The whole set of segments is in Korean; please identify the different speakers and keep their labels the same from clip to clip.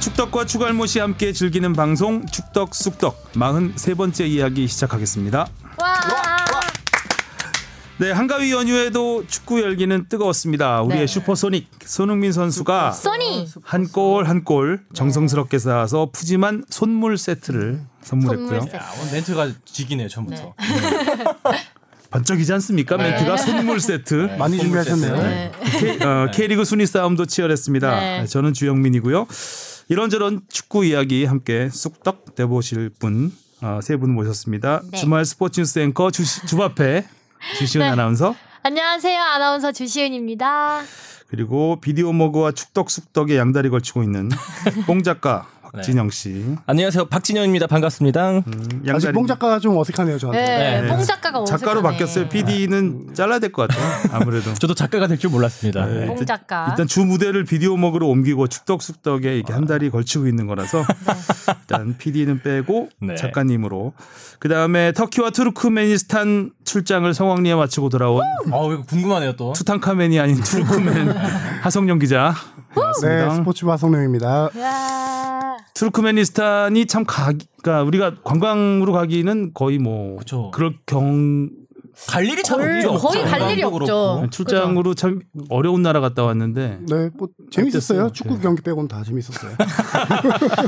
Speaker 1: 축덕과 추갈못이 함께 즐기는 방송 축덕 쑥덕 43번째 이야기 시작하겠습니다. 네, 한가위 연휴에도 축구 열기는 뜨거웠습니다. 우리의
Speaker 2: 네.
Speaker 1: 슈퍼소닉 손흥민 선수가
Speaker 2: 소니
Speaker 1: 한 골 한 골 정성스럽게 쌓아서 푸짐한 손물 세트를 선물했고요.
Speaker 2: 선물 세트.
Speaker 3: 야, 오늘 멘트가 지기네요 처음부터. 아,
Speaker 1: 번쩍이지 않습니까? 멘트가 손물 세트.
Speaker 3: 네,
Speaker 4: 많이
Speaker 3: 선물
Speaker 4: 준비하셨네요.
Speaker 3: 세트.
Speaker 2: 네.
Speaker 1: K, 어, K리그 순위 싸움도 치열했습니다. 아,
Speaker 2: 네.
Speaker 1: 저는 주영민이고요. 이런저런 축구 이야기 함께 쑥떡 대보실 분 어, 세 분 모셨습니다.
Speaker 2: 네.
Speaker 1: 주말 스포츠 뉴스 앵커 주시, 주바페 주시은
Speaker 2: 네.
Speaker 1: 아나운서
Speaker 2: 안녕하세요 아나운서 주시은입니다.
Speaker 1: 그리고 비디오 머그와 축덕 쑥덕의 양다리 걸치고 있는 뽕 작가 박진영 씨.
Speaker 5: 안녕하세요 박진영입니다 반갑습니다.
Speaker 1: 음,
Speaker 4: 아직 뽕 작가가 좀 어색하네요 저한테.
Speaker 2: 네,
Speaker 5: 네.
Speaker 2: 뽕 작가가 어색하네.
Speaker 1: 작가로 바뀌었어요. PD는 잘라야 될 것 같아요. 아무래도.
Speaker 5: 저도 작가가 될 줄 몰랐습니다.
Speaker 1: 네.
Speaker 2: 뽕 작가.
Speaker 1: 일단 주 무대를 비디오 먹으로 옮기고 축덕숙덕에 이렇게 한 다리 걸치고 있는 거라서 일단 PD는 빼고
Speaker 5: 네.
Speaker 1: 작가님으로 그 다음에 터키와 투르크메니스탄 출장을 성황리에 마치고 돌아온
Speaker 3: 아, 이거 궁금하네요 또.
Speaker 1: 투탕카멘이 아닌 투르크멘 하성룡 기자
Speaker 4: 네,
Speaker 1: 반갑습니다.
Speaker 4: 스포츠 마성룡입니다.
Speaker 2: 이야.
Speaker 1: 투르크메니스탄이 참 가기 그러니까 우리가 관광으로 가기는 거의 뭐
Speaker 3: 그쵸.
Speaker 1: 그럴 경
Speaker 3: 갈 일이 참
Speaker 2: 거의-
Speaker 3: 없죠.
Speaker 2: 음, 거의 갈 일이
Speaker 3: 관광도
Speaker 2: 없죠.
Speaker 3: 그렇고.
Speaker 1: 네, 출장으로 참 어려운 나라 갔다 왔는데
Speaker 4: 네, 뭐 재밌었어요.
Speaker 1: 어땠어요?
Speaker 4: 축구 경기 빼고는 다 재밌었어요.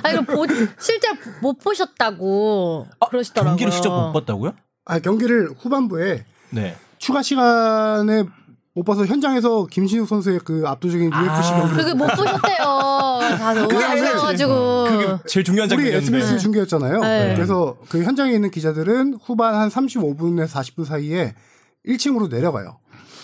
Speaker 2: 아 이거 보, 실제 못 보셨다고
Speaker 3: 아,
Speaker 2: 그러시더라고요.
Speaker 3: 경기를 직접 못 봤다고요?
Speaker 4: 아, 경기를 후반부에
Speaker 3: 네.
Speaker 4: 추가 시간에 못 봐서 현장에서 김신욱 선수의 그 압도적인 UFC 경기.
Speaker 2: 아, 그게 못 보셨대요. 다 너무
Speaker 4: 그게 아니라
Speaker 2: 아쉬워가지고.
Speaker 5: 제일 중요한
Speaker 4: 우리
Speaker 5: 장면이었는데.
Speaker 4: SBS 중계였잖아요.
Speaker 2: 네.
Speaker 4: 그래서 그 현장에 있는 기자들은 후반 한 35분에 40분 사이에 1층으로 내려가요.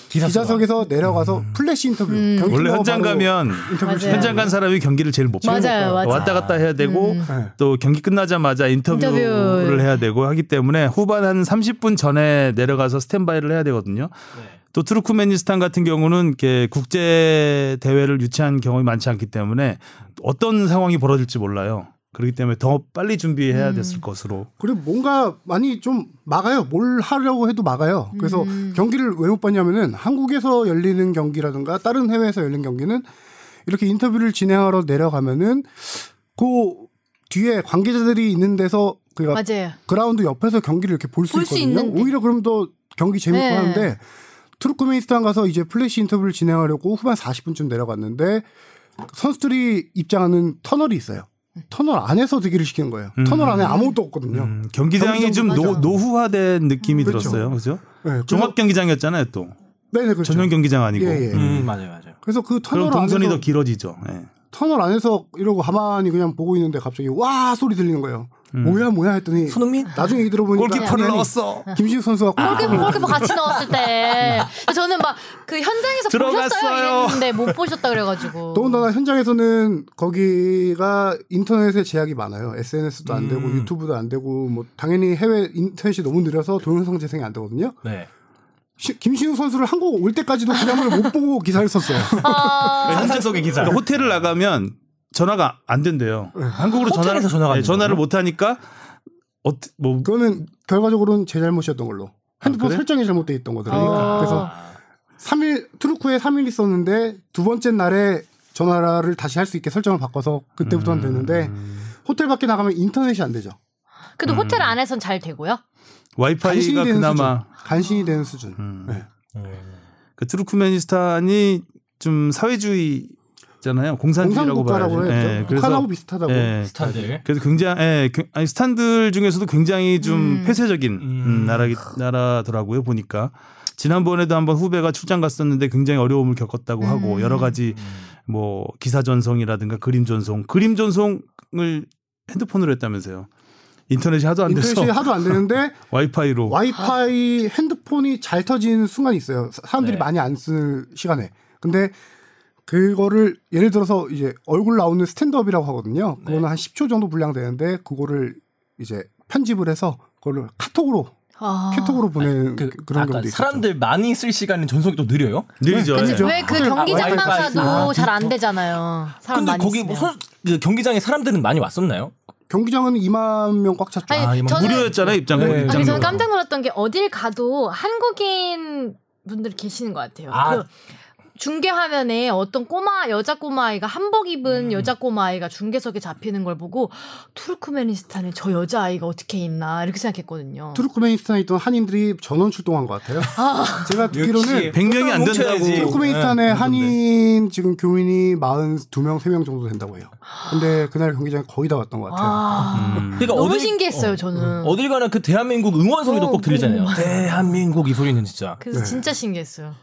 Speaker 4: 기자석에서 내려가서
Speaker 2: 음.
Speaker 4: 플래시 인터뷰. 경기
Speaker 1: 원래
Speaker 4: 끝나고
Speaker 1: 현장
Speaker 4: 음, 뭐 바로
Speaker 1: 가면
Speaker 4: 인터뷰
Speaker 2: 맞아요.
Speaker 1: 현장 간 사람이 경기를 제일 못 봐요.
Speaker 2: 맞아요, 맞아요.
Speaker 1: 왔다 갔다 해야 되고
Speaker 4: 네.
Speaker 1: 또 경기 끝나자마자 인터뷰를
Speaker 2: 인터뷰.
Speaker 1: 해야 되고 하기 때문에 후반 한 30분 전에 내려가서 스탠바이를 해야 되거든요. 또 투르크메니스탄 같은 경우는 이렇게 국제 대회를 유치한 경험이 많지 않기 때문에 어떤 상황이 벌어질지 몰라요. 그렇기 때문에 더 빨리 준비해야
Speaker 2: 음.
Speaker 1: 됐을 것으로.
Speaker 4: 그리고 뭔가 많이 좀 막아요. 뭘 하려고 해도 막아요. 그래서
Speaker 2: 음.
Speaker 4: 경기를 왜 못 봤냐면은 한국에서 열리는 경기라든가 다른 해외에서 열린 경기는 이렇게 인터뷰를 진행하러 내려가면은 그 뒤에 관계자들이 있는 데서 그가
Speaker 2: 맞아요.
Speaker 4: 그라운드 옆에서 경기를 이렇게 볼 수
Speaker 2: 볼수
Speaker 4: 있거든요.
Speaker 2: 있는데.
Speaker 4: 오히려 그럼 더 경기 재밌고
Speaker 2: 네.
Speaker 4: 하는데 투르크메니스탄 가서 이제 플래시 인터뷰를 진행하려고 후반 40분쯤 내려갔는데 선수들이 입장하는 터널이 있어요.
Speaker 2: 음.
Speaker 4: 터널 안에서 대기를 시키는 거예요. 터널 안에 아무것도 없거든요.
Speaker 1: 음, 경기장이
Speaker 4: 경기
Speaker 1: 좀
Speaker 2: 정도
Speaker 1: 노,
Speaker 2: 맞아.
Speaker 1: 노후화된 느낌이
Speaker 4: 그렇죠.
Speaker 1: 들었어요. 그죠?
Speaker 4: 네,
Speaker 1: 종합 경기장이었잖아요, 또.
Speaker 4: 네네 그렇죠.
Speaker 1: 전용 경기장 아니고.
Speaker 4: 예, 예.
Speaker 1: 음.
Speaker 3: 음, 맞아요, 맞아요.
Speaker 4: 그래서
Speaker 1: 그럼
Speaker 4: 그 터널
Speaker 1: 동선이
Speaker 4: 안에서
Speaker 1: 더 길어지죠. 예.
Speaker 4: 터널 안에서 이러고 가만히 그냥 보고 있는데 갑자기 와 소리 들리는 거예요.
Speaker 1: 음.
Speaker 4: 뭐야 뭐야 했더니
Speaker 3: 손흥민?
Speaker 4: 나중에 얘기 들어보니까
Speaker 1: 골키퍼를
Speaker 4: 그냥
Speaker 1: 넣었어.
Speaker 4: 김신욱 선수가 골키퍼를
Speaker 2: 골키퍼, 골키퍼 같이 넣었을 때. 저는 막 그 현장에서
Speaker 1: 들어갔어요.
Speaker 2: 보셨어요 이랬는데 못 보셨다 그래가지고.
Speaker 4: 더군다나 현장에서는 거기가 인터넷에 제약이 많아요. SNS도 안 되고
Speaker 1: 음.
Speaker 4: 유튜브도 안 되고 뭐 당연히 해외 인터넷이 너무 느려서 동영상 재생이 안 되거든요.
Speaker 3: 네.
Speaker 4: 시- 김신우 선수를 한국 올 때까지도 그냥을 못 보고 기사를 썼어요.
Speaker 2: 아,
Speaker 3: 산산 속의 기사.
Speaker 1: 그러니까 호텔을 나가면 전화가 안 된대요. 한국으로 전화를
Speaker 3: 호텔에서 네, 전화가 안
Speaker 1: 예, 전화를
Speaker 3: 된다고요?
Speaker 1: 못 하니까 어떻 뭐
Speaker 4: 그거는 결과적으로는 제 잘못이었던 걸로. 핸드폰
Speaker 1: 아, 그래?
Speaker 4: 설정이 잘못돼 있던 거더라고요.
Speaker 2: 아.
Speaker 4: 그래서 3일 트루크에 3일 있었는데 두 번째 날에 전화를 다시 할 수 있게 설정을 바꿔서
Speaker 1: 음.
Speaker 4: 그때부터는 됐는데 호텔 밖에 나가면 인터넷이 안 되죠.
Speaker 2: 그래도 호텔 안에선 잘 되고요.
Speaker 1: 와이파이가
Speaker 4: 되는
Speaker 1: 그나마 음.
Speaker 4: 수준. 간신히 되는 수준. 네.
Speaker 3: 음.
Speaker 1: 그 트루크메니스탄이 좀 사회주의잖아요. 공산주의라고
Speaker 4: 공산국가라고
Speaker 1: 봐야죠.
Speaker 4: 해야죠.
Speaker 1: 예,
Speaker 4: 북한하고
Speaker 1: 그래서
Speaker 4: 비슷하다고.
Speaker 1: 예,
Speaker 3: 스타들.
Speaker 1: 그래서 굉장히 예, 그- 아니, 스탄들 중에서도 굉장히 좀 폐쇄적인 음, 나라 나라더라고요 보니까 지난번에도 한번 후배가 출장 갔었는데 굉장히 어려움을 겪었다고
Speaker 4: 음.
Speaker 1: 하고 여러 가지
Speaker 3: 음.
Speaker 1: 뭐 기사 전송이라든가 그림 전송 그림 전송을 핸드폰으로 했다면서요 인터넷이 하도 안 돼서
Speaker 4: 인터넷이 하도 안 되는데
Speaker 1: 와이파이로
Speaker 4: 와이파이 핸드폰이 잘 터지는 순간이 있어요. 사- 사람들이
Speaker 3: 네.
Speaker 4: 많이 안 쓸 시간에. 근데 그거를 예를 들어서 이제 얼굴 나오는 스탠드업이라고 하거든요. 그거는 한 10초 정도 분량 되는데 그거를 이제 편집을 해서 그걸 카톡으로
Speaker 2: 아.
Speaker 4: 카톡으로 보내는
Speaker 3: 그,
Speaker 4: 그, 런
Speaker 3: 아까
Speaker 4: 경우도 있었죠.
Speaker 3: 사람들 많이 쓸 시간은 전속이 또 느려요?
Speaker 1: 느리죠. 예.
Speaker 2: 왜 그 경기장마다도
Speaker 3: 아, 와이파이.
Speaker 2: 잘 안 되잖아요. 사람
Speaker 3: 근데
Speaker 2: 많이
Speaker 3: 거기
Speaker 2: 있으면.
Speaker 3: 뭐 선, 그 경기장에 사람들은 많이 왔었나요?
Speaker 4: 경기장은 2만 명 꽉 찼죠.
Speaker 2: 아니,
Speaker 3: 아, 이만-
Speaker 2: 저는
Speaker 1: 예. 무료였잖아요 입장료.
Speaker 3: 네.
Speaker 2: 아니
Speaker 1: 입장료.
Speaker 2: 저는 깜짝 놀랐던 게 어딜 가도 한국인 분들이 계시는 것 같아요.
Speaker 3: 아.
Speaker 2: 그 중계 화면에 어떤 꼬마 여자 꼬마아이가 한복 입은 여자 꼬마아이가 중계석에 잡히는 걸 보고 투르크메니스탄에 저 여자 아이가 어떻게 있나 이렇게 생각했거든요.
Speaker 4: 투르크메니스탄에 있던 한인들이 전원 출동한 것 같아요. 제가 듣기로는
Speaker 1: 100명이 안 된다고.
Speaker 3: 네.
Speaker 4: 투르크메니스탄의 한인 지금 교민이 42명, 3명 정도 된다고 해요. 근데 그날 경기장에 거의 다 왔던 것 같아요.
Speaker 2: 아,
Speaker 3: 그러니까
Speaker 2: 너무
Speaker 3: 어딜-
Speaker 2: 신기했어요 저는.
Speaker 3: 어딜 가나 그 대한민국 응원 소리도
Speaker 2: 어,
Speaker 3: 꼭 들리잖아요.
Speaker 2: 뭐.
Speaker 3: 대한민국 이 소리는 진짜.
Speaker 2: 그래서 진짜 신기했어요.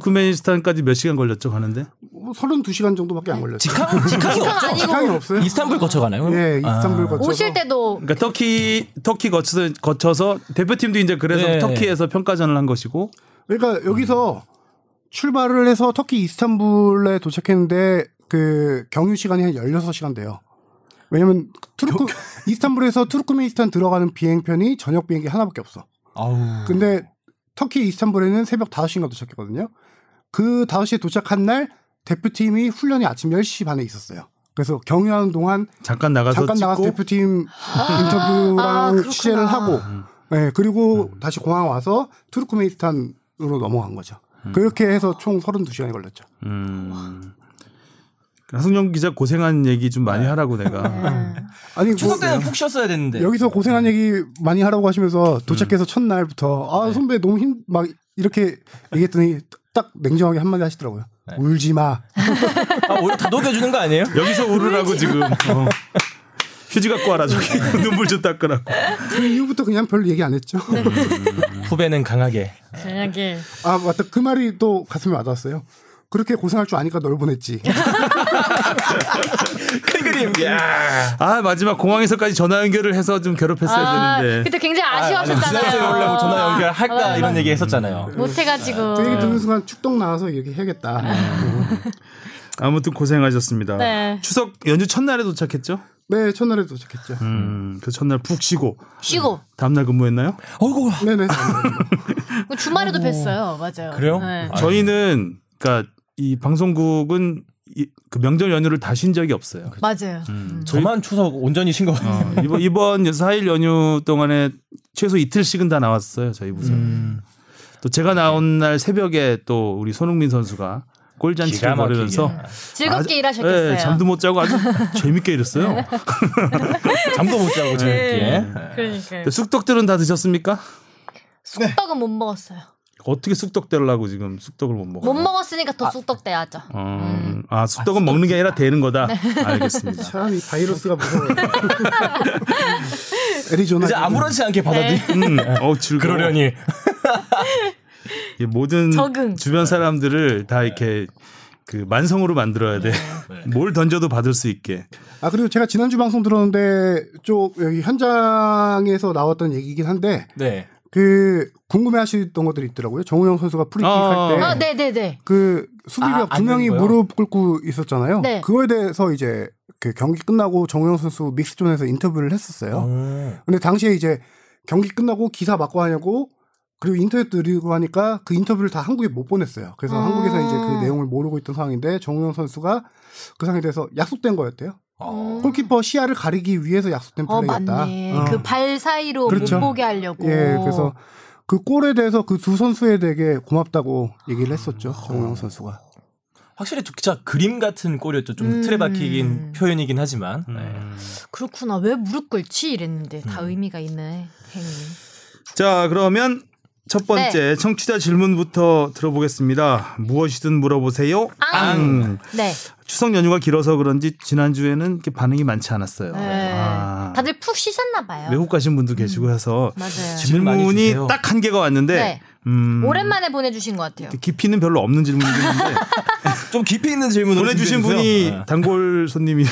Speaker 1: 투르크메니스탄까지 몇 시간 걸렸죠 가는데?
Speaker 4: 뭐 32시간 정도밖에 안 걸렸어요.
Speaker 3: 직항 직항이
Speaker 2: 직항
Speaker 3: 없죠.
Speaker 2: 아니고
Speaker 4: 시간이 없어요.
Speaker 3: 이스탄불 거쳐가나요? 아.
Speaker 4: 예, 이스탄불 거쳐서
Speaker 2: 오실 때도
Speaker 1: 그러니까 터키 터키 거쳐서, 거쳐서 대표팀도 이제 그래서
Speaker 3: 네.
Speaker 1: 터키에서 평가전을 한 것이고
Speaker 4: 그러니까 여기서 출발을 해서 터키 이스탄불에 도착했는데 그 경유 시간이 한 16시간 돼요. 왜냐면 투르크 이스탄불에서 투르크메니스탄 들어가는 비행편이 저녁 비행기 하나밖에 없어.
Speaker 3: 아우.
Speaker 4: 근데 터키 이스탄불에는 새벽 5시인가 도착했거든요. 그 5시에 도착한 날 대표팀이 훈련이 아침 10시 반에 있었어요. 그래서 경유하는 동안
Speaker 1: 잠깐 나가서
Speaker 4: 잠깐 나가서
Speaker 1: 찍고
Speaker 4: 대표팀 인터뷰랑
Speaker 2: 아, 그렇구나.
Speaker 4: 취재를 하고,
Speaker 1: 음.
Speaker 4: 네, 그리고 다시 공항 와서 투르크메니스탄으로 넘어간 거죠. 그렇게 해서 총 32시간이 걸렸죠.
Speaker 1: 음. 하승용 기자 고생한 얘기 좀
Speaker 4: 네.
Speaker 1: 많이 하라고 내가.
Speaker 4: 아니, 뭐,
Speaker 3: 추석 때는 푹 쉬었어야
Speaker 1: 네.
Speaker 3: 되는데.
Speaker 4: 여기서
Speaker 1: 음.
Speaker 4: 고생한 얘기 많이 하라고 하시면서 도착해서 첫날부터,
Speaker 1: 네.
Speaker 4: 아, 선배 너무 힘, 막 이렇게 얘기했더니 딱 냉정하게 한마디 하시더라고요.
Speaker 1: 네.
Speaker 4: 울지 마.
Speaker 3: 아, 오히려 다 녹여주는 거 아니에요?
Speaker 1: 여기서 울으라고 지금. 어. 휴지 갖고 와라 저기
Speaker 4: 네.
Speaker 1: 눈물 좀 닦으라고.
Speaker 4: 그 이후부터 그냥 별로 얘기 안 했죠.
Speaker 3: 네. 후배는 강하게.
Speaker 2: 만약에
Speaker 4: 아, 맞다. 그 말이 또 가슴에 와닿았어요. 그렇게 고생할 줄 아니까 널 보냈지. 그
Speaker 3: 큰 그림. 야.
Speaker 1: 아 마지막 공항에서까지 전화 연결을 해서 좀 괴롭혔어야
Speaker 2: 아,
Speaker 1: 되는데.
Speaker 2: 그때 굉장히
Speaker 3: 지난주에
Speaker 2: 아쉬워하셨잖아요.
Speaker 3: 원래 뭐 전화 연결할까
Speaker 2: 아,
Speaker 3: 이런 얘기 했었잖아요. 아.
Speaker 2: 못해가지고.
Speaker 4: 그 얘기 듣는 순간 축덕 나와서 이렇게 해야겠다.
Speaker 1: 아무튼 고생하셨습니다.
Speaker 2: 그- 네.
Speaker 1: 추석 연휴 첫날에 도착했죠?
Speaker 4: 네, 첫날에 도착했죠.
Speaker 1: 음, 그 첫날 푹 쉬고
Speaker 2: 쉬고
Speaker 1: 다음날 근무했나요?
Speaker 3: 어이구.
Speaker 4: 네네.
Speaker 2: 주말에도 뵀어요. 맞아요.
Speaker 3: 그래요?
Speaker 2: 네.
Speaker 3: 아,
Speaker 1: 저희는 그러니까 이 방송국은 이, 그 명절 연휴를 다 쉰 적이 없어요.
Speaker 3: 그렇죠.
Speaker 2: 맞아요.
Speaker 3: 저만 추석 온전히 쉰거 같아요.
Speaker 1: 어, 이번 이번 4일 연휴 동안에 최소 이틀씩은 다 나왔어요 저희 부서.
Speaker 3: 음.
Speaker 1: 또 제가 나온 날 새벽에 또 우리 손흥민 선수가
Speaker 3: 기가
Speaker 1: 골잔치를
Speaker 3: 막히게. 네.
Speaker 1: 벌이면서
Speaker 2: 즐겁게
Speaker 1: 아주-
Speaker 2: 일하셨겠어요. 네.
Speaker 1: 예, 잠도 못 자고 아주 재밌게 일했어요.
Speaker 3: 잠도 못 자고 재밌게.
Speaker 4: 네.
Speaker 2: 그러니까요.
Speaker 1: 네. 쑥떡들은 다 드셨습니까?
Speaker 2: 쑥떡은 못 먹었어요.
Speaker 1: 어떻게 쑥떡 되려고 지금 쑥떡을 못 먹어?
Speaker 2: 못 먹었으니까 음. 더 쑥떡 대야죠.
Speaker 1: 어, 아 쑥떡은 먹는 게 아니라 되는 거다.
Speaker 2: 네.
Speaker 1: 알겠습니다.
Speaker 4: 참 이 바이러스가 무서워. 요 애리조나.
Speaker 3: 이제 아무렇지 않게 받아들이.
Speaker 1: 음, 어 즐거워.
Speaker 3: 그러려니.
Speaker 1: 이 모든
Speaker 2: 적응.
Speaker 3: 네.
Speaker 1: 주변 사람들을 다 이렇게 그 만성으로 만들어야
Speaker 3: 네.
Speaker 1: 돼. 뭘 던져도 받을 수 있게.
Speaker 4: 아 그리고 제가 지난주 방송 들었는데 쪽 여기 현장에서 나왔던 얘기긴 한데
Speaker 3: 네.
Speaker 4: 그 궁금해하시던 것들이 있더라고요. 정우영 선수가 프리킥
Speaker 1: 어.
Speaker 2: 아,
Speaker 4: 할 때.
Speaker 2: 네, 네, 네.
Speaker 4: 그 수비가
Speaker 3: 아,
Speaker 4: 두 명이
Speaker 3: 앉는 거요?
Speaker 4: 무릎 꿇고 있었잖아요.
Speaker 2: 네.
Speaker 4: 그거에 대해서 이제 그 경기 끝나고 정우영 선수 믹스존에서 인터뷰를 했었어요.
Speaker 3: 음.
Speaker 4: 근데 당시에 이제 경기 끝나고 기사 맞고 하냐고 그리고 인터넷 드리고 하니까 그 인터뷰를 다 한국에 못 보냈어요. 그래서
Speaker 2: 음.
Speaker 4: 한국에서 이제 그 내용을 모르고 있던 상황인데 정우영 선수가 그 상에 대해서 약속된 거였대요.
Speaker 3: 어,
Speaker 2: 음.
Speaker 4: 골키퍼 시야를 가리기 위해서 약속된
Speaker 2: 어,
Speaker 4: 플레이였다.
Speaker 2: 맞네.
Speaker 4: 어.
Speaker 2: 그 발 사이로
Speaker 4: 그렇죠.
Speaker 2: 못 보게 하려고.
Speaker 4: 예, 그래서 그 골에 대해서 그 두 선수에 되게 고맙다고 얘기를 했었죠.
Speaker 3: 아.
Speaker 4: 정우영 선수가.
Speaker 3: 확실히 진짜 그림 같은 꼴이었죠. 좀
Speaker 2: 음.
Speaker 3: 틀에 박히긴 표현이긴 하지만. 네.
Speaker 2: 그렇구나. 왜 무릎 꿇지? 이랬는데 다 의미가 있네. 행위.
Speaker 1: 자, 그러면 첫 번째
Speaker 2: 네.
Speaker 1: 청취자 질문부터 들어보겠습니다. 무엇이든 물어보세요.
Speaker 2: 앙.
Speaker 1: 앙.
Speaker 2: 네.
Speaker 1: 추석 연휴가 길어서 그런지 지난주에는 이렇게 반응이 많지 않았어요.
Speaker 2: 네.
Speaker 1: 아,
Speaker 2: 다들 푹 쉬셨나 봐요.
Speaker 1: 외국 가신 분도 계시고 해서
Speaker 2: 맞아요.
Speaker 3: 질문 많이
Speaker 1: 질문이
Speaker 3: 주세요.
Speaker 1: 딱 한 개가 왔는데
Speaker 2: 네.
Speaker 1: 음,
Speaker 2: 오랜만에 보내주신 것 같아요.
Speaker 1: 깊이는 별로 없는 질문이긴 한데
Speaker 3: 좀 깊이 있는 질문을
Speaker 1: 보내주신 분이
Speaker 3: 네.
Speaker 1: 단골 손님이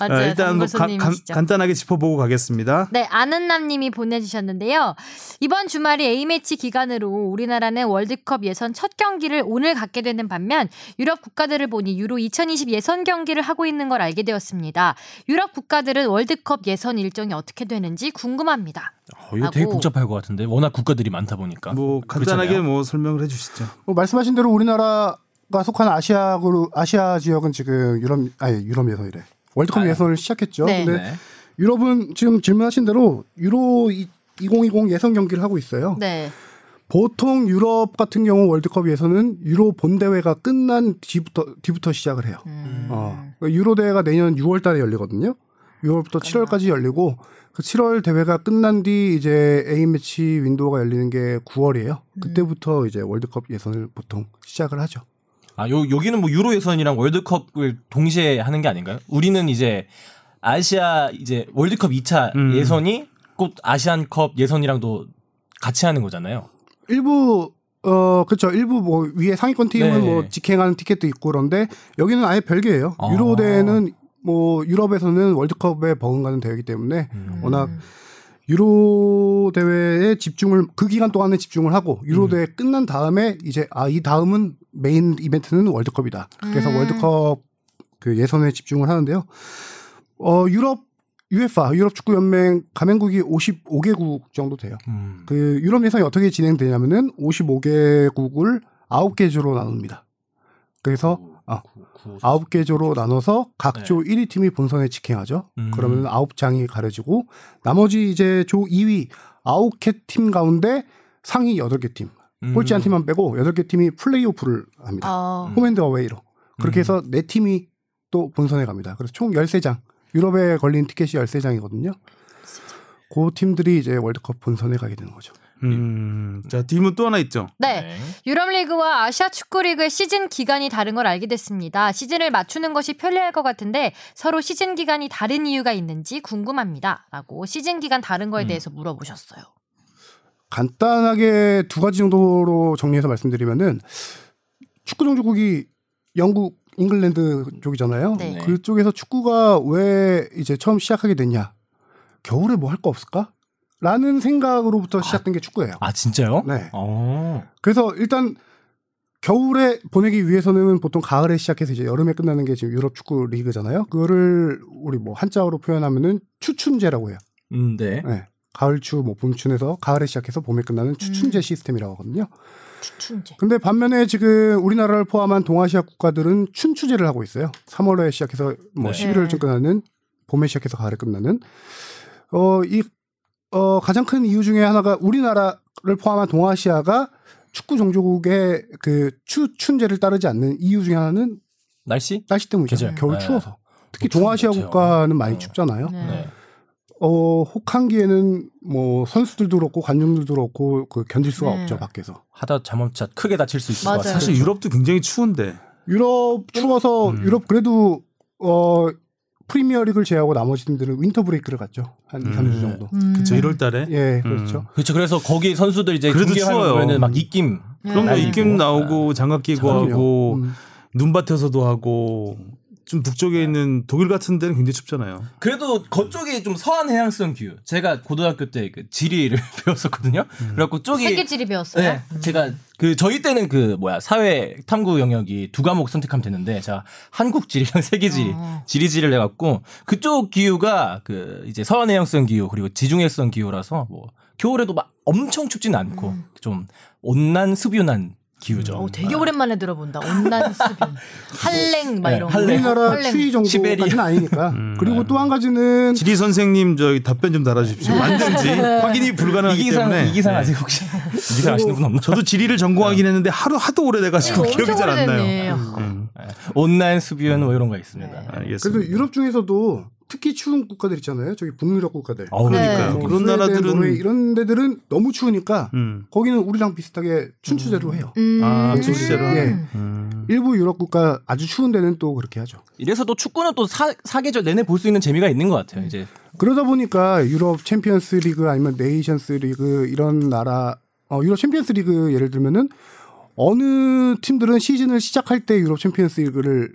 Speaker 2: 맞아요.
Speaker 1: 일단 뭐 가- 간-
Speaker 2: 선생님이시죠.
Speaker 1: 간단하게 짚어보고 가겠습니다.
Speaker 2: 네, 아는남님이 보내주셨는데요. 이번 주말이 A매치 기간으로 우리나라는 월드컵 예선 첫 경기를 오늘 갖게 되는 반면 유럽 국가들을 보니 유로 2020 예선 경기를 하고 있는 걸 알게 되었습니다. 유럽 국가들은 월드컵 예선 일정이 어떻게 되는지 궁금합니다.
Speaker 3: 어, 이거 되게
Speaker 2: 하고.
Speaker 3: 복잡할 것 같은데 워낙 국가들이 많다 보니까.
Speaker 1: 뭐 간단하게
Speaker 3: 그렇잖아요.
Speaker 1: 뭐 설명을 해주시죠.
Speaker 4: 뭐 말씀하신 대로 우리나라가 속한 아시아 그룹 아시아 지역은 지금 유럽 아니 유럽 예선이래. 월드컵 예선을 시작했죠.
Speaker 2: 네.
Speaker 4: 근데
Speaker 3: 네.
Speaker 4: 유럽은 지금 질문하신 대로 유로 2020 예선 경기를 하고 있어요.
Speaker 2: 네.
Speaker 4: 보통 유럽 같은 경우 월드컵에서는 유로 본 대회가 끝난 뒤부터 뒤부터 시작을 해요.
Speaker 2: 음.
Speaker 4: 어. 그러니까 유로 대회가 내년 6월 달에 열리거든요. 6월부터 7월까지 열리고 그 7월 대회가 끝난 뒤 이제 A 매치 윈도우가 열리는 게 9월이에요. 그때부터 이제 월드컵 예선을 보통 시작을 하죠.
Speaker 3: 아, 요 여기는 뭐 유로 예선이랑 월드컵을 동시에 하는 게 아닌가요? 우리는 이제 아시아 이제 월드컵 2차
Speaker 1: 음.
Speaker 3: 예선이 곧 아시안컵 예선이랑도 같이 하는 거잖아요.
Speaker 4: 일부 어 그렇죠 일부 뭐 위에 상위권 팀은
Speaker 3: 네.
Speaker 4: 뭐 직행하는 티켓도 있고 그런데 여기는 아예 별개예요
Speaker 3: 아.
Speaker 4: 유로 대회는 뭐 유럽에서는 월드컵에 버금가는 대회이기 때문에
Speaker 2: 음.
Speaker 1: 음.
Speaker 4: 워낙 유로 대회에 집중을 그 기간 동안에 집중을 하고 유로 대회 끝난 다음에 이제 아 이 다음은 메인 이벤트는 월드컵이다 그래서
Speaker 2: 음.
Speaker 4: 월드컵 그 예선에 집중을 하는데요 어 유럽 UEFA 유럽 축구 연맹 가맹국이 55개국 정도 돼요.
Speaker 3: 음.
Speaker 4: 그 유럽 예선이 어떻게 진행되냐면은 55개국을 9개 조로 나눕니다. 그래서 아, 9개 조로 나눠서 각 조 1위 팀이 본선에 직행하죠.
Speaker 3: 음.
Speaker 4: 그러면 9장이 가려지고 나머지 이제 조 2위 9개 팀 가운데 상위 8개 팀,
Speaker 3: 음.
Speaker 4: 꼴찌 한 팀만 빼고 8개 팀이 플레이오프를 합니다.
Speaker 2: 어.
Speaker 4: 홈앤드 어웨이로. 그렇게 해서 네 팀이 또 본선에 갑니다. 그래서 총 13장. 유럽에 걸린 티켓이 13장이거든요. 그 팀들이 이제 월드컵 본선에 가게 되는 거죠.
Speaker 1: 음. 자, 뒷문 또 하나 있죠.
Speaker 2: 네. 유럽리그와 아시아 축구리그의 시즌 기간이 다른 걸 알게 됐습니다. 시즌을 맞추는 것이 편리할 것 같은데 서로 시즌 기간이 다른 이유가 있는지 궁금합니다. 라고 시즌 기간 다른 거에 대해서 물어보셨어요.
Speaker 4: 간단하게 두 가지 정도로 정리해서 말씀드리면은 축구 종주국이 영국, 잉글랜드 쪽이잖아요.
Speaker 2: 네.
Speaker 4: 그쪽에서 축구가 왜 이제 처음 시작하게 됐냐? 겨울에 뭐 할 거 없을까? 라는 생각으로부터 시작된 게 축구예요.
Speaker 3: 아 진짜요?
Speaker 4: 네.
Speaker 3: 어.
Speaker 4: 그래서 일단 겨울에 보내기 위해서는 보통 가을에 시작해서 이제 여름에 끝나는 게 지금 유럽 축구 리그잖아요. 그거를 우리 뭐 한자어로 표현하면은 추춘제라고 해요.
Speaker 3: 음, 네.
Speaker 4: 네. 가을추, 뭐 봄춘에서 가을에 시작해서 봄에 끝나는 추춘제 시스템이라고 하거든요.
Speaker 2: 추춘제.
Speaker 4: 근데 반면에 지금 우리나라를 포함한 동아시아 국가들은 춘추제를 하고 있어요. 3월에 시작해서 뭐
Speaker 3: 네.
Speaker 4: 11월쯤 끝나는 봄에 시작해서 가을에 끝나는 어 이 어, 가장 큰 이유 중에 하나가 우리나라를 포함한 동아시아가 축구 종조국의 그 추, 춘제를 따르지 않는 이유 중에 하나는
Speaker 3: 날씨?
Speaker 4: 날씨 때문이죠.
Speaker 3: 계절.
Speaker 4: 겨울
Speaker 3: 네.
Speaker 4: 추워서. 특히
Speaker 3: 뭐 추운
Speaker 4: 동아시아
Speaker 3: 것 같아요.
Speaker 4: 국가는 많이
Speaker 3: 네.
Speaker 4: 춥잖아요.
Speaker 2: 네.
Speaker 3: 네.
Speaker 4: 어, 혹한기에는 뭐 선수들도 그렇고 관중들도 그렇고 그 견딜 수가
Speaker 2: 네.
Speaker 4: 없죠, 밖에서.
Speaker 3: 하다 잠없자 크게 다칠 수 있을 것
Speaker 2: 맞아요.
Speaker 3: 같아요.
Speaker 1: 사실 유럽도 굉장히 추운데.
Speaker 4: 유럽 추워서
Speaker 1: 음.
Speaker 4: 유럽 그래도 어 프리미어리그를 제외하고 나머지 팀들은 윈터 브레이크를 갔죠 한
Speaker 1: 음.
Speaker 4: 3주 정도.
Speaker 2: 음.
Speaker 1: 그쵸 1월 달에.
Speaker 4: 예,
Speaker 1: 음.
Speaker 4: 그렇죠.
Speaker 3: 그렇죠. 그래서 거기 선수들 이제
Speaker 1: 그래도
Speaker 3: 경기하는
Speaker 1: 추워요.
Speaker 3: 보면은 막 입김.
Speaker 1: 그런 거
Speaker 3: 네.
Speaker 1: 입김 나오고 장갑 끼고
Speaker 4: 그럼요.
Speaker 1: 하고
Speaker 4: 음.
Speaker 1: 눈밭에서도 하고 좀 북쪽에 있는 독일 같은 데는 굉장히 춥잖아요.
Speaker 2: 음.
Speaker 3: 그래도 그쪽이 좀 서한 해양성 기후. 제가 고등학교 때 그 지리를 배웠었거든요. 그래갖고 쪽이
Speaker 2: 세계지리 배웠어요.
Speaker 3: 네, 제가 그 저희 때는 그 뭐야 사회 탐구 영역이 두 과목 선택하면 되는데 제가 한국 지리랑 세계 지리
Speaker 2: 어.
Speaker 3: 지리 지리를 해갖고 그쪽 기후가 그 이제 서한 해양성 기후 그리고 지중해성 기후라서 뭐 겨울에도 막 엄청 춥진 않고
Speaker 2: 음.
Speaker 3: 좀 온난 습유난 기후죠.
Speaker 2: 오, 되게 오랜만에 들어본다. 온난수변. 한랭 막
Speaker 3: 네,
Speaker 2: 이런
Speaker 3: 한랭.
Speaker 2: 거.
Speaker 4: 우리나라
Speaker 2: 한랭.
Speaker 4: 추위 정도까지는
Speaker 3: 시베리아.
Speaker 4: 아니니까.
Speaker 1: 음.
Speaker 4: 그리고 또 한 가지는
Speaker 1: 지리 선생님 저기 답변 좀 달아주십시오.
Speaker 2: 네.
Speaker 1: 맞는지 확인이 불가능하기
Speaker 3: 이기상
Speaker 1: 때문에. 네.
Speaker 3: 이기상 아세요 혹시? 이기상 아시는 분 없나?
Speaker 1: 저도 지리를 전공하긴 했는데 하루 하도 오래돼가지고
Speaker 2: 네, 엄청
Speaker 1: 기억이 잘 안 나요.
Speaker 2: 오래됐네.
Speaker 1: 음,
Speaker 3: 온난 습유는 뭐 이런 거 있습니다.
Speaker 1: 알겠습니다.
Speaker 4: 그래도 유럽 중에서도 특히 추운 국가들 있잖아요. 저기 북유럽 국가들.
Speaker 1: 아, 그러니까요.
Speaker 2: 네.
Speaker 4: 뭐
Speaker 1: 그런
Speaker 4: 스웨덴,
Speaker 1: 나라들은
Speaker 4: 노르웨이 이런 데들은 너무 추우니까
Speaker 1: 음.
Speaker 4: 거기는 우리랑 비슷하게 춘추제로 해요.
Speaker 2: 음.
Speaker 1: 아, 춘추제로
Speaker 4: 예.
Speaker 1: 하는. 음.
Speaker 4: 일부 유럽 국가 아주 추운 데는 또 그렇게 하죠.
Speaker 3: 이래서 또 축구는 또 사, 사계절 내내 볼 수 있는 재미가 있는 것 같아요. 이제
Speaker 4: 그러다 보니까 유럽 챔피언스 리그 아니면 네이션스 리그 이런 나라 어 유럽 챔피언스 리그 예를 들면은 어느 팀들은 시즌을 시작할 때 유럽 챔피언스 리그를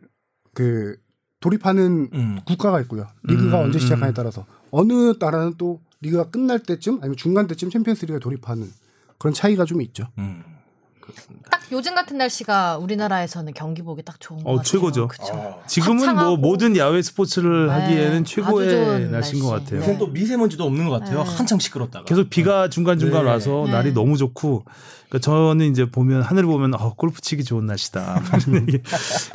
Speaker 4: 그 돌입하는
Speaker 3: 음.
Speaker 4: 국가가 있고요. 리그가
Speaker 1: 음,
Speaker 4: 언제 시작하냐에
Speaker 1: 음.
Speaker 4: 따라서 어느 나라는 또 리그가 끝날 때쯤 아니면 중간 때쯤 챔피언스 리그에 돌입하는 그런 차이가 좀 있죠.
Speaker 3: 음.
Speaker 2: 딱 요즘 같은 날씨가 우리나라에서는 경기 보기 딱 좋은 것
Speaker 1: 어,
Speaker 2: 같아요.
Speaker 1: 최고죠.
Speaker 2: 그쵸.
Speaker 1: 지금은 뭐
Speaker 2: 화창하고.
Speaker 1: 모든 야외 스포츠를
Speaker 2: 네,
Speaker 1: 하기에는
Speaker 2: 아주
Speaker 1: 최고의
Speaker 2: 좋은
Speaker 1: 날씨인 것
Speaker 2: 날씨.
Speaker 1: 같아요.
Speaker 2: 네.
Speaker 3: 요즘 또 미세먼지도 없는 것 같아요.
Speaker 2: 네.
Speaker 3: 한참 시끄럽다가.
Speaker 1: 계속 비가 중간중간
Speaker 3: 네.
Speaker 1: 와서
Speaker 2: 네.
Speaker 1: 날이 너무 좋고 그러니까 저는 이제 보면 하늘 보면 어, 골프 치기 좋은 날씨다 이런 얘기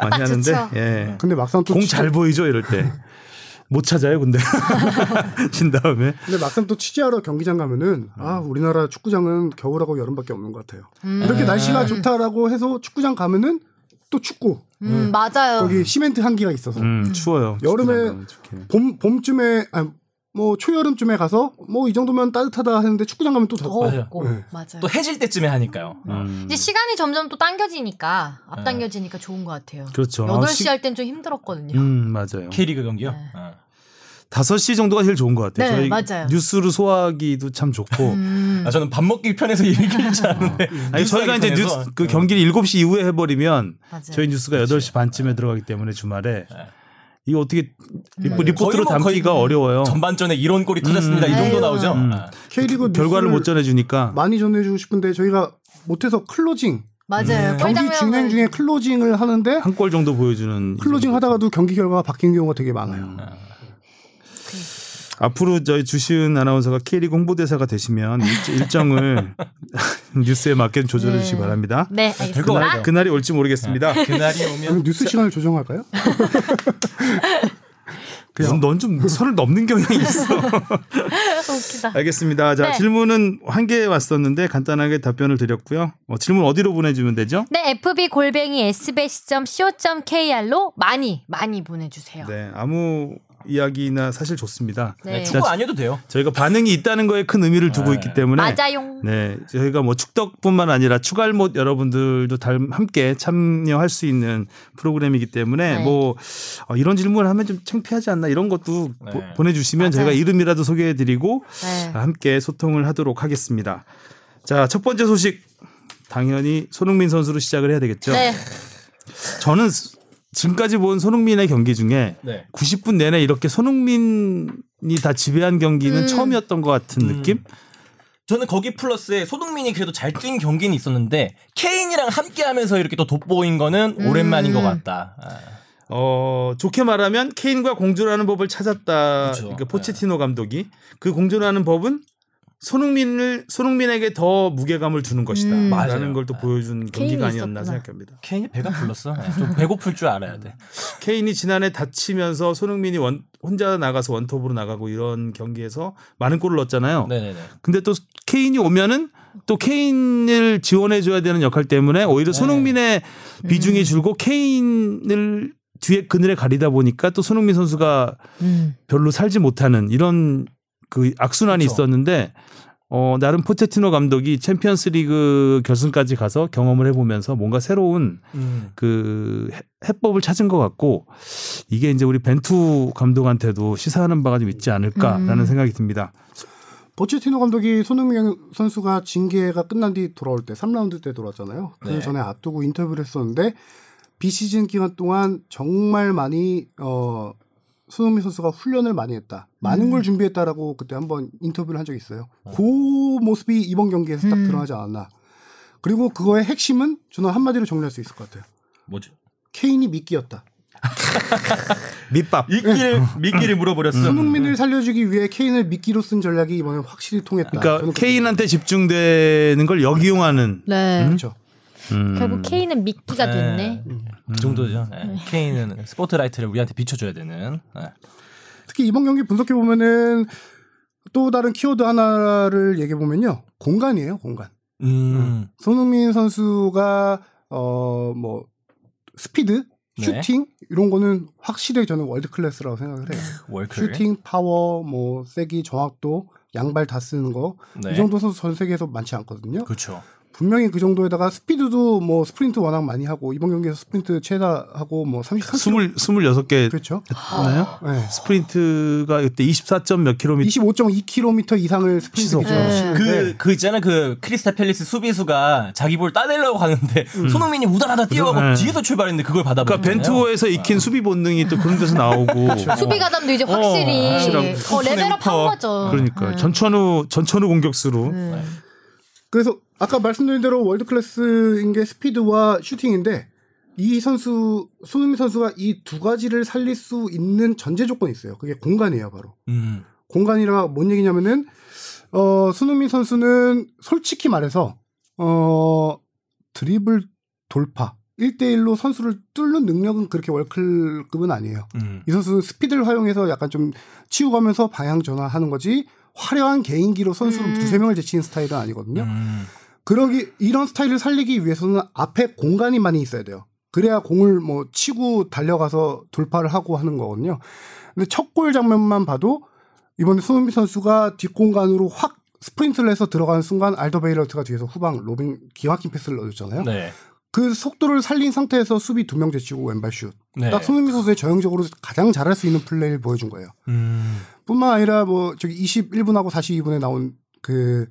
Speaker 1: 많이 하는데
Speaker 2: 음. 좋죠. 음.
Speaker 1: 예.
Speaker 4: 근데 막상 또
Speaker 1: 공 잘 보이죠 이럴 때 못 찾아요, 근데. 진 다음에.
Speaker 4: 근데 막상 또 취재하러 경기장 가면은 아 우리나라 축구장은 겨울하고 여름밖에 없는 것 같아요.
Speaker 2: 음.
Speaker 4: 이렇게 날씨가 좋다라고 해서 축구장 가면은 또 춥고
Speaker 2: 음, 맞아요.
Speaker 4: 거기 시멘트 한기가 있어서
Speaker 1: 음, 추워요.
Speaker 4: 여름에-
Speaker 1: 축구장 가면 좋게.
Speaker 4: 봄 봄쯤에 아니, 뭐 초여름쯤에 가서 뭐 이 정도면 따뜻하다 했는데 축구장 가면 또
Speaker 2: 더
Speaker 4: 덥고
Speaker 3: 맞아요.
Speaker 2: 없고
Speaker 4: 네.
Speaker 2: 맞아요.
Speaker 3: 또 해질 때쯤에 하니까요.
Speaker 1: 음.
Speaker 2: 이제 시간이 점점 또 당겨지니까 앞당겨지니까 좋은 것 같아요.
Speaker 1: 그렇죠. 아,
Speaker 2: 8시
Speaker 1: 시-
Speaker 2: 할 땐 좀 힘들었거든요.
Speaker 1: 음, 맞아요.
Speaker 3: K리그 경기요.
Speaker 2: 네.
Speaker 3: 어.
Speaker 1: 5시 정도가 제일 좋은 것 같아요.
Speaker 2: 네,
Speaker 1: 저희
Speaker 2: 맞아요.
Speaker 1: 뉴스로 소화하기도 참 좋고.
Speaker 2: 음.
Speaker 3: 아, 저는 밥 먹기 편해서 이 얘기인 줄 알았는데.
Speaker 1: 아니,
Speaker 3: 뉴스
Speaker 1: 저희가 이제
Speaker 3: 하기
Speaker 1: 뉴스,
Speaker 3: 편해서.
Speaker 1: 그 경기를 7시 이후에 해버리면
Speaker 2: 맞아요.
Speaker 1: 저희 뉴스가
Speaker 3: 그렇죠.
Speaker 1: 8시
Speaker 3: 네.
Speaker 1: 반쯤에 들어가기 때문에 주말에 이거 어떻게
Speaker 2: 맞아요.
Speaker 1: 리포, 리포트로
Speaker 3: 거의 뭐
Speaker 1: 담기가
Speaker 3: 거의
Speaker 1: 어려워요.
Speaker 3: 전반전에 이런 골이 터졌습니다. 이 정도
Speaker 2: 아유.
Speaker 3: 나오죠.
Speaker 1: 음.
Speaker 3: 아.
Speaker 4: K리그
Speaker 1: 결과를
Speaker 4: 뉴스를
Speaker 1: 못 전해주니까
Speaker 4: 많이 전해주고 싶은데 저희가 못해서 클로징
Speaker 2: 맞아요.
Speaker 1: 음.
Speaker 2: 꿀
Speaker 4: 경기
Speaker 2: 장면을-
Speaker 4: 진행 중에 클로징을 하는데
Speaker 1: 한 골 정도 보여주는
Speaker 4: 클로징 하다가도 경기 결과가 바뀐 경우가 되게 많아요.
Speaker 1: 음. 앞으로 저희 주시은 아나운서가 K리그 홍보대사가 되시면 일- 일정을 뉴스에 맞게 조절해
Speaker 2: 네.
Speaker 1: 주시기 바랍니다.
Speaker 2: 네,
Speaker 3: 될것
Speaker 2: 알겠습니다.
Speaker 3: 같아요.
Speaker 1: 그날, 그날이 올지 모르겠습니다.
Speaker 3: 그날이 오면
Speaker 4: 그럼 뉴스 시간을 조정할까요?
Speaker 1: 넌 좀 선을 넘는 경향이 있어.
Speaker 2: 웃기다.
Speaker 1: 알겠습니다. 자
Speaker 2: 네.
Speaker 1: 질문은 한 개 왔었는데 간단하게 답변을 드렸고요. 어, 질문 어디로 보내주면 되죠?
Speaker 2: 네, fb 골뱅이 sbs.co.kr로 많이 많이 보내주세요.
Speaker 1: 네 아무 이야기나 사실 좋습니다.
Speaker 2: 네.
Speaker 1: 자,
Speaker 3: 축구 아니어도 돼요.
Speaker 1: 저희가 반응이 있다는 거에 큰 의미를 두고 있기 때문에
Speaker 2: 맞아요.
Speaker 1: 네, 저희가 뭐 축덕뿐만 아니라 추갈못 여러분들도 다 함께 참여할 수 있는 프로그램이기 때문에
Speaker 2: 네.
Speaker 1: 뭐 어, 이런 질문을 하면 좀 창피하지 않나 이런 것도
Speaker 3: 네.
Speaker 1: 보, 보내주시면
Speaker 2: 맞아요.
Speaker 1: 저희가 이름이라도 소개해드리고
Speaker 2: 네.
Speaker 1: 함께 소통을 하도록 하겠습니다. 자, 첫 번째 소식 당연히 손흥민 선수로 시작을 해야 되겠죠.
Speaker 2: 네.
Speaker 1: 저는 스- 지금까지 본 손흥민의 경기 중에
Speaker 3: 네.
Speaker 1: 90분 내내 이렇게 손흥민이 다 지배한 경기는
Speaker 2: 음.
Speaker 1: 처음이었던 것 같은
Speaker 3: 음.
Speaker 1: 느낌?
Speaker 3: 저는 거기 플러스에 소동민이 그래도 잘 뛴 경기는 있었는데 케인이랑 함께하면서 이렇게 또 돋보인 거는
Speaker 2: 음.
Speaker 3: 오랜만인 것 같다. 아.
Speaker 1: 어, 좋게 말하면 케인과 공존하는 법을 찾았다.
Speaker 3: 그쵸.
Speaker 1: 그러니까 포체티노 감독이 그 공존하는 법은 손흥민을 손흥민에게 더 무게감을 주는 것이다. 라는
Speaker 2: 음.
Speaker 3: 맞아요.
Speaker 1: 걸 또 보여준 경기가 아니었나
Speaker 2: 있었구나.
Speaker 1: 생각합니다.
Speaker 3: 케인이 배가 불렀어. 네, 좀 배고플 줄 알아야 돼.
Speaker 1: 케인이 지난해 다치면서 손흥민이 원- 혼자 나가서 원톱으로 나가고 이런 경기에서 많은 골을 넣었잖아요.
Speaker 3: 네네네.
Speaker 1: 근데 또 케인이 오면은 또 케인을 지원해 줘야 되는 역할 때문에 오히려
Speaker 3: 네.
Speaker 1: 손흥민의
Speaker 3: 음.
Speaker 1: 비중이 줄고 케인을 뒤에 그늘에 가리다 보니까 또 손흥민 선수가
Speaker 2: 음.
Speaker 1: 별로 살지 못하는 이런 그 악순환이
Speaker 3: 그렇죠.
Speaker 1: 있었는데 어 나름 포체티노 감독이 챔피언스리그 결승까지 가서 경험을 해보면서 뭔가 새로운
Speaker 3: 음.
Speaker 1: 그 해- 해법을 찾은 것 같고 이게 이제 우리 벤투 감독한테도 시사하는 바가 좀 있지 않을까라는
Speaker 2: 음.
Speaker 1: 생각이 듭니다.
Speaker 4: 포체티노 감독이 손흥민 선수가 징계가 끝난 뒤 돌아올 때 3라운드 때 돌아왔잖아요. 그
Speaker 3: 네.
Speaker 4: 전에 앞두고 인터뷰를 했었는데 비시즌 기간 동안 정말 많이 어 손흥민 선수가 훈련을 많이 했다. 많은 걸 준비했다라고 그때 한번 인터뷰를 한 적이 있어요.
Speaker 1: 아.
Speaker 4: 그 모습이 이번 경기에서 딱
Speaker 2: 음.
Speaker 4: 드러나지 않았나. 그리고 그거의 핵심은 저는 한마디로 정리할 수 있을 것 같아요.
Speaker 3: 뭐죠?
Speaker 4: 케인이 미끼였다.
Speaker 1: 밑밥.
Speaker 3: 미끼를 미끼를
Speaker 1: 음.
Speaker 3: 물어버렸어.
Speaker 4: 손흥민을 살려주기 위해 케인을 미끼로 쓴 전략이 이번에 확실히 통했다.
Speaker 1: 그러니까
Speaker 4: 저는
Speaker 1: 케인한테 집중되는 걸 역이용하는
Speaker 2: 네.
Speaker 4: 그렇죠.
Speaker 1: 음.
Speaker 2: 결국 케인은 미끼가
Speaker 3: 네.
Speaker 2: 됐네.
Speaker 3: 이 정도죠. 네. 케인은 스포트라이트를 우리한테 비춰줘야 되는. 네.
Speaker 4: 특히 이번 경기 분석해 보면은 또 다른 키워드 하나를 얘기해 보면요 공간이에요 공간
Speaker 3: 음.
Speaker 4: 손흥민 선수가 어 뭐 스피드
Speaker 3: 네.
Speaker 4: 슈팅 이런 거는 확실히 저는 월드 클래스라고 생각을 해요
Speaker 3: 월클.
Speaker 4: 슈팅 파워 뭐 세기 정확도 양발 다 쓰는 거 이
Speaker 3: 네.
Speaker 4: 정도 선수 전 세계에서 많지 않거든요
Speaker 3: 그렇죠.
Speaker 4: 분명히 그 정도에다가 스피드도 뭐 스프린트 워낙 많이 하고 이번 경기에서 스프린트 최다하고 뭐 33km
Speaker 1: 스물 스물여섯 개
Speaker 4: 그렇죠
Speaker 1: 했나요?
Speaker 4: 네.
Speaker 1: 스프린트가 그때 24점 몇 킬로미터
Speaker 4: 25.2km 이상을 스프린트
Speaker 1: 시속.
Speaker 4: 기준으로
Speaker 2: 네.
Speaker 4: 치는데
Speaker 3: 그, 그 있잖아, 그, 크리스탈 팰리스 수비수가 자기 볼 따내려고 가는데, 손흥민이 우다라다 뛰어가고
Speaker 1: 네.
Speaker 3: 뒤에서 출발했는데 그걸
Speaker 1: 그러니까
Speaker 3: 받아버렸잖아요.
Speaker 1: 벤투어에서 익힌 수비 본능이 또 그런 데서 나오고
Speaker 2: 수비 가담도 이제 확실히
Speaker 1: 어. 확실하고.
Speaker 2: 어, 레벨업 한 거죠.
Speaker 1: 그러니까 전천후 전천후 공격수로
Speaker 2: 네.
Speaker 4: 그래서 아까 말씀드린 대로 월드 클래스인 게 스피드와 슈팅인데 이 선수 손흥민 선수가 이 두 가지를 살릴 수 있는 전제 조건이 있어요. 그게 공간이에요, 바로.
Speaker 3: 음.
Speaker 4: 공간이라 뭔 얘기냐면은 어 손흥민 선수는 솔직히 말해서 어 드리블 돌파 1대1로 선수를 뚫는 능력은 그렇게 월클급은 아니에요.
Speaker 3: 음.
Speaker 4: 이 선수는 스피드를 활용해서 약간 좀 치우가면서 방향 전환하는 거지 화려한 개인기로 선수를 두세 명을 제치는 스타일은 아니거든요.
Speaker 3: 음.
Speaker 4: 그러기 이런 스타일을 살리기 위해서는 앞에 공간이 많이 있어야 돼요. 그래야 공을 뭐 치고 달려가서 돌파를 하고 하는 거거든요. 근데 첫 골 장면만 봐도 이번에 손흥민 선수가 뒷공간으로 확 스프린트를 해서 들어가는 순간 알더베이러트가 뒤에서 후방 로빙 기막힌 패스를 넣어줬잖아요.
Speaker 3: 네.
Speaker 4: 그 속도를 살린 상태에서 수비 두 명 제치고 왼발 슛.
Speaker 3: 네.
Speaker 4: 딱 손흥민 선수의 저형적으로 가장 잘할 수 있는 플레이를 보여준 거예요.
Speaker 3: 음.
Speaker 4: 뿐만 아니라 뭐 저기 21분하고 42분에 나온 그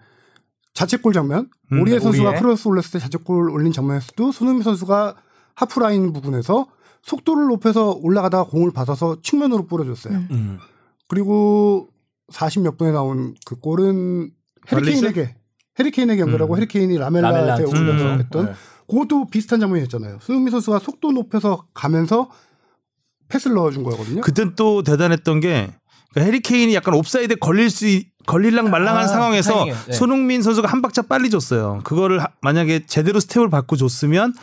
Speaker 4: 자책골 장면
Speaker 1: 음,
Speaker 4: 오리에 선수가
Speaker 3: 네, 오리에.
Speaker 4: 크로스 올렸을 때 자책골 올린 장면에서도 손흥민 선수가 하프라인 부분에서 속도를 높여서 올라가다가 공을 받아서 측면으로 뿌려줬어요.
Speaker 2: 음.
Speaker 3: 음.
Speaker 4: 그리고 40 몇 분에 나온 그 골은
Speaker 1: 발리슛?
Speaker 4: 해리케인에게 해리케인에게 연결하고
Speaker 1: 음.
Speaker 4: 해리케인이 라멜라한테
Speaker 3: 라멜라한테
Speaker 4: 올려서
Speaker 1: 음.
Speaker 4: 했던
Speaker 3: 네.
Speaker 4: 그것도 비슷한 장면이었잖아요. 손흥민 선수가 속도 높여서 가면서 패스를 넣어준 거거든요.
Speaker 1: 그땐 또 대단했던 게 그러니까 해리케인이 약간 옵사이드에 걸릴 수 있- 걸릴랑 말랑한
Speaker 3: 아,
Speaker 1: 상황에서
Speaker 3: 타이밍이요. 네.
Speaker 1: 손흥민 선수가 한 박자 빨리 줬어요. 그거를 하- 만약에 제대로 스텝을 받고 줬으면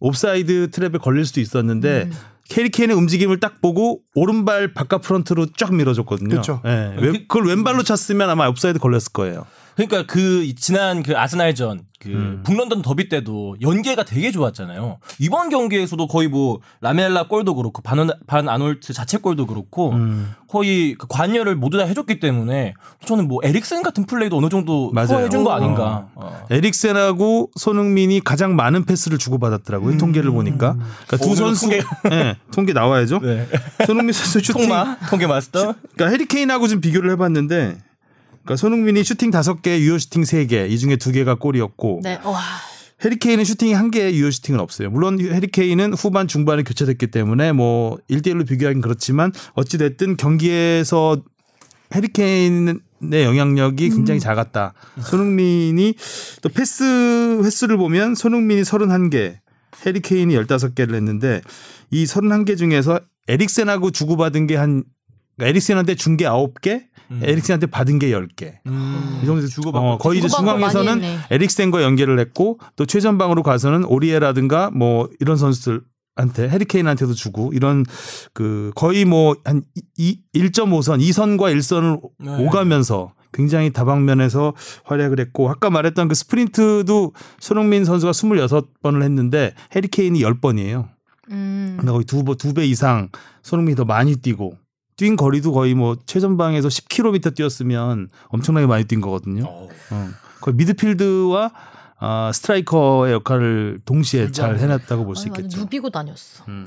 Speaker 1: 옵사이드 트랩에 걸릴 수도 있었는데 해리케인의 움직임을 딱 보고 오른발 바깥 프런트로 쫙 밀어줬거든요.
Speaker 4: 그쵸.
Speaker 1: 예. 왼- 그걸 왼발로 찼으면 아마 옵사이드 걸렸을 거예요.
Speaker 3: 그러니까 그 이- 지난 그 아스날전 그
Speaker 1: 음.
Speaker 3: 북런던 더비 때도 연계가 되게 좋았잖아요. 이번 경기에서도 거의 뭐 라멜라 골도 그렇고 반, 반 아놀트 자체골도 그렇고
Speaker 1: 음.
Speaker 3: 거의 그 관여를 모두 다 해줬기 때문에 저는 뭐 에릭슨 같은 플레이도 어느 정도
Speaker 1: 맞아요.
Speaker 3: 소화해준 거 아닌가. 어.
Speaker 1: 에릭센하고 손흥민이 가장 많은 패스를 주고받았더라고요. 통계를 보니까 그러니까 두
Speaker 3: 음. 오늘
Speaker 1: 선수
Speaker 3: 통계-
Speaker 1: 예, 통계 나와야죠.
Speaker 3: 네.
Speaker 1: 손흥민 선수 슈팅
Speaker 3: 통마 통계 마스터.
Speaker 1: 그러니까 해리케인하고 지금 비교를 해봤는데 그러니까 손흥민이 슈팅 5개, 유효 슈팅 3개, 이 중에 2개가 골이었고
Speaker 2: 네. 와.
Speaker 1: 해리케인은 슈팅이 1개, 유효 슈팅은 없어요. 물론 해리케인은 후반 중반에 교체됐기 때문에 뭐 1대1로 비교하긴 그렇지만 어찌 됐든 경기에서 해리케인의 영향력이 굉장히 작았다. 손흥민이 또 패스 횟수를 보면 손흥민이 31개, 해리케인이 15개를 했는데 이 31개 중에서 에릭센하고 주고받은 게 한 그러니까 에릭센한테 준 게 9개, 에릭센한테 받은 게 10개. 이 정도 주고받고 어, 거의 이제
Speaker 2: 주고받고 많이
Speaker 1: 중앙에서는
Speaker 2: 했네.
Speaker 1: 에릭센과 연계를 했고 또 최전방으로 가서는 오리에라든가 뭐 이런 선수들 한테 해리케인한테도 주고 이런 그 거의 뭐 한 1.5선, 2선과 1선을
Speaker 3: 네.
Speaker 1: 오가면서 굉장히 다방면에서 활약을 했고 아까 말했던 그 스프린트도 손흥민 선수가 26번을 했는데 해리케인이 10번이에요.
Speaker 2: 음.
Speaker 1: 근데 거의 두, 번- 두배 이상 손흥민이 더 많이 뛰고 뛴 거리도 거의 뭐 최전방에서 10km 뛰었으면 엄청나게 많이 뛴 거거든요.
Speaker 3: 어.
Speaker 1: 어. 거의 미드필드와 아, 스트라이커의 역할을 동시에 잘 해놨다고 볼 수
Speaker 2: 아니, 완전
Speaker 1: 있겠죠.
Speaker 2: 누비고 다녔어.
Speaker 1: 음.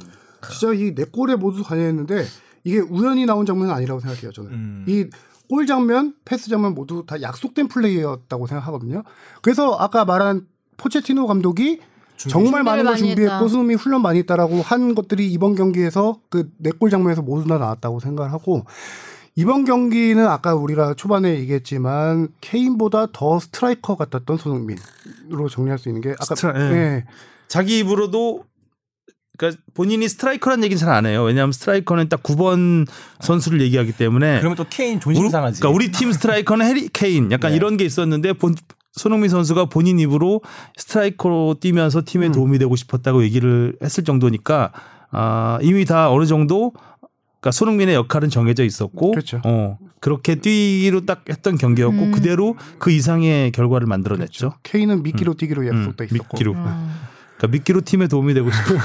Speaker 4: 진짜 이 네 골에 모두 관여했는데 이게 우연히 나온 장면은 아니라고 생각해요 저는
Speaker 3: 음.
Speaker 4: 이 골 장면 패스 장면 모두 다 약속된 플레이였다고 생각하거든요 그래서 아까 말한 포체티노 감독이 정말
Speaker 2: 준비를
Speaker 4: 많은 걸
Speaker 2: 많이 했다.
Speaker 4: 준비했고 수능이 훈련 많이 했다라고 한 것들이 이번 경기에서 그 네 골 장면에서 모두 다 나왔다고 생각을 하고 이번 경기는 아까 우리가 초반에 얘기했지만 케인보다 더 스트라이커 같았던 손흥민으로 정리할 수 있는 게 아까
Speaker 1: 스트라- 예. 자기 입으로도 그러니까 본인이 스트라이커란 얘기는 잘 안 해요. 왜냐하면 스트라이커는 딱 9번 선수를 얘기하기 때문에
Speaker 3: 그러면 또 케인
Speaker 1: 우리,
Speaker 3: 존심 상하지.
Speaker 1: 그러니까 우리 팀 스트라이커는 해리 케인 약간
Speaker 3: 네.
Speaker 1: 이런 게 있었는데 본, 손흥민 선수가 본인 입으로 스트라이커로 뛰면서
Speaker 3: 음.
Speaker 1: 팀에 도움이 되고 싶었다고 얘기를 했을 정도니까 아, 이미 다 어느 정도 그러니까 손흥민의 역할은 정해져 있었고
Speaker 4: 그렇죠.
Speaker 1: 어, 그렇게 뛰기로 딱 했던 경기였고
Speaker 2: 음.
Speaker 1: 그대로 그 이상의 결과를 만들어냈죠.
Speaker 4: 케인은 미끼로 뛰기로 약속돼
Speaker 1: 음,
Speaker 3: 그렇죠.
Speaker 4: 있었고
Speaker 1: 미끼로.
Speaker 2: 음.
Speaker 1: 그러니까 미끼로 팀에 도움이 되고 싶은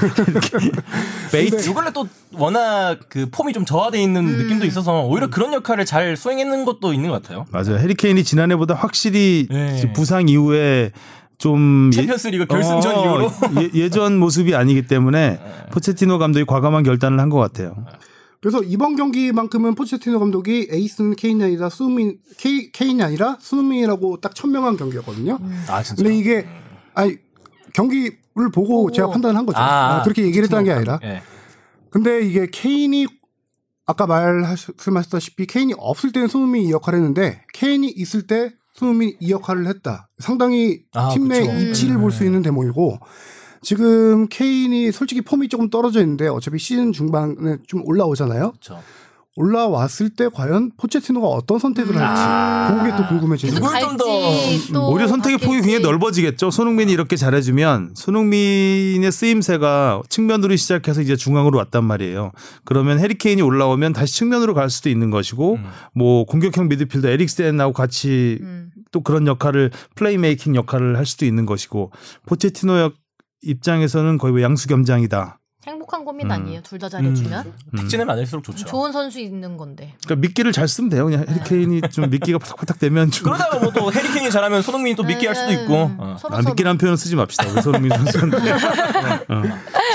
Speaker 1: 베이트
Speaker 3: 요근래 또 워낙 그 폼이 좀 저하돼 있는
Speaker 2: 음.
Speaker 3: 느낌도 있어서 오히려 그런 역할을 잘 수행했는 것도 있는 것 같아요.
Speaker 1: 맞아요. 해리케인이 지난해보다 확실히
Speaker 3: 네.
Speaker 1: 부상 이후에 좀 예-
Speaker 3: 챔피언스리그 결승전
Speaker 1: 어,
Speaker 3: 이후로 네.
Speaker 1: 예, 전 모습이 아니기 때문에 포체티노 감독이 과감한 결단을 한 것 같아요.
Speaker 4: 그래서 이번 경기만큼은 포체티노 감독이 에이스는 케인이 아니라 수민 케 케인이 아니라 수민이라고 딱 천명한 경기였거든요.
Speaker 2: 음.
Speaker 3: 아 진짜.
Speaker 4: 근데 이게 아니 경기를 보고 제가 판단을 한 거죠.
Speaker 3: 아,
Speaker 4: 아, 그렇게 얘기를 했다는 게 아니라.
Speaker 3: 예.
Speaker 4: 근데 이게 케인이 아까 말씀하셨다시피 케인이 없을 때는 손흥민이 이 역할을 했는데 케인이 있을 때 손흥민이 이 역할을 했다. 상당히
Speaker 3: 아, 네.
Speaker 4: 팀 내
Speaker 3: 그쵸.
Speaker 4: 입지를 볼 수 있는 대목이고 지금 케인이 솔직히 폼이 조금 떨어져 있는데 어차피 시즌 중반에 좀 올라오잖아요.
Speaker 3: 그렇죠.
Speaker 4: 올라왔을 때 과연 포체티노가 어떤 선택을 할지 그게 또 궁금해지는
Speaker 2: 계속
Speaker 4: 거예요.
Speaker 3: 누굴 좀
Speaker 2: 갈지 또
Speaker 1: 오히려 음, 선택의 폭이
Speaker 2: 바뀔지.
Speaker 1: 굉장히 넓어지겠죠. 손흥민이 이렇게 잘해주면 손흥민의 쓰임새가 측면으로 시작해서 이제 중앙으로 왔단 말이에요. 그러면 해리케인이 올라오면 다시 측면으로 갈 수도 있는 것이고
Speaker 3: 음.
Speaker 1: 뭐 공격형 미드필더 에릭센하고 같이
Speaker 2: 음.
Speaker 1: 또 그런 역할을 플레이메이킹 역할을 할 수도 있는 것이고 포체티노 역 입장에서는 거의 뭐 양수겸장이다.
Speaker 2: 행복한 고민
Speaker 1: 음.
Speaker 2: 아니에요. 둘 다 잘해주면
Speaker 1: 음.
Speaker 3: 탁진을 많을수록 좋죠.
Speaker 2: 좋은 선수 있는 건데.
Speaker 1: 그러니까 미끼를 잘 쓰면 돼요. 그냥 해리케인이 좀 미끼가 파닥파닥 되면 좀
Speaker 3: 그러다가 뭐 또 해리케인이 잘하면 손흥민이 또 믿기 할 수도 있고. 어.
Speaker 2: 음, 서로
Speaker 1: 아, 미끼란 표현 쓰지 맙시다. 우리 손흥민 선수는 어.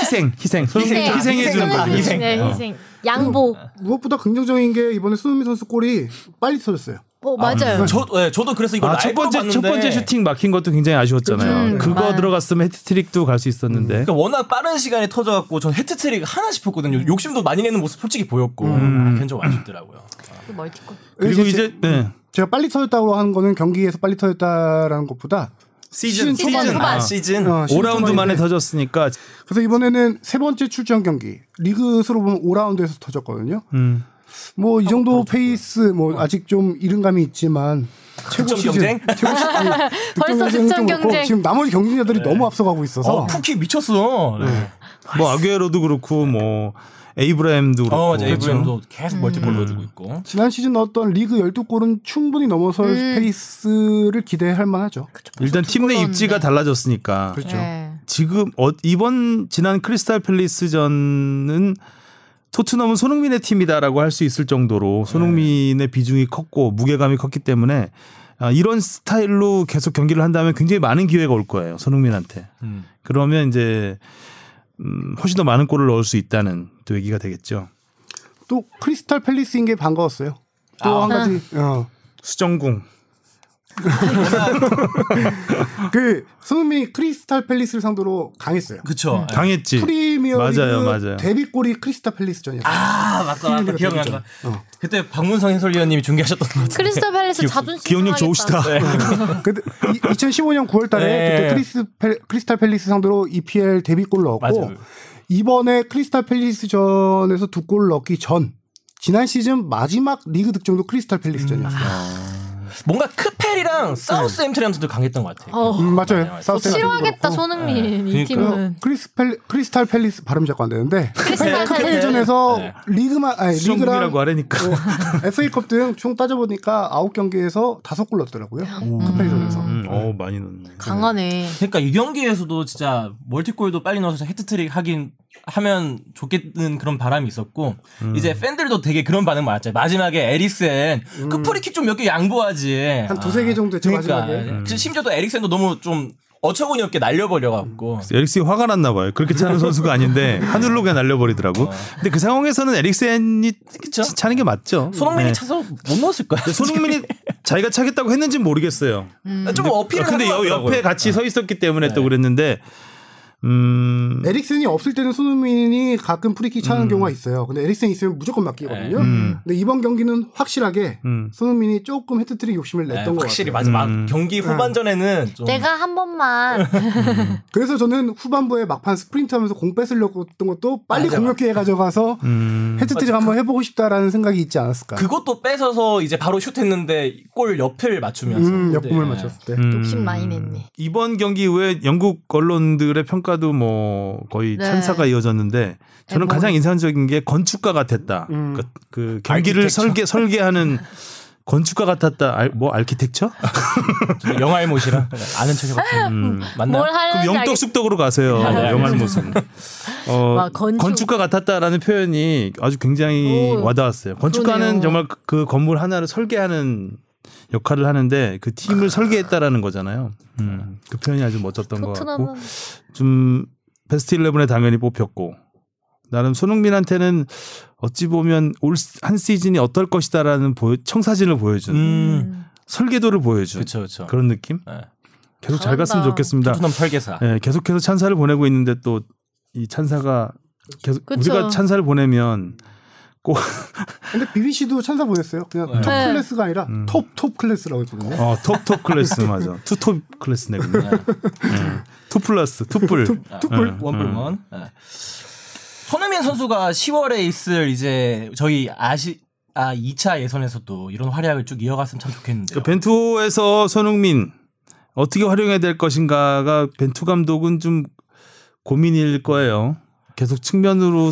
Speaker 1: 희생, 희생, 손흥민
Speaker 2: 희생.
Speaker 1: 희생해 주는
Speaker 3: 네. 희생.
Speaker 1: 거죠.
Speaker 3: 희생.
Speaker 2: 네, 희생. 양보.
Speaker 1: 음.
Speaker 4: 무엇보다 긍정적인 게 이번에 수은미 선수 골이 빨리 터졌어요.
Speaker 2: 어, 맞아요.
Speaker 1: 음.
Speaker 3: 저, 예, 저도 그래서 이거
Speaker 1: 아, 첫
Speaker 3: 라이브로
Speaker 1: 번째
Speaker 3: 봤는데
Speaker 1: 첫 번째 슈팅 막힌 것도 굉장히 아쉬웠잖아요.
Speaker 2: 그쵸.
Speaker 1: 그거
Speaker 2: 음.
Speaker 1: 들어갔으면 헤트트릭도 갈 수 있었는데.
Speaker 3: 그러니까 워낙 빠른 시간에 터져갖고 전 헤트트릭 하나 싶었거든요. 욕심도 많이 내는 모습 솔직히 보였고 아, 그건 좀 아쉽더라고요.
Speaker 2: 또 멀티골.
Speaker 1: 그리고
Speaker 4: 이제
Speaker 1: 이제 네.
Speaker 4: 제가 빨리 터졌다고 하는 거는 경기에서 빨리 터졌다라는 것보다
Speaker 1: 시즌,
Speaker 4: 시즌
Speaker 2: 초반.
Speaker 3: 아,
Speaker 1: 아,
Speaker 3: 시즌
Speaker 4: 어, 시즌
Speaker 1: 5라운드
Speaker 4: 초반인데
Speaker 1: 만에 터졌으니까
Speaker 4: 그래서 이번에는 세 번째 출전 경기 리그 수로 보면 5라운드에서 터졌거든요.
Speaker 1: 음.
Speaker 4: 뭐 이 정도 페이스 뭐 아직 좀 이른감이 있지만 최고
Speaker 3: 득점 경쟁?
Speaker 4: 최고 시즌 아니, 득점
Speaker 2: 벌써
Speaker 4: 경쟁은
Speaker 2: 득점
Speaker 4: 좀 그렇고
Speaker 2: 경쟁.
Speaker 4: 지금 나머지 경쟁자들이 너무 앞서가고 있어서
Speaker 3: 어, 푸키 미쳤어. 네.
Speaker 1: 뭐 아게로도 그렇고 뭐 에이브라임도 그렇고. 그렇죠.
Speaker 3: 어, 맞아. 에이브리엄도
Speaker 4: 음.
Speaker 3: 계속 멀티볼 넣어주고 있고.
Speaker 4: 지난 시즌 넣었던 리그 12골은 충분히 넘어설
Speaker 3: 음.
Speaker 4: 페이스를 기대할 만하죠.
Speaker 3: 그렇죠.
Speaker 1: 일단 팀 내
Speaker 2: 그건
Speaker 1: 입지가 달라졌으니까.
Speaker 4: 그렇죠.
Speaker 2: 네.
Speaker 1: 지금 어, 이번 지난 크리스탈 팰리스전은 토트넘은 손흥민의 팀이다라고 할 수 있을 정도로 손흥민의
Speaker 2: 네.
Speaker 1: 비중이 컸고 무게감이 컸기 때문에 아, 이런 스타일로 계속 경기를 한다면 굉장히 많은 기회가 올 거예요 손흥민한테.
Speaker 3: 음.
Speaker 1: 그러면 이제 음, 훨씬 더 많은 골을 넣을 수 있다는 또 얘기가 되겠죠.
Speaker 4: 또 크리스탈 팰리스인 게 반가웠어요. 또
Speaker 3: 아.
Speaker 4: 한 가지 어.
Speaker 1: 수정궁.
Speaker 4: 그 손흥민이 크리스탈 팰리스를 상대로 강했어요.
Speaker 3: 그쵸.
Speaker 2: 아,
Speaker 3: 예.
Speaker 1: 당했지.
Speaker 4: 프리미어리그
Speaker 1: 맞아요, 맞아요.
Speaker 4: 데뷔골이 크리스탈 팰리스전이었어요.
Speaker 3: 아, 맞다. 맞다. 기억난다.
Speaker 4: 어.
Speaker 3: 그때 박문성 해설위원님이 중계하셨던 것 같은데.
Speaker 2: 크리스탈 팰리스 자존심
Speaker 1: 기억력
Speaker 2: 상하겠다.
Speaker 1: 좋으시다.
Speaker 4: 근데 2015년 9월달에
Speaker 3: 네.
Speaker 4: 그때 크리스 펠- 크리스탈 팰리스 상대로 EPL 데뷔골 넣었고
Speaker 3: 맞아요.
Speaker 4: 이번에 크리스탈 팰리스전에서 두 골 넣기 전 지난 시즌 마지막 리그 득점도 크리스탈
Speaker 3: 아.
Speaker 4: 팰리스전이었어요.
Speaker 3: 뭔가 크펠이랑 사우스 햄트리한테도 강했던 것 같아요.
Speaker 2: 어.
Speaker 4: 음, 맞아요.
Speaker 3: 어,
Speaker 4: 사우스
Speaker 2: 싫어하겠다 손흥민
Speaker 1: 네.
Speaker 2: 이 팀은.
Speaker 4: 어, 크리스 펠, 크리스탈 팰리스 발음 자꾸 안 되는데
Speaker 2: 크리스탈
Speaker 4: 크펠전에서
Speaker 3: 네.
Speaker 4: 리그만 아니 리그랑
Speaker 1: 수정궁이라고 하라니까.
Speaker 2: 네.
Speaker 4: FA컵 등 총 따져보니까 9경기에서 5골 넣었더라고요. 크펠전에서.
Speaker 1: 음, 어 많이 넣네.
Speaker 2: 강하네.
Speaker 1: 음.
Speaker 3: 그러니까 이 경기에서도 진짜 멀티골도 빨리 넣어서 헤트트릭 하긴 하면 좋겠는 그런 바람이 있었고 이제 팬들도 되게 그런 반응 많았잖아요. 마지막에 에릭센 그 프리킥 좀 몇 개 양보하지.
Speaker 4: 한 두세 개 정도 했죠,
Speaker 3: 그러니까
Speaker 4: 마지막에.
Speaker 3: 음. 심지어도 에릭센도 너무 좀 어처구니 없게 날려버려 갖고
Speaker 1: 에릭슨이 화가 났나 봐요. 그렇게 차는 선수가 아닌데 하늘로 그냥 날려버리더라고.
Speaker 3: 어.
Speaker 1: 근데 그 상황에서는 에릭센이 치- 차는 게 맞죠.
Speaker 3: 손흥민이
Speaker 1: 네.
Speaker 3: 차서 못 넣었을 거야.
Speaker 1: 근데 손흥민이 자기가 차겠다고 했는지 는 모르겠어요.
Speaker 3: 좀 음. 뭐 어필을
Speaker 1: 근데 그
Speaker 3: 하는
Speaker 1: 여-
Speaker 3: 것
Speaker 1: 옆에
Speaker 3: 같더라고요. 어. 네.
Speaker 1: 같이 서 있었기 때문에 또 그랬는데 음,
Speaker 4: 에릭슨이 없을 때는 손흥민이 가끔 프리킥 차는 경우가 있어요. 근데 에릭슨이 있으면 무조건 맡기거든요. 근데 이번 경기는 확실하게
Speaker 1: 음.
Speaker 4: 손흥민이 조금 헤트트릭 욕심을
Speaker 3: 네,
Speaker 4: 냈던 것
Speaker 3: 확실히
Speaker 4: 같아요.
Speaker 3: 맞아. 막 경기 후반전에는 좀
Speaker 2: 내가 한 번만
Speaker 1: 음.
Speaker 4: 그래서 저는 후반부에 막판 스프린트 하면서 공 뺏으려고 했던 것도 빨리 공격 기회 가져가서 헤트트릭 한번 해보고 싶다라는 생각이 있지 않았을까.
Speaker 3: 그것도 뺏어서 이제 바로 슛했는데 골 옆을 맞추면서
Speaker 4: 음, 역공을
Speaker 3: 네.
Speaker 4: 맞췄을 때.
Speaker 2: 욕심 많이
Speaker 1: 음.
Speaker 2: 냈네.
Speaker 1: 이번 경기 이후에 영국 언론들의 평가도 뭐 거의
Speaker 2: 네.
Speaker 1: 찬사가 이어졌는데 저는
Speaker 2: 뭐.
Speaker 1: 가장 인상적인 게 건축가 같았다.
Speaker 3: 음.
Speaker 1: 그, 그 경기를 설계 설계하는 건축가 같았다. 알- 뭐 알키텍처?
Speaker 3: 좀 영화의 못이라 아는 척해봤지. 음, 맞나?
Speaker 2: 뭘 하는지
Speaker 1: 그럼 영떡숙떡으로 가세요.
Speaker 3: 네,
Speaker 1: 영할 모습. 어,
Speaker 2: 와, 건축.
Speaker 1: 건축가 같았다라는 표현이 아주 굉장히
Speaker 2: 오,
Speaker 1: 와닿았어요. 건축가는
Speaker 2: 그러네요.
Speaker 1: 정말 그- 그 건물 하나를 설계하는 역할을 하는데 그
Speaker 2: 아.
Speaker 1: 팀을 설계했다라는 거잖아요. 음, 그 표현이 아주 멋졌던 것 같고 음.
Speaker 2: 토트넘은
Speaker 1: 좀 베스트 11에 당연히 뽑혔고 나름 손흥민한테는 어찌 보면 올 한 시즌이 어떨 것이다라는 보여- 청사진을 보여준
Speaker 3: 음,
Speaker 1: 설계도를 보여준
Speaker 3: 그쵸 그쵸.
Speaker 1: 그런 느낌
Speaker 3: 네.
Speaker 1: 계속 잘 갔으면
Speaker 2: 잘한다.
Speaker 1: 좋겠습니다.
Speaker 3: 토트넘 설계사.
Speaker 1: 예, 계속해서 찬사를 보내고 있는데 또 이 찬사가 계속
Speaker 2: 그쵸.
Speaker 1: 우리가 찬사를 보내면
Speaker 4: 근데 BBC도 찬사 보냈어요. 그냥 톱
Speaker 2: 네.
Speaker 4: 클래스가 아니라 톱 톱 클래스라고 했거든요.
Speaker 1: 어, 톱톱 클래스 맞아. 투톱 클래스네 그냥. 음. 투 플러스 투뿔.
Speaker 3: 네.
Speaker 4: 투뿔.
Speaker 3: 원뿔원. 손흥민 선수가 10월에 있을 이제 저희 아시 아 2차 예선에서도 이런 활약을 쭉 이어갔으면 참 좋겠는데요.
Speaker 1: 그 벤투에서 손흥민 어떻게 활용해야 될 것인가가 벤투 감독은 좀 고민일 거예요. 계속 측면으로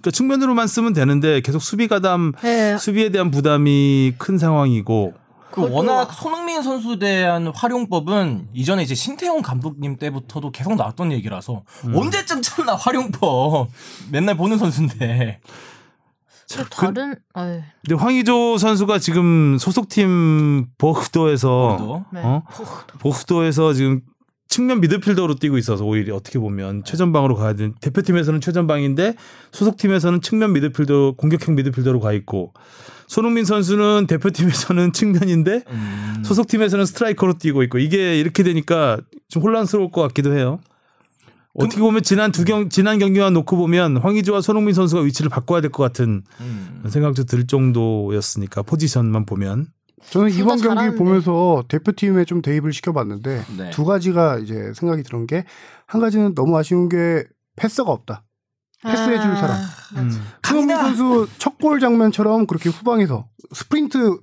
Speaker 1: 그러니까 측면으로만 쓰면 되는데 계속 수비 가담
Speaker 2: 네.
Speaker 1: 수비에 대한 부담이 큰 상황이고
Speaker 3: 그 워낙 손흥민 선수에 대한 활용법은 이전에 이제 신태용 감독님 때부터도 계속 나왔던 얘기라서
Speaker 4: 음.
Speaker 3: 언제쯤 참나 활용법 맨날 보는 선수인데
Speaker 2: 또
Speaker 1: 그
Speaker 2: 다른 아유, 예,
Speaker 1: 근데 황의조 선수가 지금 소속팀 보크도에서
Speaker 3: 또
Speaker 2: 네.
Speaker 1: 어? 보크도에서 지금 측면 미드필더로 뛰고 있어서 오히려 어떻게 보면 최전방으로 가야 되는 대표팀에서는 최전방인데 소속팀에서는 측면 미드필더 공격형 미드필더로 가 있고 손흥민 선수는 대표팀에서는 측면인데
Speaker 3: 음,
Speaker 1: 소속팀에서는 스트라이커로 뛰고 있고 이게 이렇게 되니까 좀 혼란스러울 것 같기도 해요. 어떻게 보면 지난 두 경 지난 경기만 놓고 보면 황의조와 손흥민 선수가 위치를 바꿔야 될 것 같은
Speaker 3: 음.
Speaker 1: 생각도 들 정도였으니까 포지션만 보면
Speaker 4: 저는
Speaker 2: 둘다
Speaker 4: 이번 경기
Speaker 2: 잘하는데.
Speaker 4: 보면서 대표팀에 좀 대입을 시켜봤는데
Speaker 3: 네.
Speaker 4: 두 가지가 이제 생각이 드는 게 한 가지는 너무 아쉬운 게 패스가 없다.
Speaker 2: 아,
Speaker 4: 패스해줄 사람.
Speaker 2: 네.
Speaker 1: 음.
Speaker 2: 음.
Speaker 4: 손흥민 선수 첫 골 장면처럼 그렇게 후방에서 스프린트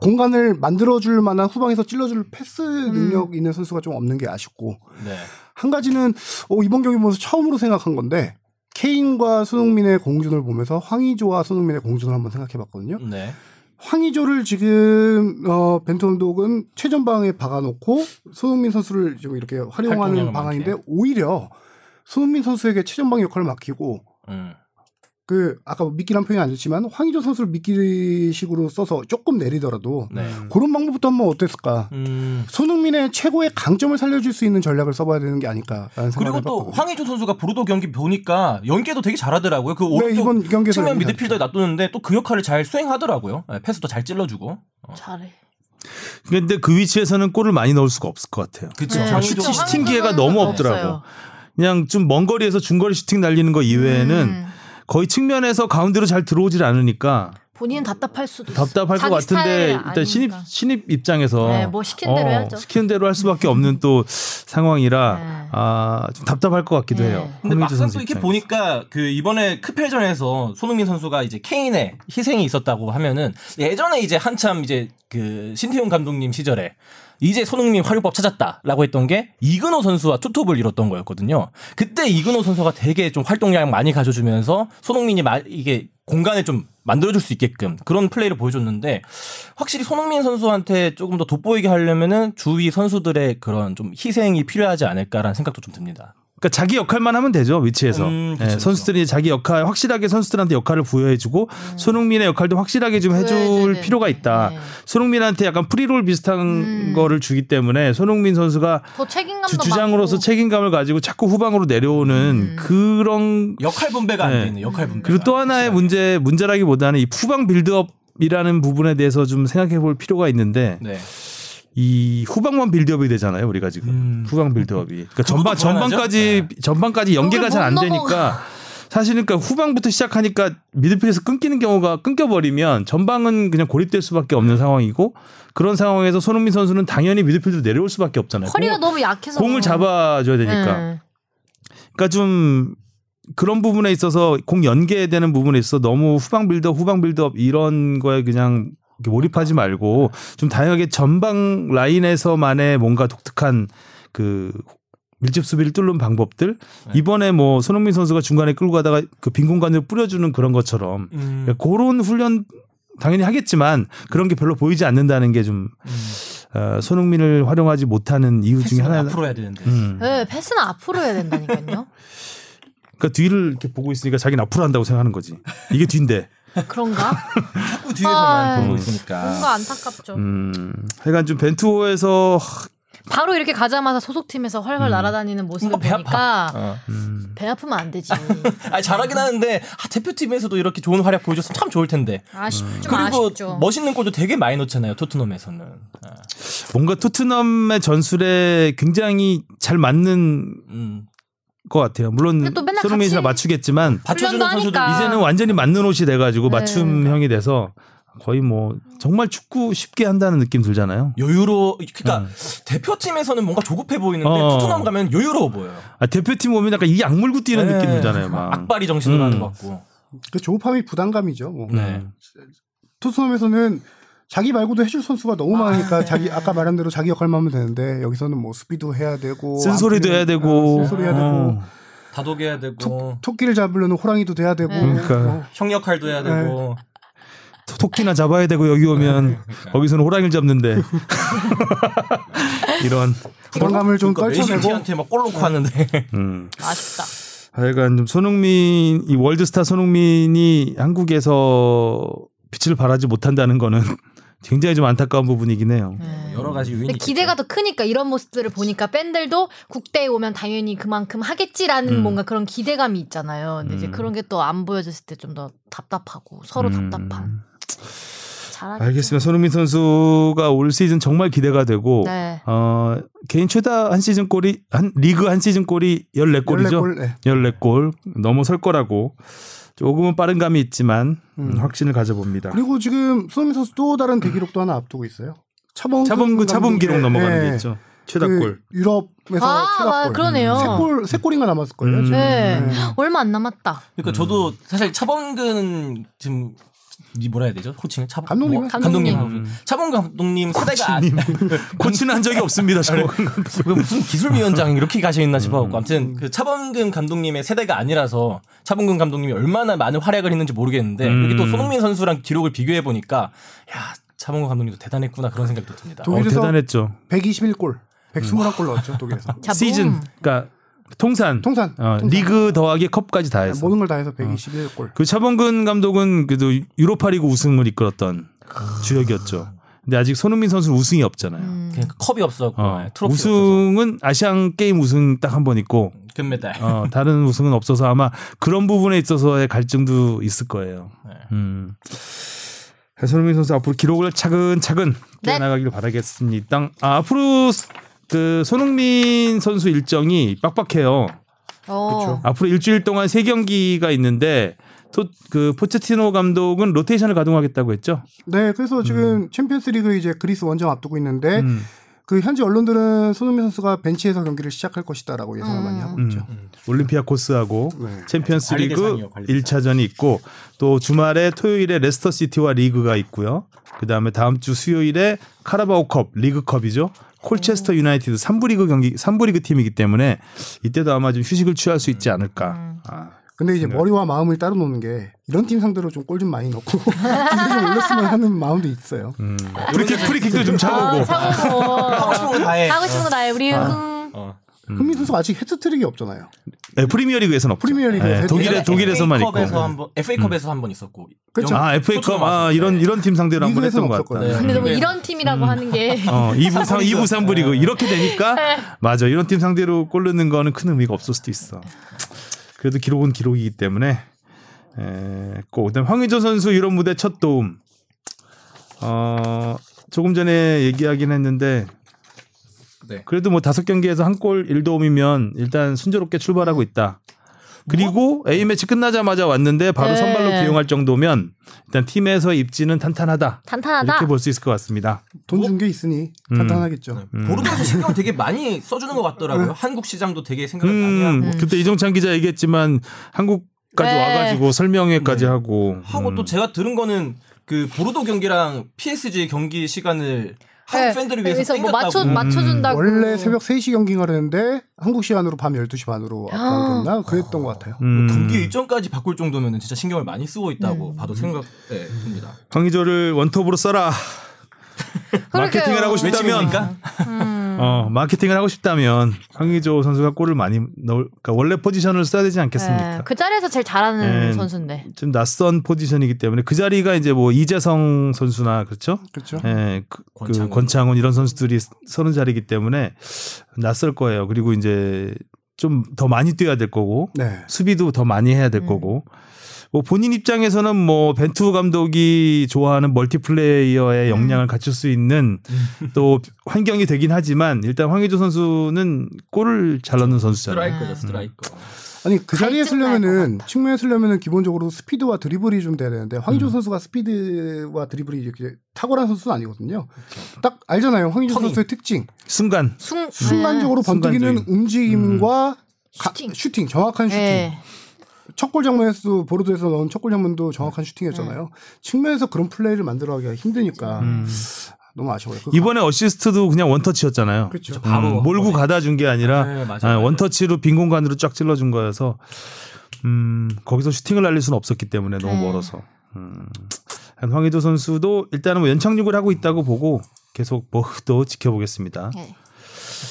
Speaker 4: 공간을 만들어줄 만한 후방에서 찔러줄 패스
Speaker 2: 음.
Speaker 4: 능력 있는 선수가 좀 없는 게 아쉽고
Speaker 3: 네.
Speaker 4: 한 가지는 어, 이번 경기 보면서 처음으로 생각한 건데 케인과 손흥민의 공준을 보면서 황의조와 손흥민의 공준을 한번 생각해봤거든요.
Speaker 3: 네.
Speaker 4: 황의조를 지금 어, 벤투 감독은 최전방에 박아놓고 손흥민 선수를 좀 이렇게 활용하는
Speaker 3: 활동량을
Speaker 4: 방안인데
Speaker 3: 많게.
Speaker 4: 오히려 손흥민 선수에게 최전방 역할을 맡기고
Speaker 3: 음.
Speaker 4: 그 아까 미끼란 표현이 안 좋지만 황의조 선수를 미끼식으로 써서 조금 내리더라도
Speaker 3: 네.
Speaker 1: 음.
Speaker 4: 그런 방법부터 한번 어땠을까?
Speaker 3: 음.
Speaker 4: 손흥민의 최고의 강점을 살려줄 수 있는 전략을 써봐야 되는 게 아닐까라는 생각을
Speaker 3: 그리고 또
Speaker 4: 해봤거든요.
Speaker 3: 황의조 선수가 보르도 경기 보니까 연계도 되게 잘하더라고요. 그
Speaker 4: 네,
Speaker 3: 오른쪽
Speaker 4: 이번 경기에서
Speaker 3: 측면
Speaker 4: 연기
Speaker 3: 미드필더에 놔두는데 또 그 역할을 잘 수행하더라고요. 네, 패스도 잘 찔러주고.
Speaker 1: 어.
Speaker 2: 잘해.
Speaker 1: 근데 그 위치에서는 골을 많이 넣을 수가 없을 것 같아요.
Speaker 3: 그쵸.
Speaker 2: 네.
Speaker 3: 황의조
Speaker 1: 슈팅,
Speaker 2: 그렇죠.
Speaker 1: 슈팅 기회가
Speaker 2: 황희조
Speaker 1: 너무
Speaker 2: 선수는
Speaker 1: 없더라고.
Speaker 2: 없어요.
Speaker 1: 그냥 좀 먼 거리에서 중거리 슈팅 날리는 거 이외에는
Speaker 2: 음.
Speaker 1: 거의 측면에서 가운데로 잘 들어오질 않으니까
Speaker 2: 본인은 답답할 수도 있어.
Speaker 1: 답답할 것
Speaker 2: 자기
Speaker 1: 같은데
Speaker 2: 스타일이
Speaker 1: 일단
Speaker 2: 아니니까.
Speaker 1: 신입 신입 입장에서 어,
Speaker 2: 네, 뭐 시킨 대로 해야죠.
Speaker 1: 시킨 대로 할 수밖에 없는 또 상황이라
Speaker 2: 네.
Speaker 1: 아, 좀 답답할 것 같기도
Speaker 2: 네.
Speaker 1: 해요.
Speaker 3: 근데
Speaker 1: 황의조
Speaker 3: 막상
Speaker 1: 선수
Speaker 3: 또 이렇게
Speaker 1: 입장에서.
Speaker 3: 보니까 그 이번에 크펠전에서 손흥민 선수가 이제 케인의 희생이 있었다고 하면은 예전에 이제 한참 이제 그 신태용 감독님 시절에 이제 손흥민 활용법 찾았다라고 했던 게 이근호 선수와 투톱을 이뤘던 거였거든요. 그때 이근호 선수가 되게 좀 활동량 많이 가져주면서 손흥민이 마- 이게 공간을 좀 만들어줄 수 있게끔 그런 플레이를 보여줬는데 확실히 손흥민 선수한테 조금 더 돋보이게 하려면은 주위 선수들의 그런 좀 희생이 필요하지 않을까라는 생각도 좀 듭니다.
Speaker 1: 그러니까 자기 역할만 하면 되죠 위치에서
Speaker 3: 음,
Speaker 1: 예,
Speaker 3: 그쵸,
Speaker 1: 선수들이 자기 역할 확실하게 선수들한테 역할을 부여해주고 손흥민의 역할도 확실하게 좀 해줄
Speaker 2: 음. 부여해줘야
Speaker 1: 필요가
Speaker 2: 되는데.
Speaker 1: 있다.
Speaker 2: 네. 음.
Speaker 1: 손흥민한테 약간 프리롤 비슷한 거를 주기 때문에 손흥민 선수가
Speaker 2: 더 책임감도
Speaker 1: 주, 주장으로서
Speaker 2: 많고. 음.
Speaker 1: 책임감을 가지고 자꾸 후방으로 내려오는 그런
Speaker 3: 역할 분배가 안
Speaker 1: 네.
Speaker 3: 돼 있는 역할 분배.
Speaker 1: 그리고 또 하나의
Speaker 2: 그렇죠.
Speaker 1: 문제 문제라기보다는 이 후방 빌드업이라는 부분에 대해서 좀 생각해볼 필요가 있는데
Speaker 3: 네.
Speaker 1: 이 후방만 빌드업이 되잖아요 우리가 지금
Speaker 3: 음.
Speaker 1: 후방 빌드업이 그러니까
Speaker 3: 그것도
Speaker 1: 전반
Speaker 3: 불안하죠? 네.
Speaker 1: 전반까지 전반까지 연계가
Speaker 2: 거기
Speaker 1: 잘 안
Speaker 2: 못
Speaker 1: 되니까 사실은 그러니까 후방부터 시작하니까 미드필에서 끊기는 경우가 끊겨버리면 전방은 그냥 고립될 수밖에 없는 상황이고 그런 상황에서 손흥민 선수는 당연히 미드필드로 내려올 수밖에 없잖아요
Speaker 2: 허리가
Speaker 1: 공,
Speaker 2: 너무 약해서
Speaker 1: 공을 잡아줘야 되니까
Speaker 2: 네.
Speaker 1: 그러니까 좀 그런 부분에 있어서 공 연계되는 부분에 있어 서 너무 후방 빌드업, 후방 빌드업 이런 거에 그냥 이렇게 몰입하지 말고 좀 다양하게 전방 라인에서만의 뭔가 독특한 그 밀집 수비를 뚫는 방법들
Speaker 3: 네.
Speaker 1: 이번에 뭐 손흥민 선수가 중간에 끌고 가다가 그 빈 공간을 뿌려주는 그런 것처럼
Speaker 3: 음.
Speaker 1: 그러니까 그런 훈련 당연히 하겠지만 그런 게 별로 보이지 않는다는 게 좀
Speaker 3: 음.
Speaker 1: 어, 손흥민을 활용하지 못하는 이유 중에
Speaker 3: 패스는
Speaker 1: 하나.
Speaker 3: 앞으로 해야 되는데.
Speaker 1: 음.
Speaker 2: 네, 패스는 앞으로 해야 된다니까요.
Speaker 1: 그러니까 뒤를 이렇게 보고 있으니까 자기는 앞으로 한다고 생각하는 거지. 이게 뒤인데.
Speaker 2: 그런가?
Speaker 3: 자꾸 뒤에서만
Speaker 2: 아,
Speaker 3: 보고
Speaker 1: 음.
Speaker 3: 있으니까.
Speaker 2: 뭔가 안타깝죠.
Speaker 1: 음. 하여간 좀 벤투호에서 하,
Speaker 2: 바로 이렇게 가자마자 소속팀에서 활활 날아다니는 모습을
Speaker 3: 뭔가 배 아파.
Speaker 2: 보니까
Speaker 3: 어.
Speaker 1: 음.
Speaker 2: 배 아프면 안 되지.
Speaker 3: 아 잘하긴 하는데 아, 대표팀에서도 이렇게 좋은 활약 보여줬으면 참 좋을 텐데.
Speaker 2: 아쉽, 좀
Speaker 3: 그리고
Speaker 2: 아쉽죠.
Speaker 3: 멋있는 골도 되게 많이 넣잖아요 토트넘에서는. 아,
Speaker 1: 뭔가 토트넘의 전술에 굉장히 잘 맞는
Speaker 3: 음.
Speaker 1: 것 같아요. 물론
Speaker 2: 근데 또 맨날
Speaker 1: 손흥민이 잘
Speaker 2: 같이-
Speaker 1: 맞추겠지만
Speaker 3: 받쳐주는
Speaker 2: 훈련도
Speaker 3: 선수들
Speaker 2: 하니까.
Speaker 1: 이제는 완전히 맞는 옷이 돼가지고
Speaker 2: 네.
Speaker 1: 맞춤형이 돼서 거의 뭐 정말 축구 쉽게 한다는 느낌 들잖아요.
Speaker 3: 여유로 그러니까 대표팀에서는 뭔가 조급해
Speaker 1: 음.
Speaker 3: 보이는데
Speaker 1: 어.
Speaker 3: 토트넘 가면 여유로워 보여요.
Speaker 1: 아, 대표팀 오면 약간 이 악물고 뛰는
Speaker 3: 네.
Speaker 1: 느낌 들잖아요. 막.
Speaker 4: 뭐
Speaker 3: 악바리 정신으로
Speaker 1: 음.
Speaker 3: 하는 것 같고. 네.
Speaker 4: 그 조우팜이 부담감이죠. 뭐.
Speaker 1: 네.
Speaker 4: 토트넘에서는 자기 말고도 해줄 선수가 너무 많으니까
Speaker 1: 네.
Speaker 4: 자기 아까 말한 대로 자기 역할만 하면 되는데 여기서는 뭐 수비도 해야 되고
Speaker 1: 쓴소리도
Speaker 4: 앞뒤로-
Speaker 1: 해야 되고.
Speaker 4: 아, 쓴소리 해야 되고
Speaker 1: 어.
Speaker 3: 다독해야 되고
Speaker 4: 토끼를 잡으려는 호랑이도 돼야
Speaker 2: 네.
Speaker 4: 되고
Speaker 1: 그러니까.
Speaker 3: 형역할도 해야 되고
Speaker 1: 토- 토끼나 잡아야 그러니까. 되고 여기 오면 거기서는 호랑이를 잡는데 이런.
Speaker 4: 부담감을 좀
Speaker 3: 그러니까
Speaker 4: 떨쳐내고
Speaker 3: 메시티한테 막골 놓고 왔는데
Speaker 1: 음.
Speaker 2: 아쉽다.
Speaker 1: 하여간 좀 손흥민 이 월드스타 손흥민이 한국에서 빛을 발하지 못한다는 거는 굉장히 좀 안타까운 부분이긴 해요.
Speaker 2: 음, 네.
Speaker 3: 여러 가지 요인이
Speaker 2: 근데 기대가 더 크니까 이런 모습들을 보니까 팬들도 국대에 오면 당연히 그만큼 하겠지라는
Speaker 1: 음.
Speaker 2: 뭔가 그런 기대감이 있잖아요. 근데 이제
Speaker 1: 음.
Speaker 2: 그런 게 또 안 보여졌을 때 좀 더 답답하고 서로
Speaker 1: 음.
Speaker 2: 답답한. 잘하겠죠.
Speaker 1: 알겠습니다. 손흥민 선수가 올 시즌 정말 기대가 되고
Speaker 2: 네.
Speaker 1: 어, 개인 최다 한 시즌 골이 한 리그 한 시즌 골이 14골이죠.
Speaker 4: 14골, 네.
Speaker 1: 14골 넘어설 거라고 조금은 빠른 감이 있지만 음,
Speaker 4: 음.
Speaker 1: 확신을 가져봅니다.
Speaker 4: 그리고 지금 손흥민 선수 또 다른 대기록도 하나 앞두고 있어요. 차범
Speaker 1: 차범 차범 기록 넘어가는 게 있죠.
Speaker 4: 그
Speaker 1: 최다골.
Speaker 4: 유럽에서
Speaker 2: 아, 맞아.
Speaker 4: 최다골.
Speaker 2: 그러네요.
Speaker 4: 세 골, 세 골인가 남았을 거예요.
Speaker 1: 음.
Speaker 4: 지금.
Speaker 2: 네.
Speaker 4: 네.
Speaker 2: 얼마 안 남았다.
Speaker 3: 그러니까 저도 사실 차범근 지금 이 뭐라 해야 되죠? 코칭 차 뭐,
Speaker 4: 감독님은?
Speaker 3: 감독님
Speaker 1: 감독님. 음.
Speaker 3: 차범 감독님 세대가 아-
Speaker 1: 코치는 한 적이 없습니다. 저는.
Speaker 3: 그 무슨 기술위원장 이렇게 가셔 있나
Speaker 1: 음.
Speaker 3: 싶어갖고 아무튼 그 차범근 감독님의 세대가 아니라서 차범근 감독님이 얼마나 많은 활약을 했는지 모르겠는데
Speaker 1: 음.
Speaker 3: 여기 또 손흥민 선수랑 기록을 비교해 보니까 야 차범근 감독님도 대단했구나 그런 생각도 듭니다.
Speaker 1: 어,
Speaker 4: 독일에서
Speaker 1: 대단했죠. 음.
Speaker 4: 121골, 121골 넣었죠 독일에서.
Speaker 2: 자,
Speaker 1: 시즌
Speaker 2: 몸.
Speaker 1: 그러니까 통산,
Speaker 4: 통산,
Speaker 1: 어,
Speaker 4: 통산. 뭐
Speaker 1: 리그 더하기 컵까지 다 해서 어.
Speaker 4: 모든 걸 다 해서 121골.
Speaker 1: 그 차범근 감독은 그래도 유로파리그 우승을 이끌었던 주역이었죠. 근데 아직 손흥민 선수 는 우승이 없잖아요.
Speaker 2: 음.
Speaker 3: 그냥 컵이 없었고
Speaker 1: 어,
Speaker 3: 아, 트로피 없어서
Speaker 1: 우승은 아시안 게임 우승 딱 한 번 있고
Speaker 3: 금메달.
Speaker 1: 어, 다른 우승은 없어서 아마 그런 부분에 있어서의 갈증도 있을 거예요. 음. 손흥민 선수 앞으로 기록을 차근차근
Speaker 2: 네.
Speaker 1: 뛰어나가길 바라겠습니다. 아, 앞으로 그 손흥민 선수 일정이 빡빡해요.
Speaker 2: 어.
Speaker 1: 앞으로 일주일 동안 세 경기가 있는데 토, 그 포체티노 감독은 로테이션을 가동하겠다고 했죠.
Speaker 4: 네, 그래서 지금 챔피언스리그 이제 그리스 원정 앞두고 있는데
Speaker 1: 음.
Speaker 4: 그 현지 언론들은 손흥민 선수가 벤치에서 경기를 시작할 것이다라고 예상을 많이 하고
Speaker 1: 음.
Speaker 4: 있죠.
Speaker 1: 올림피아 코스하고
Speaker 4: 네.
Speaker 1: 챔피언스리그
Speaker 3: 관리 대상이요, 관리 대상.
Speaker 1: 1차전이 있고 또 주말에 토요일에 레스터 시티와 리그가 있고요. 그다음에 다음 주 수요일에 카라바오컵 리그컵이죠.
Speaker 4: 음.
Speaker 1: 콜체스터 유나이티드 3부 리그 경기 3부 리그 팀이기 때문에 이때도 아마 좀 휴식을 취할 수 있지
Speaker 4: 음.
Speaker 1: 않을까. 아,
Speaker 4: 근데 이제 머리와 마음을 따로 놓는 게 이런 팀 상대로 좀 골 좀 많이 넣고 기세 좀 올렸으면 하는 마음도 있어요.
Speaker 1: 음.
Speaker 4: 아,
Speaker 1: 프리킥 프리킥도 좀
Speaker 2: 아,
Speaker 1: 차오고. 아.
Speaker 2: 상호.
Speaker 3: 하고 싶은 거 다 해. 어.
Speaker 2: 하고 싶은 거 나요. 우리 흥.
Speaker 1: 음.
Speaker 4: 흥민 선수가 아직 헤트트릭이 없잖아요.
Speaker 1: 네, 프리미어리그에서는 없죠.
Speaker 4: 프리미어리그에서
Speaker 1: 네, 독일에
Speaker 4: 헤트트릭.
Speaker 1: 독일에서만 있고.
Speaker 3: FA컵에서 한번 FA컵에서 한 번 있었고.
Speaker 4: 그쵸.
Speaker 1: 아 FA컵 아
Speaker 3: 왔었죠.
Speaker 1: 이런 이런 팀 상대로 한번
Speaker 4: 리그에서는
Speaker 1: 했던 것 같다.
Speaker 4: 없었거든요.
Speaker 2: 근데 너무
Speaker 3: 네.
Speaker 2: 이런 팀이라고 하는 게.
Speaker 1: 어, 2부 상 2부 3부 리그 이렇게 되니까
Speaker 2: 네.
Speaker 1: 맞아 이런 팀 상대로 골 넣는 거는 큰 의미가 없을 수도 있어. 그래도 기록은 기록이기 때문에 에, 꼭 그다음 황의조 선수 유럽 무대 첫 도움. 어 조금 전에 얘기하긴 했는데
Speaker 3: 네.
Speaker 1: 그래도 뭐 다섯 경기에서 한 골 1도움이면 일단 순조롭게 출발하고 있다. 그리고 A 매치 끝나자마자 왔는데 바로
Speaker 2: 뭐? 네.
Speaker 1: 선발로 기용할 정도면 일단 팀에서 입지는 탄탄하다. 이렇게 뭐
Speaker 2: 탄탄하다.
Speaker 1: 볼 수 있을 것 같습니다.
Speaker 4: 돈준 게 있으니
Speaker 1: 음.
Speaker 4: 간단하겠죠.
Speaker 1: 네.
Speaker 3: 보르도에서 신경 되게 많이 써주는 것 같더라고요. 한국 시장도 되게 생각을 많이 하고.
Speaker 1: 음, 그때 이정찬 기자 얘기했지만 한국까지
Speaker 2: 네.
Speaker 1: 와가지고 설명회까지 하고
Speaker 3: 하고 또 제가 들은 거는 그 보르도 경기랑 PSG 경기 시간을 한국 팬들을 위해서
Speaker 2: 그래서 뭐
Speaker 3: 땡겼다고.
Speaker 2: 맞춰
Speaker 1: 음.
Speaker 2: 맞춰준다고.
Speaker 4: 원래 새벽 3시 경기가 그랬는데 한국 시간으로 밤 12시 반으로 앞당겼나 그랬던 것 같아요.
Speaker 1: 음,
Speaker 3: 경기 일정까지 바꿀 정도면 진짜 신경을 많이 쓰고 있다고 봐도 생각 네, 듭니다.
Speaker 1: 강의조를 원톱으로 써라.
Speaker 2: 그러게요. 음.
Speaker 1: 마케팅을 하고 싶다면
Speaker 3: 외침이니까?
Speaker 1: 어, 마케팅을 하고 싶다면 강의조 선수가 골을 많이 넣을 그러니까 원래 포지션을 써야 되지 않겠습니까?
Speaker 2: 네, 그 자리에서 제일 잘하는
Speaker 1: 네.
Speaker 2: 선수인데.
Speaker 1: 좀 낯선 포지션이기 때문에 그 자리가 이제 뭐 이재성 선수나 그렇죠?
Speaker 4: 그렇죠.
Speaker 1: 예, 그, 그
Speaker 3: 권창훈.
Speaker 1: 권창훈 이런 선수들이 서는 자리이기 때문에 낯설 거예요. 그리고 이제 좀 더 많이 뛰어야 될 거고
Speaker 4: 네.
Speaker 1: 수비도 더 많이 해야 될 거고 뭐 본인 입장에서는 뭐 벤투 감독이 좋아하는 멀티플레이어의 역량을 갖출 수 있는 또 환경이 되긴 하지만 일단 황의조 선수는 골을 잘 넣는 선수잖아요.
Speaker 3: 스트라이커죠, 스트라이커.
Speaker 4: 아니 그 자리에
Speaker 2: 갈증 날것
Speaker 4: 쓰려면은 측면에 쓰려면은 기본적으로 스피드와 드리블이 좀 돼야 되는데 황희조 선수가 스피드와 드리블이 이렇게 탁월한 선수는 아니거든요. 딱 알잖아요. 황희조
Speaker 3: 터닝.
Speaker 4: 선수의 특징.
Speaker 1: 순간
Speaker 2: 순,
Speaker 4: 네. 순간적으로 번뜩이는
Speaker 1: 순간적인.
Speaker 4: 음. 움직임과 가-
Speaker 2: 네. 슈팅.
Speaker 4: 슈팅, 정확한 슈팅.
Speaker 2: 네.
Speaker 4: 첫 골 장면에서도 보르도에서 넣은 첫 골 장면도 정확한 슈팅이었잖아요. 측면에서 그런 플레이를 만들어가기가 힘드니까 너무 아쉬워요. 그
Speaker 1: 이번에 어시스트도 그냥 원터치였잖아요.
Speaker 4: 그렇죠.
Speaker 1: 바로 몰고 가다 준 게 아니라
Speaker 3: 네, 맞아요,
Speaker 1: 아,
Speaker 3: 맞아요.
Speaker 1: 원터치로 빈 공간으로 쫙 찔러 준 거여서 음, 거기서 슈팅을 날릴 수는 없었기 때문에 너무
Speaker 2: 네.
Speaker 1: 멀어서 음, 황희도 선수도 일단은 뭐 연착륙을 하고 있다고 보고 계속 보흐도 지켜보겠습니다.
Speaker 2: 네.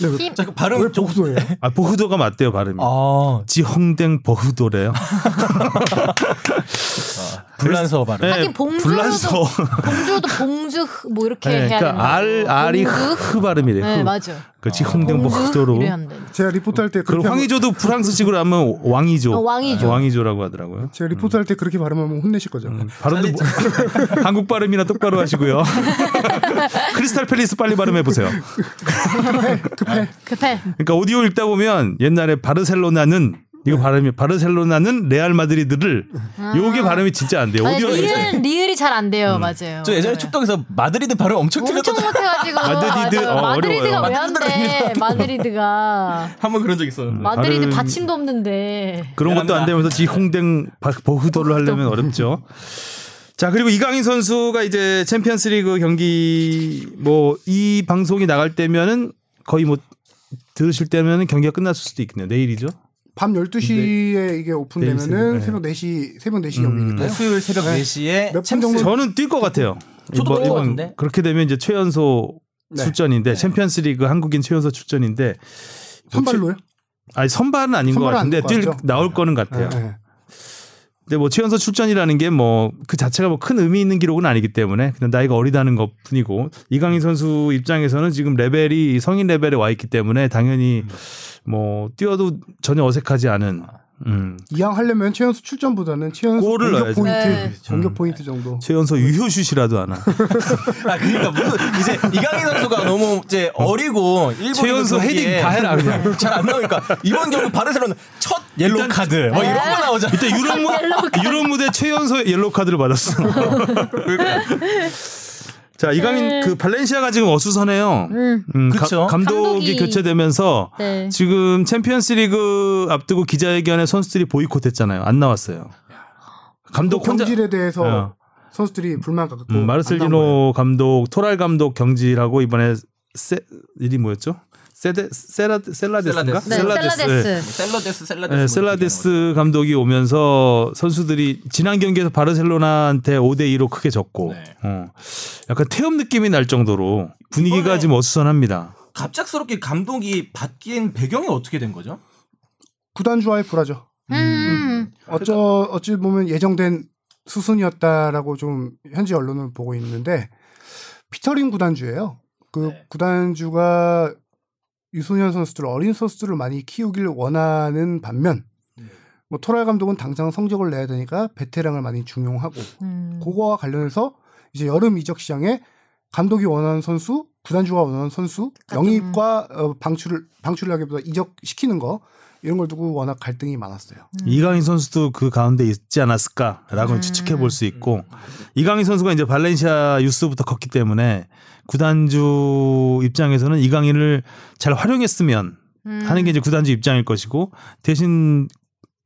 Speaker 4: 네, 그-
Speaker 2: 힘.
Speaker 3: 잠깐 발음
Speaker 4: 왜
Speaker 3: 좀.
Speaker 4: 복수예요?
Speaker 2: 네.
Speaker 1: 아 보흐도가 맞대요 발음이.
Speaker 3: 아,
Speaker 1: 지헝댕 보흐도래요.
Speaker 3: 불란서 발음.
Speaker 1: 네,
Speaker 2: 하긴 봉주로도
Speaker 1: 불란서.
Speaker 2: 봉주로도 봉주 흐- 뭐 이렇게
Speaker 1: 네,
Speaker 2: 해야 되는
Speaker 1: 그러니까 알 알이
Speaker 2: 봉주?
Speaker 1: 흐 발음이래요.
Speaker 2: 네
Speaker 1: 흐.
Speaker 2: 맞아.
Speaker 1: 그 지헝댕
Speaker 2: 봉주
Speaker 1: 보흐도로.
Speaker 2: 네. 이래야 안 되는데.
Speaker 4: 제가 리포트 할 때
Speaker 1: 그
Speaker 4: 그렇게 황
Speaker 1: 황의조도 프랑스식으로 하면 왕이조. 아,
Speaker 2: 어, 왕이조.
Speaker 1: 왕이조라고 하더라고요.
Speaker 4: 제가 리포트 할 때 그렇게 발음하면 혼내실 거죠.
Speaker 1: 발음도 뭐- 한국 발음이나 똑바로 하시고요. 크리스탈 팰리스 빨리 발음해 보세요.
Speaker 2: 급해.
Speaker 1: 그러니까 오디오 읽다 보면 옛날에 바르셀로나는 이거 발음이 바르셀로나는 레알 마드리드를 요게 발음이 진짜 안 돼요.
Speaker 2: 아니,
Speaker 1: 오디오 읽-
Speaker 2: 리을 리을이 잘 안
Speaker 1: 음.
Speaker 2: 돼요. 맞아요.
Speaker 3: 저 예전에
Speaker 2: 네.
Speaker 3: 축덕에서 마드리드 발음 엄청
Speaker 2: 엄청
Speaker 3: 틀렸던
Speaker 2: 못해가지고
Speaker 1: 마드리드,
Speaker 2: 맞아요.
Speaker 1: 어,
Speaker 2: 마드리드가
Speaker 1: 어려워요.
Speaker 2: 왜 안 돼? 마드리드가
Speaker 3: 한번 그런 적 있었는데.
Speaker 2: 마드리드
Speaker 1: 발음-
Speaker 2: 받침도 없는데.
Speaker 1: 그런 것도 안
Speaker 3: 미안합니다.
Speaker 1: 되면서 지 홍댕 바- 버후도를 하려면 어렵죠. 자 그리고 이강인 선수가 이제 챔피언스리그 경기 뭐 이 방송이 나갈 때면은 거의 뭐 들으실 때면은 경기가 끝났을 수도 있겠네요. 내일이죠.
Speaker 4: 밤 12시에 이게
Speaker 1: 내일 네.
Speaker 4: 오픈되면은 새벽 4시 새벽 4시
Speaker 1: 음.
Speaker 4: 경기니까요.
Speaker 3: 네, 수요일 새벽 4시에
Speaker 4: 몇분 정도
Speaker 1: 저는 뛸 것 같아요.
Speaker 3: 네. 저도 뛸것
Speaker 1: 이번
Speaker 3: 같은데.
Speaker 1: 그렇게 되면 이제 최연소
Speaker 4: 네.
Speaker 1: 출전인데 챔피언스리그 한국인 최연소 출전인데
Speaker 4: 선발로요?
Speaker 1: 아니 선발은 아닌 것
Speaker 4: 선발은
Speaker 1: 같은데
Speaker 4: 아닐
Speaker 1: 뛸
Speaker 4: 것 같죠.
Speaker 1: 나올 거는 같아요.
Speaker 4: 네.
Speaker 1: 근데 뭐 최연소 출전이라는 게 뭐 그 자체가 뭐 큰 의미 있는 기록은 아니기 때문에 그냥 나이가 어리다는 것뿐이고 이강인 선수 입장에서는 지금 레벨이 성인 레벨에 와 있기 때문에 당연히 뭐 뛰어도 전혀 어색하지 않은 음.
Speaker 4: 이왕 하려면 최연수 출전보다는 최연수
Speaker 1: 골을
Speaker 4: 공격
Speaker 1: 넣어야죠. 그렇죠.
Speaker 4: 포인트,
Speaker 2: 네.
Speaker 4: 공격 포인트 정도.
Speaker 1: 최연소 유효슛이라도 하나.
Speaker 3: 아 그러니까 무슨 이제 이강인 선수가 너무 이제 어리고 일본
Speaker 1: 최연소 헤딩 다 해라 그냥.
Speaker 3: 잘안 나오니까 이번 경기 바르셀로나 첫 옐로 카드 뭐 이런 거 나오잖아.
Speaker 1: 이때 유럽 무 유럽 무대 최연소 옐로 카드를 받았어. 자 이강인 그 발렌시아가 지금 어수선해요.
Speaker 2: 음.
Speaker 1: 음, 가-
Speaker 3: 그쵸.
Speaker 1: 감독이,
Speaker 2: 감독이-
Speaker 1: 교체되면서
Speaker 2: 네.
Speaker 1: 지금 챔피언스리그 앞두고 기자회견에 선수들이 보이콧했잖아요. 안 나왔어요.
Speaker 3: 뭐
Speaker 1: 감독 혼자
Speaker 4: 경질에 대해서
Speaker 1: 어.
Speaker 4: 선수들이 불만 갖고
Speaker 1: 음, 마르셀리노 감독, 토랄 감독 경질하고 이번에 세 이름이 뭐였죠? 세데 세라 셀라데스인가?
Speaker 3: 셀라데스.
Speaker 2: 네,
Speaker 1: 네.
Speaker 2: 셀라데스.
Speaker 3: 셀러데스 뭐 셀러데스.
Speaker 1: 네, 셀라데스 감독이 오면서 선수들이 지난 경기에서 바르셀로나한테 5대 2로 크게 졌고
Speaker 3: 네.
Speaker 1: 어, 약간 태움 느낌이 날 정도로 분위기가
Speaker 3: 이번에- 음.
Speaker 1: 지금 어수선합니다.
Speaker 3: 갑작스럽게 감독이 바뀐 배경이 어떻게 된 거죠?
Speaker 4: 구단주와의 불화죠.
Speaker 2: 음.
Speaker 4: 어쩌 어찌 보면 예정된 수순이었다라고 좀 현지 언론은 보고 있는데 피터링 구단주예요. 그
Speaker 3: 네.
Speaker 4: 구단주가 유소년 선수들 어린 선수들을 많이 키우길 원하는 반면 뭐 토랄 감독은 당장 성적을 내야 되니까 베테랑을 많이 중용하고
Speaker 2: 음.
Speaker 4: 그거와 관련해서 이제 여름 이적 시장에 감독이 원하는 선수, 구단주가 원하는 선수
Speaker 2: 같은-
Speaker 4: 영입과 어, 방출을 방출하기보다 이적 시키는 거 이런 걸 두고 워낙 갈등이 많았어요.
Speaker 1: 이강인 선수도 그 가운데 있지 않았을까라고
Speaker 2: 음.
Speaker 1: 추측해 볼 수 있고
Speaker 3: 음.
Speaker 1: 이강인 선수가 이제 발렌시아 유스부터 컸기 때문에 구단주 입장에서는 이강인을 잘 활용했으면
Speaker 2: 음.
Speaker 1: 하는 게 이제 구단주 입장일 것이고 대신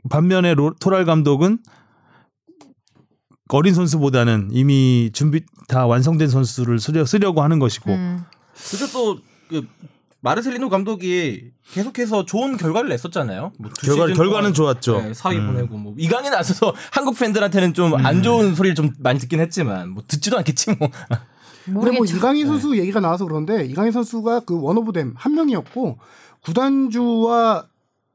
Speaker 1: 반면에 로- 토랄 감독은 어린 선수보다는 이미 준비 다 완성된 선수를 쓰려, 쓰려고 하는 것이고
Speaker 2: 음.
Speaker 3: 그래서 또그 마르셀리노 감독이 계속해서 좋은 결과를 냈었잖아요. 뭐두
Speaker 1: 결과,
Speaker 3: 시즌
Speaker 1: 결과는
Speaker 3: 동안
Speaker 1: 좋았죠. 음.
Speaker 3: 네, 사위 보내고 뭐 이강인 안 써서 한국 팬들한테는 좀 안 좋은 소리를 좀 많이 듣긴 했지만 뭐 듣지도 않겠지 뭐.
Speaker 4: 근데 뭐
Speaker 2: 모르겠죠.
Speaker 4: 이강인
Speaker 1: 네.
Speaker 4: 선수 얘기가 나와서 그런데 이강인 선수가 그 원오브댐 한 명이었고 구단주와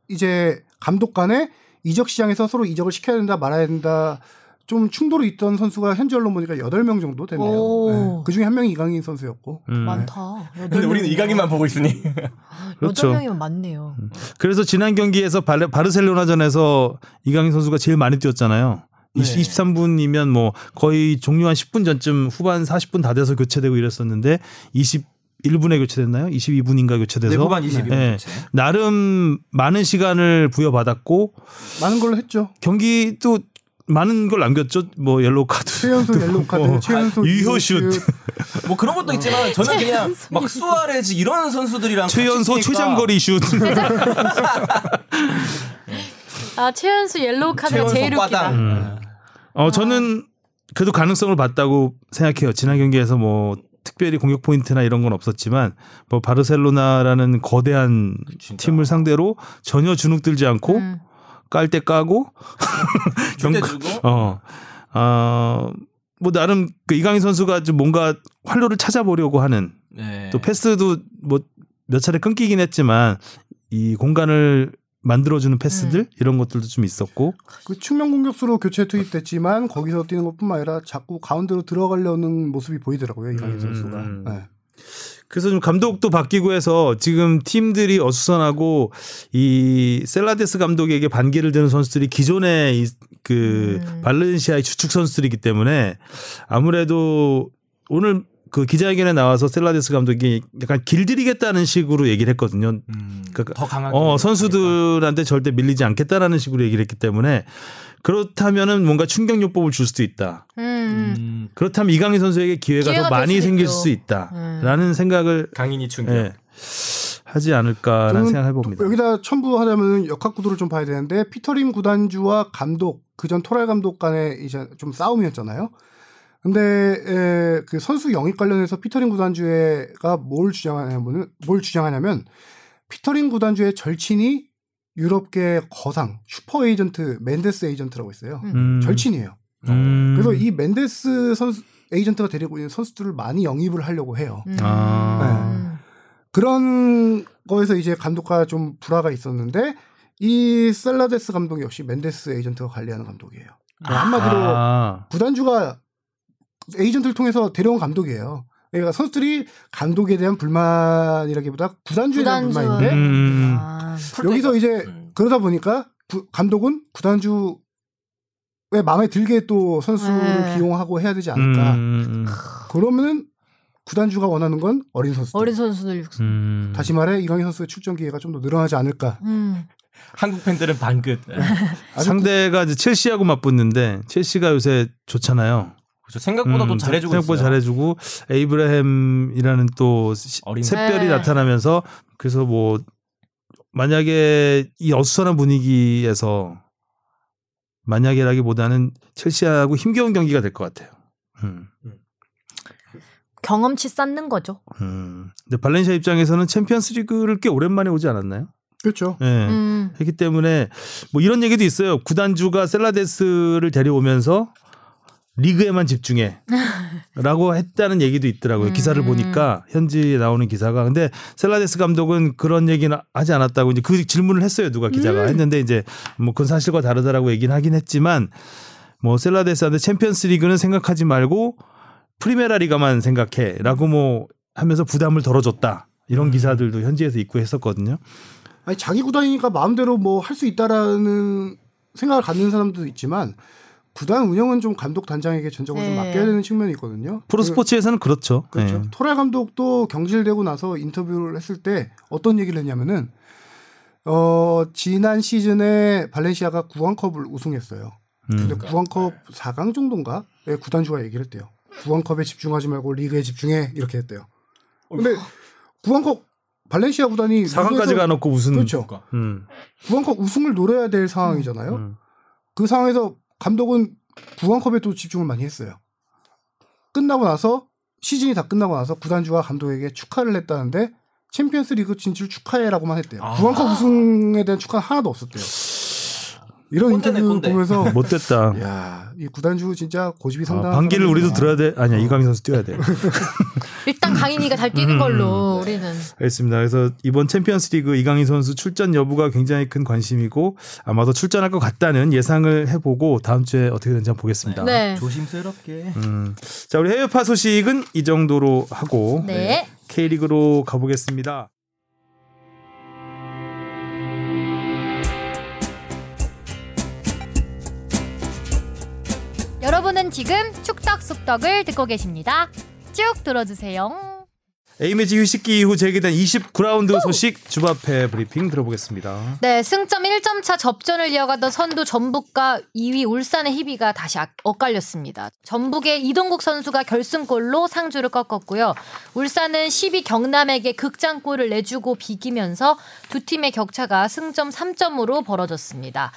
Speaker 4: 이제 감독 간에 이적 시장에서 서로 이적을 시켜야 된다 말아야 된다 좀 충돌이 있던 선수가 현지 언론 보니까 8명 정도 되네요.
Speaker 2: 오.
Speaker 4: 네. 그 중에 한 명이 이강인 선수였고
Speaker 1: 음.
Speaker 2: 많다.
Speaker 3: 근데 우리는 이강인만 보고 있으니.
Speaker 1: 그렇죠.
Speaker 2: 여덟 명이면 많네요.
Speaker 1: 그래서 지난 경기에서 바르, 바르셀로나전에서 이강인 선수가 제일 많이 뛰었잖아요.
Speaker 3: 네.
Speaker 1: 23분이면 뭐 거의 종료 한 10분 전쯤 후반 40분 다 돼서 교체되고 이랬었는데 21분에 교체됐나요? 22분인가 교체돼서
Speaker 3: 네, 후반 22분
Speaker 1: 예,
Speaker 3: 교체.
Speaker 1: 나름 많은 시간을 부여받았고
Speaker 4: 많은 걸로 했죠.
Speaker 1: 경기도 많은 걸 남겼죠. 뭐 옐로우 카드,
Speaker 4: 최연소 옐로우 카드,
Speaker 1: 뭐, 아,
Speaker 4: 최연소
Speaker 1: 유효슛,
Speaker 3: 뭐 그런 것도 있지만 저는 그냥 막 수아레즈 이런 선수들이랑 같이
Speaker 1: 최연소
Speaker 3: 뛰니까
Speaker 1: 최장거리 슛.
Speaker 2: 아 최연수 옐로우 카드가
Speaker 3: 최연소
Speaker 2: 제일 웃기다. 음.
Speaker 3: 꽈당. 네.
Speaker 1: 어, 저는 그래도 가능성을 봤다고 생각해요. 지난 경기에서 뭐 특별히 공격 포인트나 이런 건 없었지만 뭐 바르셀로나라는 거대한
Speaker 3: 진짜.
Speaker 1: 팀을 상대로 전혀 주눅 들지 않고
Speaker 2: 음.
Speaker 1: 깔 때 까고
Speaker 3: 절대
Speaker 1: 경-
Speaker 3: 주고
Speaker 1: 어. 아, 뭐 나름 그 이강인 선수가 좀 뭔가 활로를 찾아보려고 하는
Speaker 3: 네.
Speaker 1: 또 패스도 뭐 몇 차례 끊기긴 했지만 이 공간을 만들어주는 패스들 이런 것들도 좀 있었고
Speaker 4: 그 측면 공격수로 교체 투입됐지만 거기서 뛰는 것뿐만 아니라 자꾸 가운데로 들어가려는 모습이 보이더라고요 이강인
Speaker 1: 음,
Speaker 4: 선수가.
Speaker 1: 음.
Speaker 4: 네.
Speaker 1: 그래서 좀 감독도 바뀌고 해서 지금 팀들이 어수선하고 이 셀라데스 감독에게 반기를 드는 선수들이 기존의 이, 그
Speaker 2: 음.
Speaker 1: 발렌시아의 주축 선수들이기 때문에 아무래도 오늘 그 기자회견에 나와서 셀라데스 감독이 약간 길들이겠다는 식으로 얘기를 했거든요.
Speaker 3: 음,
Speaker 1: 그러니까-
Speaker 3: 더 강하게
Speaker 1: 어, 선수들한테 절대 밀리지 않겠다라는 식으로 얘기를 했기 때문에 그렇다면은 뭔가 충격요법을 줄 수도 있다.
Speaker 2: 음.
Speaker 3: 음,
Speaker 1: 그렇다면 이강인 선수에게 기회가,
Speaker 2: 기회가
Speaker 1: 더
Speaker 2: 될
Speaker 1: 많이
Speaker 2: 수도
Speaker 1: 생길
Speaker 2: 있죠. 음.
Speaker 1: 수 있다라는 생각을
Speaker 3: 강인이 충격.
Speaker 1: 예. 하지 않을까라는
Speaker 4: 저는
Speaker 1: 생각을 해봅니다.
Speaker 4: 여기다 첨부하자면 역학 구도를 좀 봐야 되는데 피터림 구단주와 감독 그전 토랄 감독 간의 이제 좀 싸움이었잖아요. 근데 에, 그 선수 영입 관련해서 피터링 구단주가 뭘 주장하냐면은 뭘 주장하냐면 피터링 구단주의 절친이 유럽계 거상 슈퍼 에이전트 멘데스 에이전트라고 있어요.
Speaker 2: 음.
Speaker 1: 음.
Speaker 4: 절친이에요.
Speaker 1: 음.
Speaker 4: 그래서 이 멘데스 선수 에이전트가 데리고 있는 선수들을 많이 영입을 하려고 해요.
Speaker 2: 음.
Speaker 1: 아.
Speaker 4: 그런 거에서 이제 감독과 좀 불화가 있었는데 이 셀라데스 감독 역시 멘데스 에이전트가 관리하는 감독이에요. 네, 한마디로
Speaker 1: 아.
Speaker 4: 구단주가 에이전트를 통해서 데려온 감독이에요. 그러니까 선수들이 감독에 대한 불만이라기보다 구단주에 대한
Speaker 2: 구단주와-
Speaker 4: 불만인데
Speaker 1: 음. 네.
Speaker 2: 아.
Speaker 4: 여기서 이제
Speaker 3: 음.
Speaker 4: 그러다 보니까 구- 감독은 구단주 왜 마음에 들게 또 선수를
Speaker 2: 네.
Speaker 4: 기용하고 해야 되지 않을까?
Speaker 1: 음.
Speaker 4: 그러면은 구단주가 원하는 건 어린 선수들.
Speaker 2: 어린 선수들 육성.
Speaker 1: 음.
Speaker 4: 다시 말해 이강인 선수의 출전 기회가 좀 더 늘어나지 않을까?
Speaker 2: 음.
Speaker 3: 한국 팬들은 반긋.
Speaker 1: 음.
Speaker 3: 네.
Speaker 4: 아주
Speaker 1: 상대가 이제 첼시하고 맞붙는데 첼시가 요새 좋잖아요.
Speaker 3: 그렇죠. 생각보다도
Speaker 1: 음,
Speaker 3: 잘해주고
Speaker 1: 생각보다
Speaker 3: 있어요.
Speaker 1: 잘해주고 에이브라햄이라는 또 시-
Speaker 3: 어린
Speaker 1: 샛별이
Speaker 2: 네.
Speaker 1: 나타나면서 그래서 뭐 만약에 이 어수선한 분위기에서 만약에라기보다는 첼시하고 힘겨운 경기가 될 것 같아요. 음.
Speaker 2: 경험치 쌓는 거죠.
Speaker 1: 음. 근데 발렌시아 입장에서는 챔피언스리그를 꽤 오랜만에 오지 않았나요?
Speaker 4: 그렇죠.
Speaker 1: 예.
Speaker 2: 음.
Speaker 1: 했기 때문에 뭐 이런 얘기도 있어요. 구단주가 셀라데스를 데려오면서 리그에만 집중해라고 했다는 얘기도 있더라고요. 기사를
Speaker 2: 음.
Speaker 1: 보니까 현지에 나오는 기사가 근데 셀라데스 감독은 그런 얘기는 하지 않았다고 이제 그 질문을 했어요. 누가 기자가 했는데 이제 뭐 그건 사실과 다르다라고 얘기는 하긴 했지만 뭐 셀라데스한테 챔피언스리그는 생각하지 말고 프리메라리가만 생각해라고 뭐 하면서 부담을 덜어줬다. 이런 기사들도 현지에서 있고 했었거든요.
Speaker 4: 아니 자기 구단이니까 마음대로 뭐 할 수 있다라는 생각을 갖는 사람도 있지만 구단 운영은 좀 감독 단장에게 전적을
Speaker 2: 네.
Speaker 4: 좀 맡겨야 되는 측면이 있거든요.
Speaker 1: 프로스포츠에서는 그렇죠.
Speaker 4: 그, 그렇죠.
Speaker 1: 예.
Speaker 4: 토랄 감독도 경질되고 나서 인터뷰를 했을 때 어떤 얘기를 했냐면은 어 지난 시즌에 발렌시아가 구왕컵을 우승했어요.
Speaker 1: 음.
Speaker 4: 근데
Speaker 1: 그러니까.
Speaker 4: 구왕컵 4강 정도인가? 예, 구단주가 얘기를 했대요. 구왕컵에 집중하지 말고 리그에 집중해 이렇게 했대요. 근데 구왕컵 발렌시아 구단이
Speaker 1: 사강까지
Speaker 4: 리그에서
Speaker 1: 가놓고 무슨
Speaker 4: 그렇죠.
Speaker 1: 음.
Speaker 4: 구왕컵 우승을 노려야 될 상황이잖아요.
Speaker 1: 음.
Speaker 4: 그 상황에서 감독은 구왕컵에 또 집중을 많이 했어요. 끝나고 나서 시즌이 다 끝나고 나서 구단주와 감독에게 축하를 했다는데 챔피언스리그 진출 축하해라고만 했대요.
Speaker 3: 아.
Speaker 4: 구왕컵 우승에 대한 축하는 하나도 없었대요. 이런
Speaker 3: 꼰대네,
Speaker 4: 인터뷰
Speaker 3: 꼰대.
Speaker 4: 보면서
Speaker 1: 못됐다.
Speaker 4: 야, 이 구단주 진짜
Speaker 1: 어. 아,
Speaker 4: 고집이 예, 상당한
Speaker 1: 반기를 우리도
Speaker 4: 사람이구나.
Speaker 1: 들어야 돼. 아니야 이강인 선수 뛰어야 돼.
Speaker 2: 일단 강인이가 잘 뛰는 걸로 우리는.
Speaker 1: 알겠습니다. 그래서 이번 챔피언스리그 이강인 선수 출전 여부가 굉장히 큰 관심이고 아마도 출전할 것 같다는 예상을 해보고 다음 주에 어떻게 되는지 한번 보겠습니다.
Speaker 2: 네.
Speaker 3: 조심스럽게.
Speaker 1: 음. 자 우리 해외파 소식은 이 정도로 하고
Speaker 2: 네.
Speaker 1: K리그로 가보겠습니다.
Speaker 2: 여러분은 지금 축덕 숙덕을 듣고 계십니다. 쭉 들어주세요.
Speaker 1: A매치 휴식기 이후 재개된 29라운드 소식 주바페 브리핑 들어보겠습니다.
Speaker 2: 네, 승점 1점 차 접전을 이어가던 선두 전북과 2위 울산의 희비가 다시 악- 엇갈렸습니다. 전북의 이동국 선수가 결승골로 상주를 꺾었고요. 울산은 10위 경남에게 극장골을 내주고 비기면서 두 팀의 격차가 승점 3점으로 벌어졌습니다.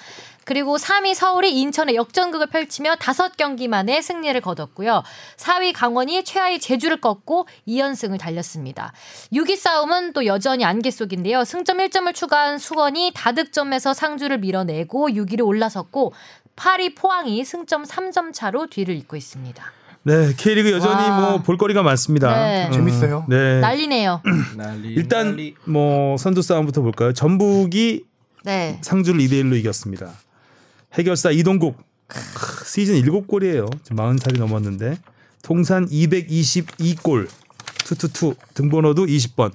Speaker 2: 그리고 3위 서울이 인천의 역전극을 펼치며 5경기 만에 승리를 거뒀고요. 4위 강원이 최하위 제주를 꺾고 2연승을 달렸습니다. 6위 싸움은 또 여전히 안개 속인데요. 승점 1점을 추가한 수원이 다득점에서 상주를 밀어내고 6위로 올라섰고 8위 포항이 승점 3점 차로 뒤를 잇고 있습니다.
Speaker 1: 네, K리그 여전히
Speaker 2: 와.
Speaker 1: 뭐 볼거리가 많습니다.
Speaker 2: 네.
Speaker 1: 음,
Speaker 4: 재밌어요.
Speaker 1: 네.
Speaker 2: 난리네요.
Speaker 1: 일단 뭐 선두 싸움부터 볼까요? 전북이
Speaker 2: 네.
Speaker 1: 상주를 2대 1로 이겼습니다. 해결사 이동국 크, 시즌 7골이에요. 지금 40살이 넘었는데 통산 222골 투투투 등번호도 20번.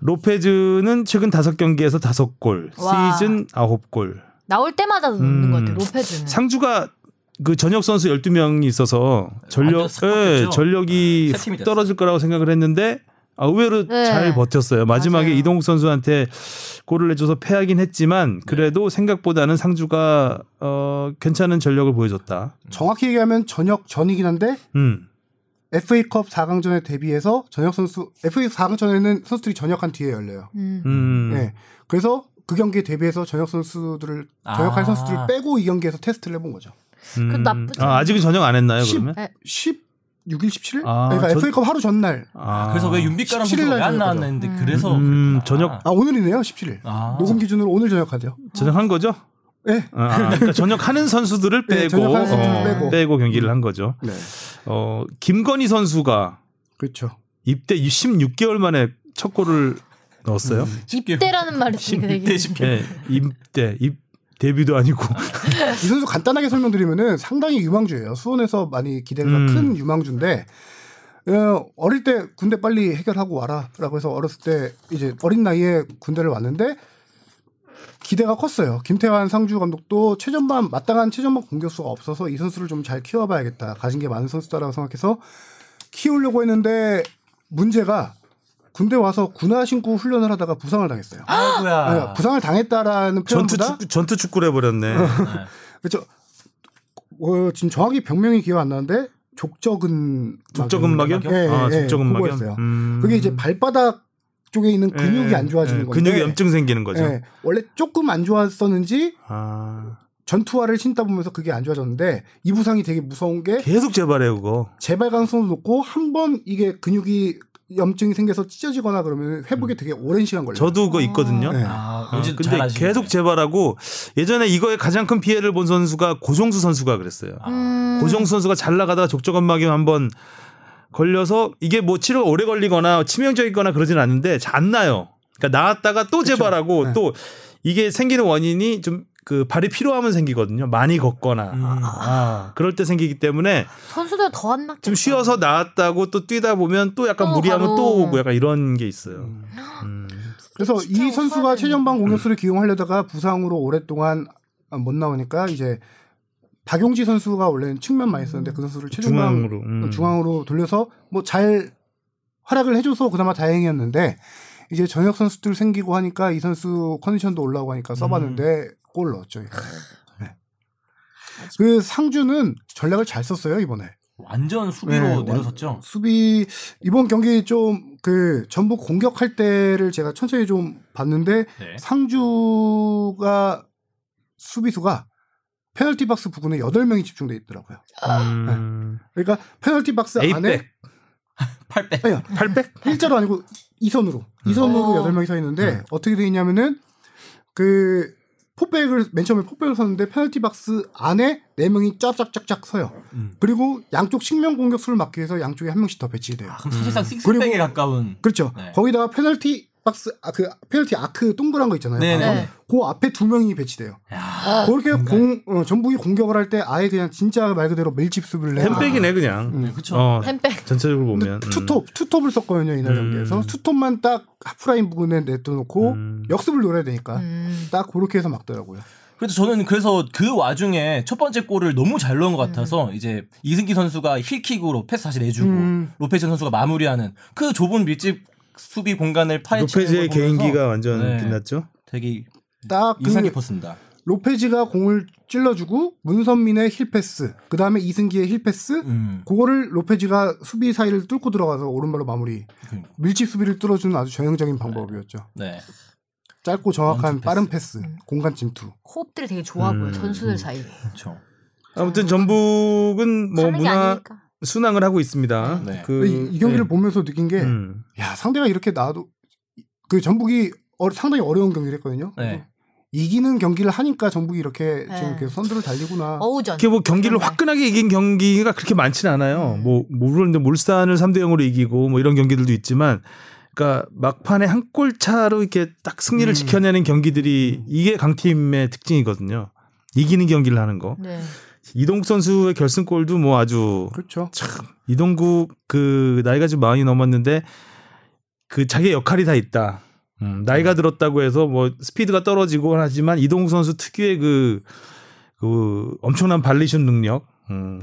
Speaker 1: 로페즈는 최근 5경기에서 5골,
Speaker 2: 와.
Speaker 1: 시즌 9골.
Speaker 2: 나올 때마다 넣는
Speaker 1: 음.
Speaker 2: 것 같아요. 로페즈는.
Speaker 1: 상주가 그 전역 선수 12명이 있어서 전력
Speaker 3: 완전 삭박했죠.
Speaker 1: 예, 전력이
Speaker 3: 세 팀이
Speaker 1: 훅 떨어질 거라고 생각을 했는데 아, 의외로
Speaker 2: 네.
Speaker 1: 잘 버텼어요. 마지막에
Speaker 2: 맞아요.
Speaker 1: 이동욱 선수한테 골을 내줘서 패하긴 했지만 그래도 생각보다는 상주가 어, 괜찮은 전력을 보여줬다.
Speaker 4: 정확히 얘기하면 저녁 전이긴 한데
Speaker 1: 음.
Speaker 4: FA컵 4강전에 대비해서 저녁 선수 FA 4강전에는 선수들이 저녁한 뒤에 열려요.
Speaker 2: 음.
Speaker 1: 음.
Speaker 4: 네. 그래서 그 경기에 대비해서 저녁 선수들을 저녁할
Speaker 3: 아.
Speaker 4: 선수들을 빼고 이 경기에서 테스트를 해본 거죠.
Speaker 1: 음.
Speaker 2: 그건 나쁘지
Speaker 1: 아, 아직은 전역 안 했나요, 그러면?
Speaker 4: 16일 17일?
Speaker 1: 아,
Speaker 4: 그러니까
Speaker 1: 전-
Speaker 4: FA컵 하루 전날.
Speaker 1: 아.
Speaker 3: 그래서 왜 윤빛가람 선수가
Speaker 4: 17일
Speaker 3: 왜 안
Speaker 4: 날
Speaker 3: 나왔는데 그래서
Speaker 1: 음,
Speaker 3: 그랬구나.
Speaker 1: 저녁-
Speaker 4: 아 오늘이네요 17일.
Speaker 3: 아.
Speaker 4: 녹음 기준으로 오늘 저녁하대요.
Speaker 1: 전역한 거죠?
Speaker 4: 네.
Speaker 1: 아, 그러니까 전역하는 선수들을
Speaker 4: 네,
Speaker 1: 빼고
Speaker 4: 전역하는
Speaker 2: 선수들
Speaker 1: 어,
Speaker 4: 빼고.
Speaker 1: 빼고 경기를 한 거죠.
Speaker 4: 네.
Speaker 1: 어, 김건희 선수가
Speaker 4: 그렇죠.
Speaker 1: 입대 16개월 만에 첫 골을 넣었어요.
Speaker 4: 음.
Speaker 2: 입대라는 말이 되게 되게-
Speaker 3: 16대 10.
Speaker 1: 예, 입대, 입 데뷔도 아니고.
Speaker 4: 이 선수 간단하게 설명드리면은 상당히 유망주예요. 수원에서 많이 기대가
Speaker 1: 음.
Speaker 4: 큰 유망주인데 어, 어릴 때 군대 빨리 해결하고 와라라고 해서 어렸을 때 이제 어린 나이에 군대를 왔는데 기대가 컸어요. 김태환 상주 감독도 최전방 마땅한 최전방 공격수가 없어서 이 선수를 좀 잘 키워봐야겠다. 가진 게 많은 선수다라고 생각해서 키우려고 했는데 문제가 군대 와서 군화 신고 훈련을 하다가 부상을 당했어요. 네,
Speaker 3: 아이고야.
Speaker 4: 부상을 당했다라는
Speaker 1: 전투
Speaker 4: 표현보다 어.
Speaker 1: 축구, 전투 축구를 해버렸네.
Speaker 4: 그렇죠. 어, 지금 정확히 병명이 기억 안 나는데 족저근
Speaker 1: 족저근막염?
Speaker 4: 예,
Speaker 1: 아,
Speaker 4: 예,
Speaker 1: 족저근막염.
Speaker 4: 그거였어요.
Speaker 1: 음.
Speaker 4: 그게 이제 발바닥 쪽에 있는 근육이
Speaker 1: 예,
Speaker 4: 안 좋아지는
Speaker 1: 예,
Speaker 4: 건데
Speaker 1: 근육이 염증 생기는 거죠.
Speaker 4: 예, 원래 조금 안 좋았었는지
Speaker 1: 아,
Speaker 4: 전투화를 신다 보면서 그게 안 좋아졌는데 이 부상이 되게 무서운 게
Speaker 1: 계속 재발해요, 그거.
Speaker 4: 재발 가능성도 높고 한 번 이게 근육이 염증이 생겨서 찢어지거나 그러면 회복이 되게 오랜 시간
Speaker 1: 음.
Speaker 4: 걸려요.
Speaker 1: 저도 그거 있거든요.
Speaker 4: 네.
Speaker 3: 아,
Speaker 1: 아,
Speaker 3: 왠지
Speaker 1: 근데 계속 재발하고 예전에 이거에 가장 큰 피해를 본 선수가 고종수 선수가 그랬어요.
Speaker 3: 아.
Speaker 2: 음.
Speaker 1: 고종수 선수가 잘 나가다가 족저근막염 한번 걸려서 이게 뭐 치료가 오래 걸리거나 치명적이거나 그러진 않는데 잘 안 나요. 그러니까 나았다가 또 재발하고
Speaker 4: 네.
Speaker 1: 또 이게 생기는 원인이 좀 그 발이 피로하면 생기거든요. 많이 걷거나
Speaker 3: 음.
Speaker 1: 아, 그럴 때 생기기 때문에
Speaker 2: 선수들 더 안 낫겠다.
Speaker 1: 좀 쉬어서 나았다고 또 뛰다 보면 또 약간
Speaker 2: 그렇죠. 또
Speaker 1: 무리하면
Speaker 2: 바로.
Speaker 1: 또 오고 약간 이런 게 있어요.
Speaker 4: 음.
Speaker 1: 음.
Speaker 4: 그래서
Speaker 2: 진짜
Speaker 4: 이 선수가
Speaker 2: 우수하겠네.
Speaker 4: 최전방 공격수를 기용하려다가 부상으로 오랫동안 아, 못 나오니까 이제 박용지 선수가 원래는 측면 많이 썼는데 그 선수를 최전방
Speaker 1: 중앙으로 음.
Speaker 4: 중앙으로 돌려서 뭐 잘 활약을 해줘서 그나마 다행이었는데 이제 전역 선수들 생기고 하니까 이 선수 컨디션도 올라오고 하니까 써봤는데
Speaker 1: 음.
Speaker 4: 골 넣었죠. 이번에. 네. 그 상주는 전략을 잘 썼어요 이번에
Speaker 3: 완전 수비로
Speaker 4: 네,
Speaker 3: 내려섰죠.
Speaker 4: 수비 이번 경기 좀 그 전북 공격할 때를 제가 천천히 좀 봤는데
Speaker 3: 네.
Speaker 4: 상주가 수비수가 페널티 박스 부근에 8명이 집중돼 있더라고요.
Speaker 1: 음.
Speaker 4: 그러니까 페널티 박스 안에
Speaker 1: 에이백
Speaker 3: 8배.
Speaker 4: 아니요.
Speaker 1: 팔백
Speaker 4: 일자로 아니고 이선으로
Speaker 3: 음.
Speaker 4: 이선으로
Speaker 2: 어.
Speaker 4: 여덟 명이서 있는데 어떻게 돼 있냐면은 그 포백을 맨 처음에 포백을 섰는데 페널티 박스 안에 네 명이 쫙쫙쫙쫙 서요.
Speaker 3: 음.
Speaker 4: 그리고 양쪽 측면 공격수를 막기 위해서 양쪽에 한 명씩 더 배치돼요.
Speaker 3: 아, 그럼 사실상
Speaker 4: 그리고-
Speaker 3: 식스백에 가까운.
Speaker 4: 그렇죠.
Speaker 3: 네.
Speaker 4: 거기다가 페널티 박스 아, 그 페널티 아크 동그란 거 있잖아요.
Speaker 3: 네네.
Speaker 4: 아, 그 앞에 두 명이 배치돼요. 그렇게
Speaker 1: 네.
Speaker 4: 공 어, 전북이 공격을 할 때 아예 그냥 진짜 말 그대로 밀집 수비를 해요.
Speaker 1: 햄백이네 그냥.
Speaker 4: 음.
Speaker 3: 네, 그렇죠.
Speaker 1: 어,
Speaker 2: 햄백.
Speaker 1: 전체적으로
Speaker 4: 근데
Speaker 1: 보면 음.
Speaker 4: 투톱 투톱을 썼거든요 이날
Speaker 1: 음.
Speaker 4: 경기에서 투톱만 딱 하프라인 부근에 내둬놓고
Speaker 1: 음.
Speaker 4: 역습을 노려야 되니까
Speaker 2: 음.
Speaker 4: 딱 그렇게 해서 막더라고요.
Speaker 3: 그래서 저는 그래서 그 와중에 첫 번째 골을 너무 잘 넣은 것 같아서 이제 이승기 선수가 힐킥으로 패스 다시 내주고
Speaker 4: 음.
Speaker 3: 로페즈 선수가 마무리하는 그 좁은 밀집 수비 공간을 파헤치는
Speaker 1: 로페즈의
Speaker 3: 걸 보면서
Speaker 1: 개인기가 완전
Speaker 3: 네.
Speaker 1: 빛났죠.
Speaker 3: 되게
Speaker 4: 딱
Speaker 3: 인상
Speaker 4: 그
Speaker 3: 깊었습니다.
Speaker 4: 로페즈가 공을 찔러주고 문선민의 힐패스, 그 다음에 이승기의 힐패스,
Speaker 3: 음.
Speaker 4: 그거를 로페즈가 수비 사이를 뚫고 들어가서 오른발로 마무리.
Speaker 3: 그-
Speaker 4: 밀집 수비를 뚫어주는 아주 전형적인 방법이었죠.
Speaker 3: 네.
Speaker 4: 짧고 정확한
Speaker 3: 원투 패스.
Speaker 4: 빠른 패스, 공간 침투.
Speaker 2: 호흡들이 되게 좋아 보여
Speaker 1: 음.
Speaker 2: 선수들 사이.
Speaker 3: 그렇죠.
Speaker 1: 아무튼 전북은 뭐
Speaker 2: 하는 게
Speaker 1: 문화
Speaker 2: 아니니까.
Speaker 1: 순항을 하고 있습니다.
Speaker 3: 네.
Speaker 1: 그
Speaker 4: 아, 이, 이 경기를 보면서 느낀 게,
Speaker 1: 네. 음.
Speaker 4: 야, 상대가 이렇게 나도, 그 전북이 어- 상당히 어려운 경기를 했거든요.
Speaker 3: 네.
Speaker 4: 이기는 경기를 하니까 전북이 이렇게
Speaker 2: 네.
Speaker 4: 지금 계속 선두를 달리구나.
Speaker 2: 어우전.
Speaker 1: 이렇게 뭐 경기를
Speaker 2: 그런데.
Speaker 1: 화끈하게 이긴 경기가 그렇게 많지는 않아요. 뭐 물론 이제 몰산을 3대 0으로 이기고 뭐 이런 경기들도 있지만 그러니까 막판에 한 골 차로 이렇게 딱 승리를 지켜내는 경기들이 이게 강팀의 특징이거든요. 이기는 경기를 하는 거.
Speaker 2: 네.
Speaker 1: 이동국 선수의 결승골도 뭐 아주
Speaker 4: 그렇죠.
Speaker 1: 이동국 그 나이가 지금 마흔이 넘었는데 그 자기 역할이 다 있다. 음, 나이가 들었다고 해서 뭐 스피드가 떨어지고 하지만 이동국 선수 특유의 그, 그 엄청난 발리슛 능력, 음,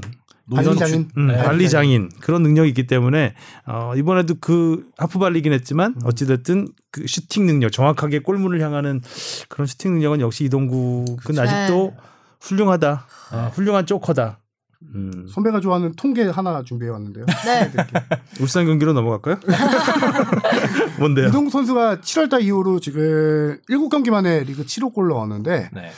Speaker 4: 발리 장인.
Speaker 1: 음,
Speaker 3: 네.
Speaker 1: 발리 장인 그런 능력이 있기 때문에 어, 이번에도 그 하프 발리긴 했지만 어찌됐든 그 슈팅 능력 정확하게 골문을 향하는 그런 슈팅 능력은 역시 이동국은 아직도 훌륭하다. 아, 훌륭한 조커다. 음.
Speaker 4: 선배가 좋아하는 통계 하나 준비해 왔는데요.
Speaker 2: 네.
Speaker 1: 울산 경기로 넘어갈까요? 뭔데요?
Speaker 4: 이동 선수가 7월달 이후로 지금 7경기 만에 리그 7호골 넣었는데
Speaker 3: 네.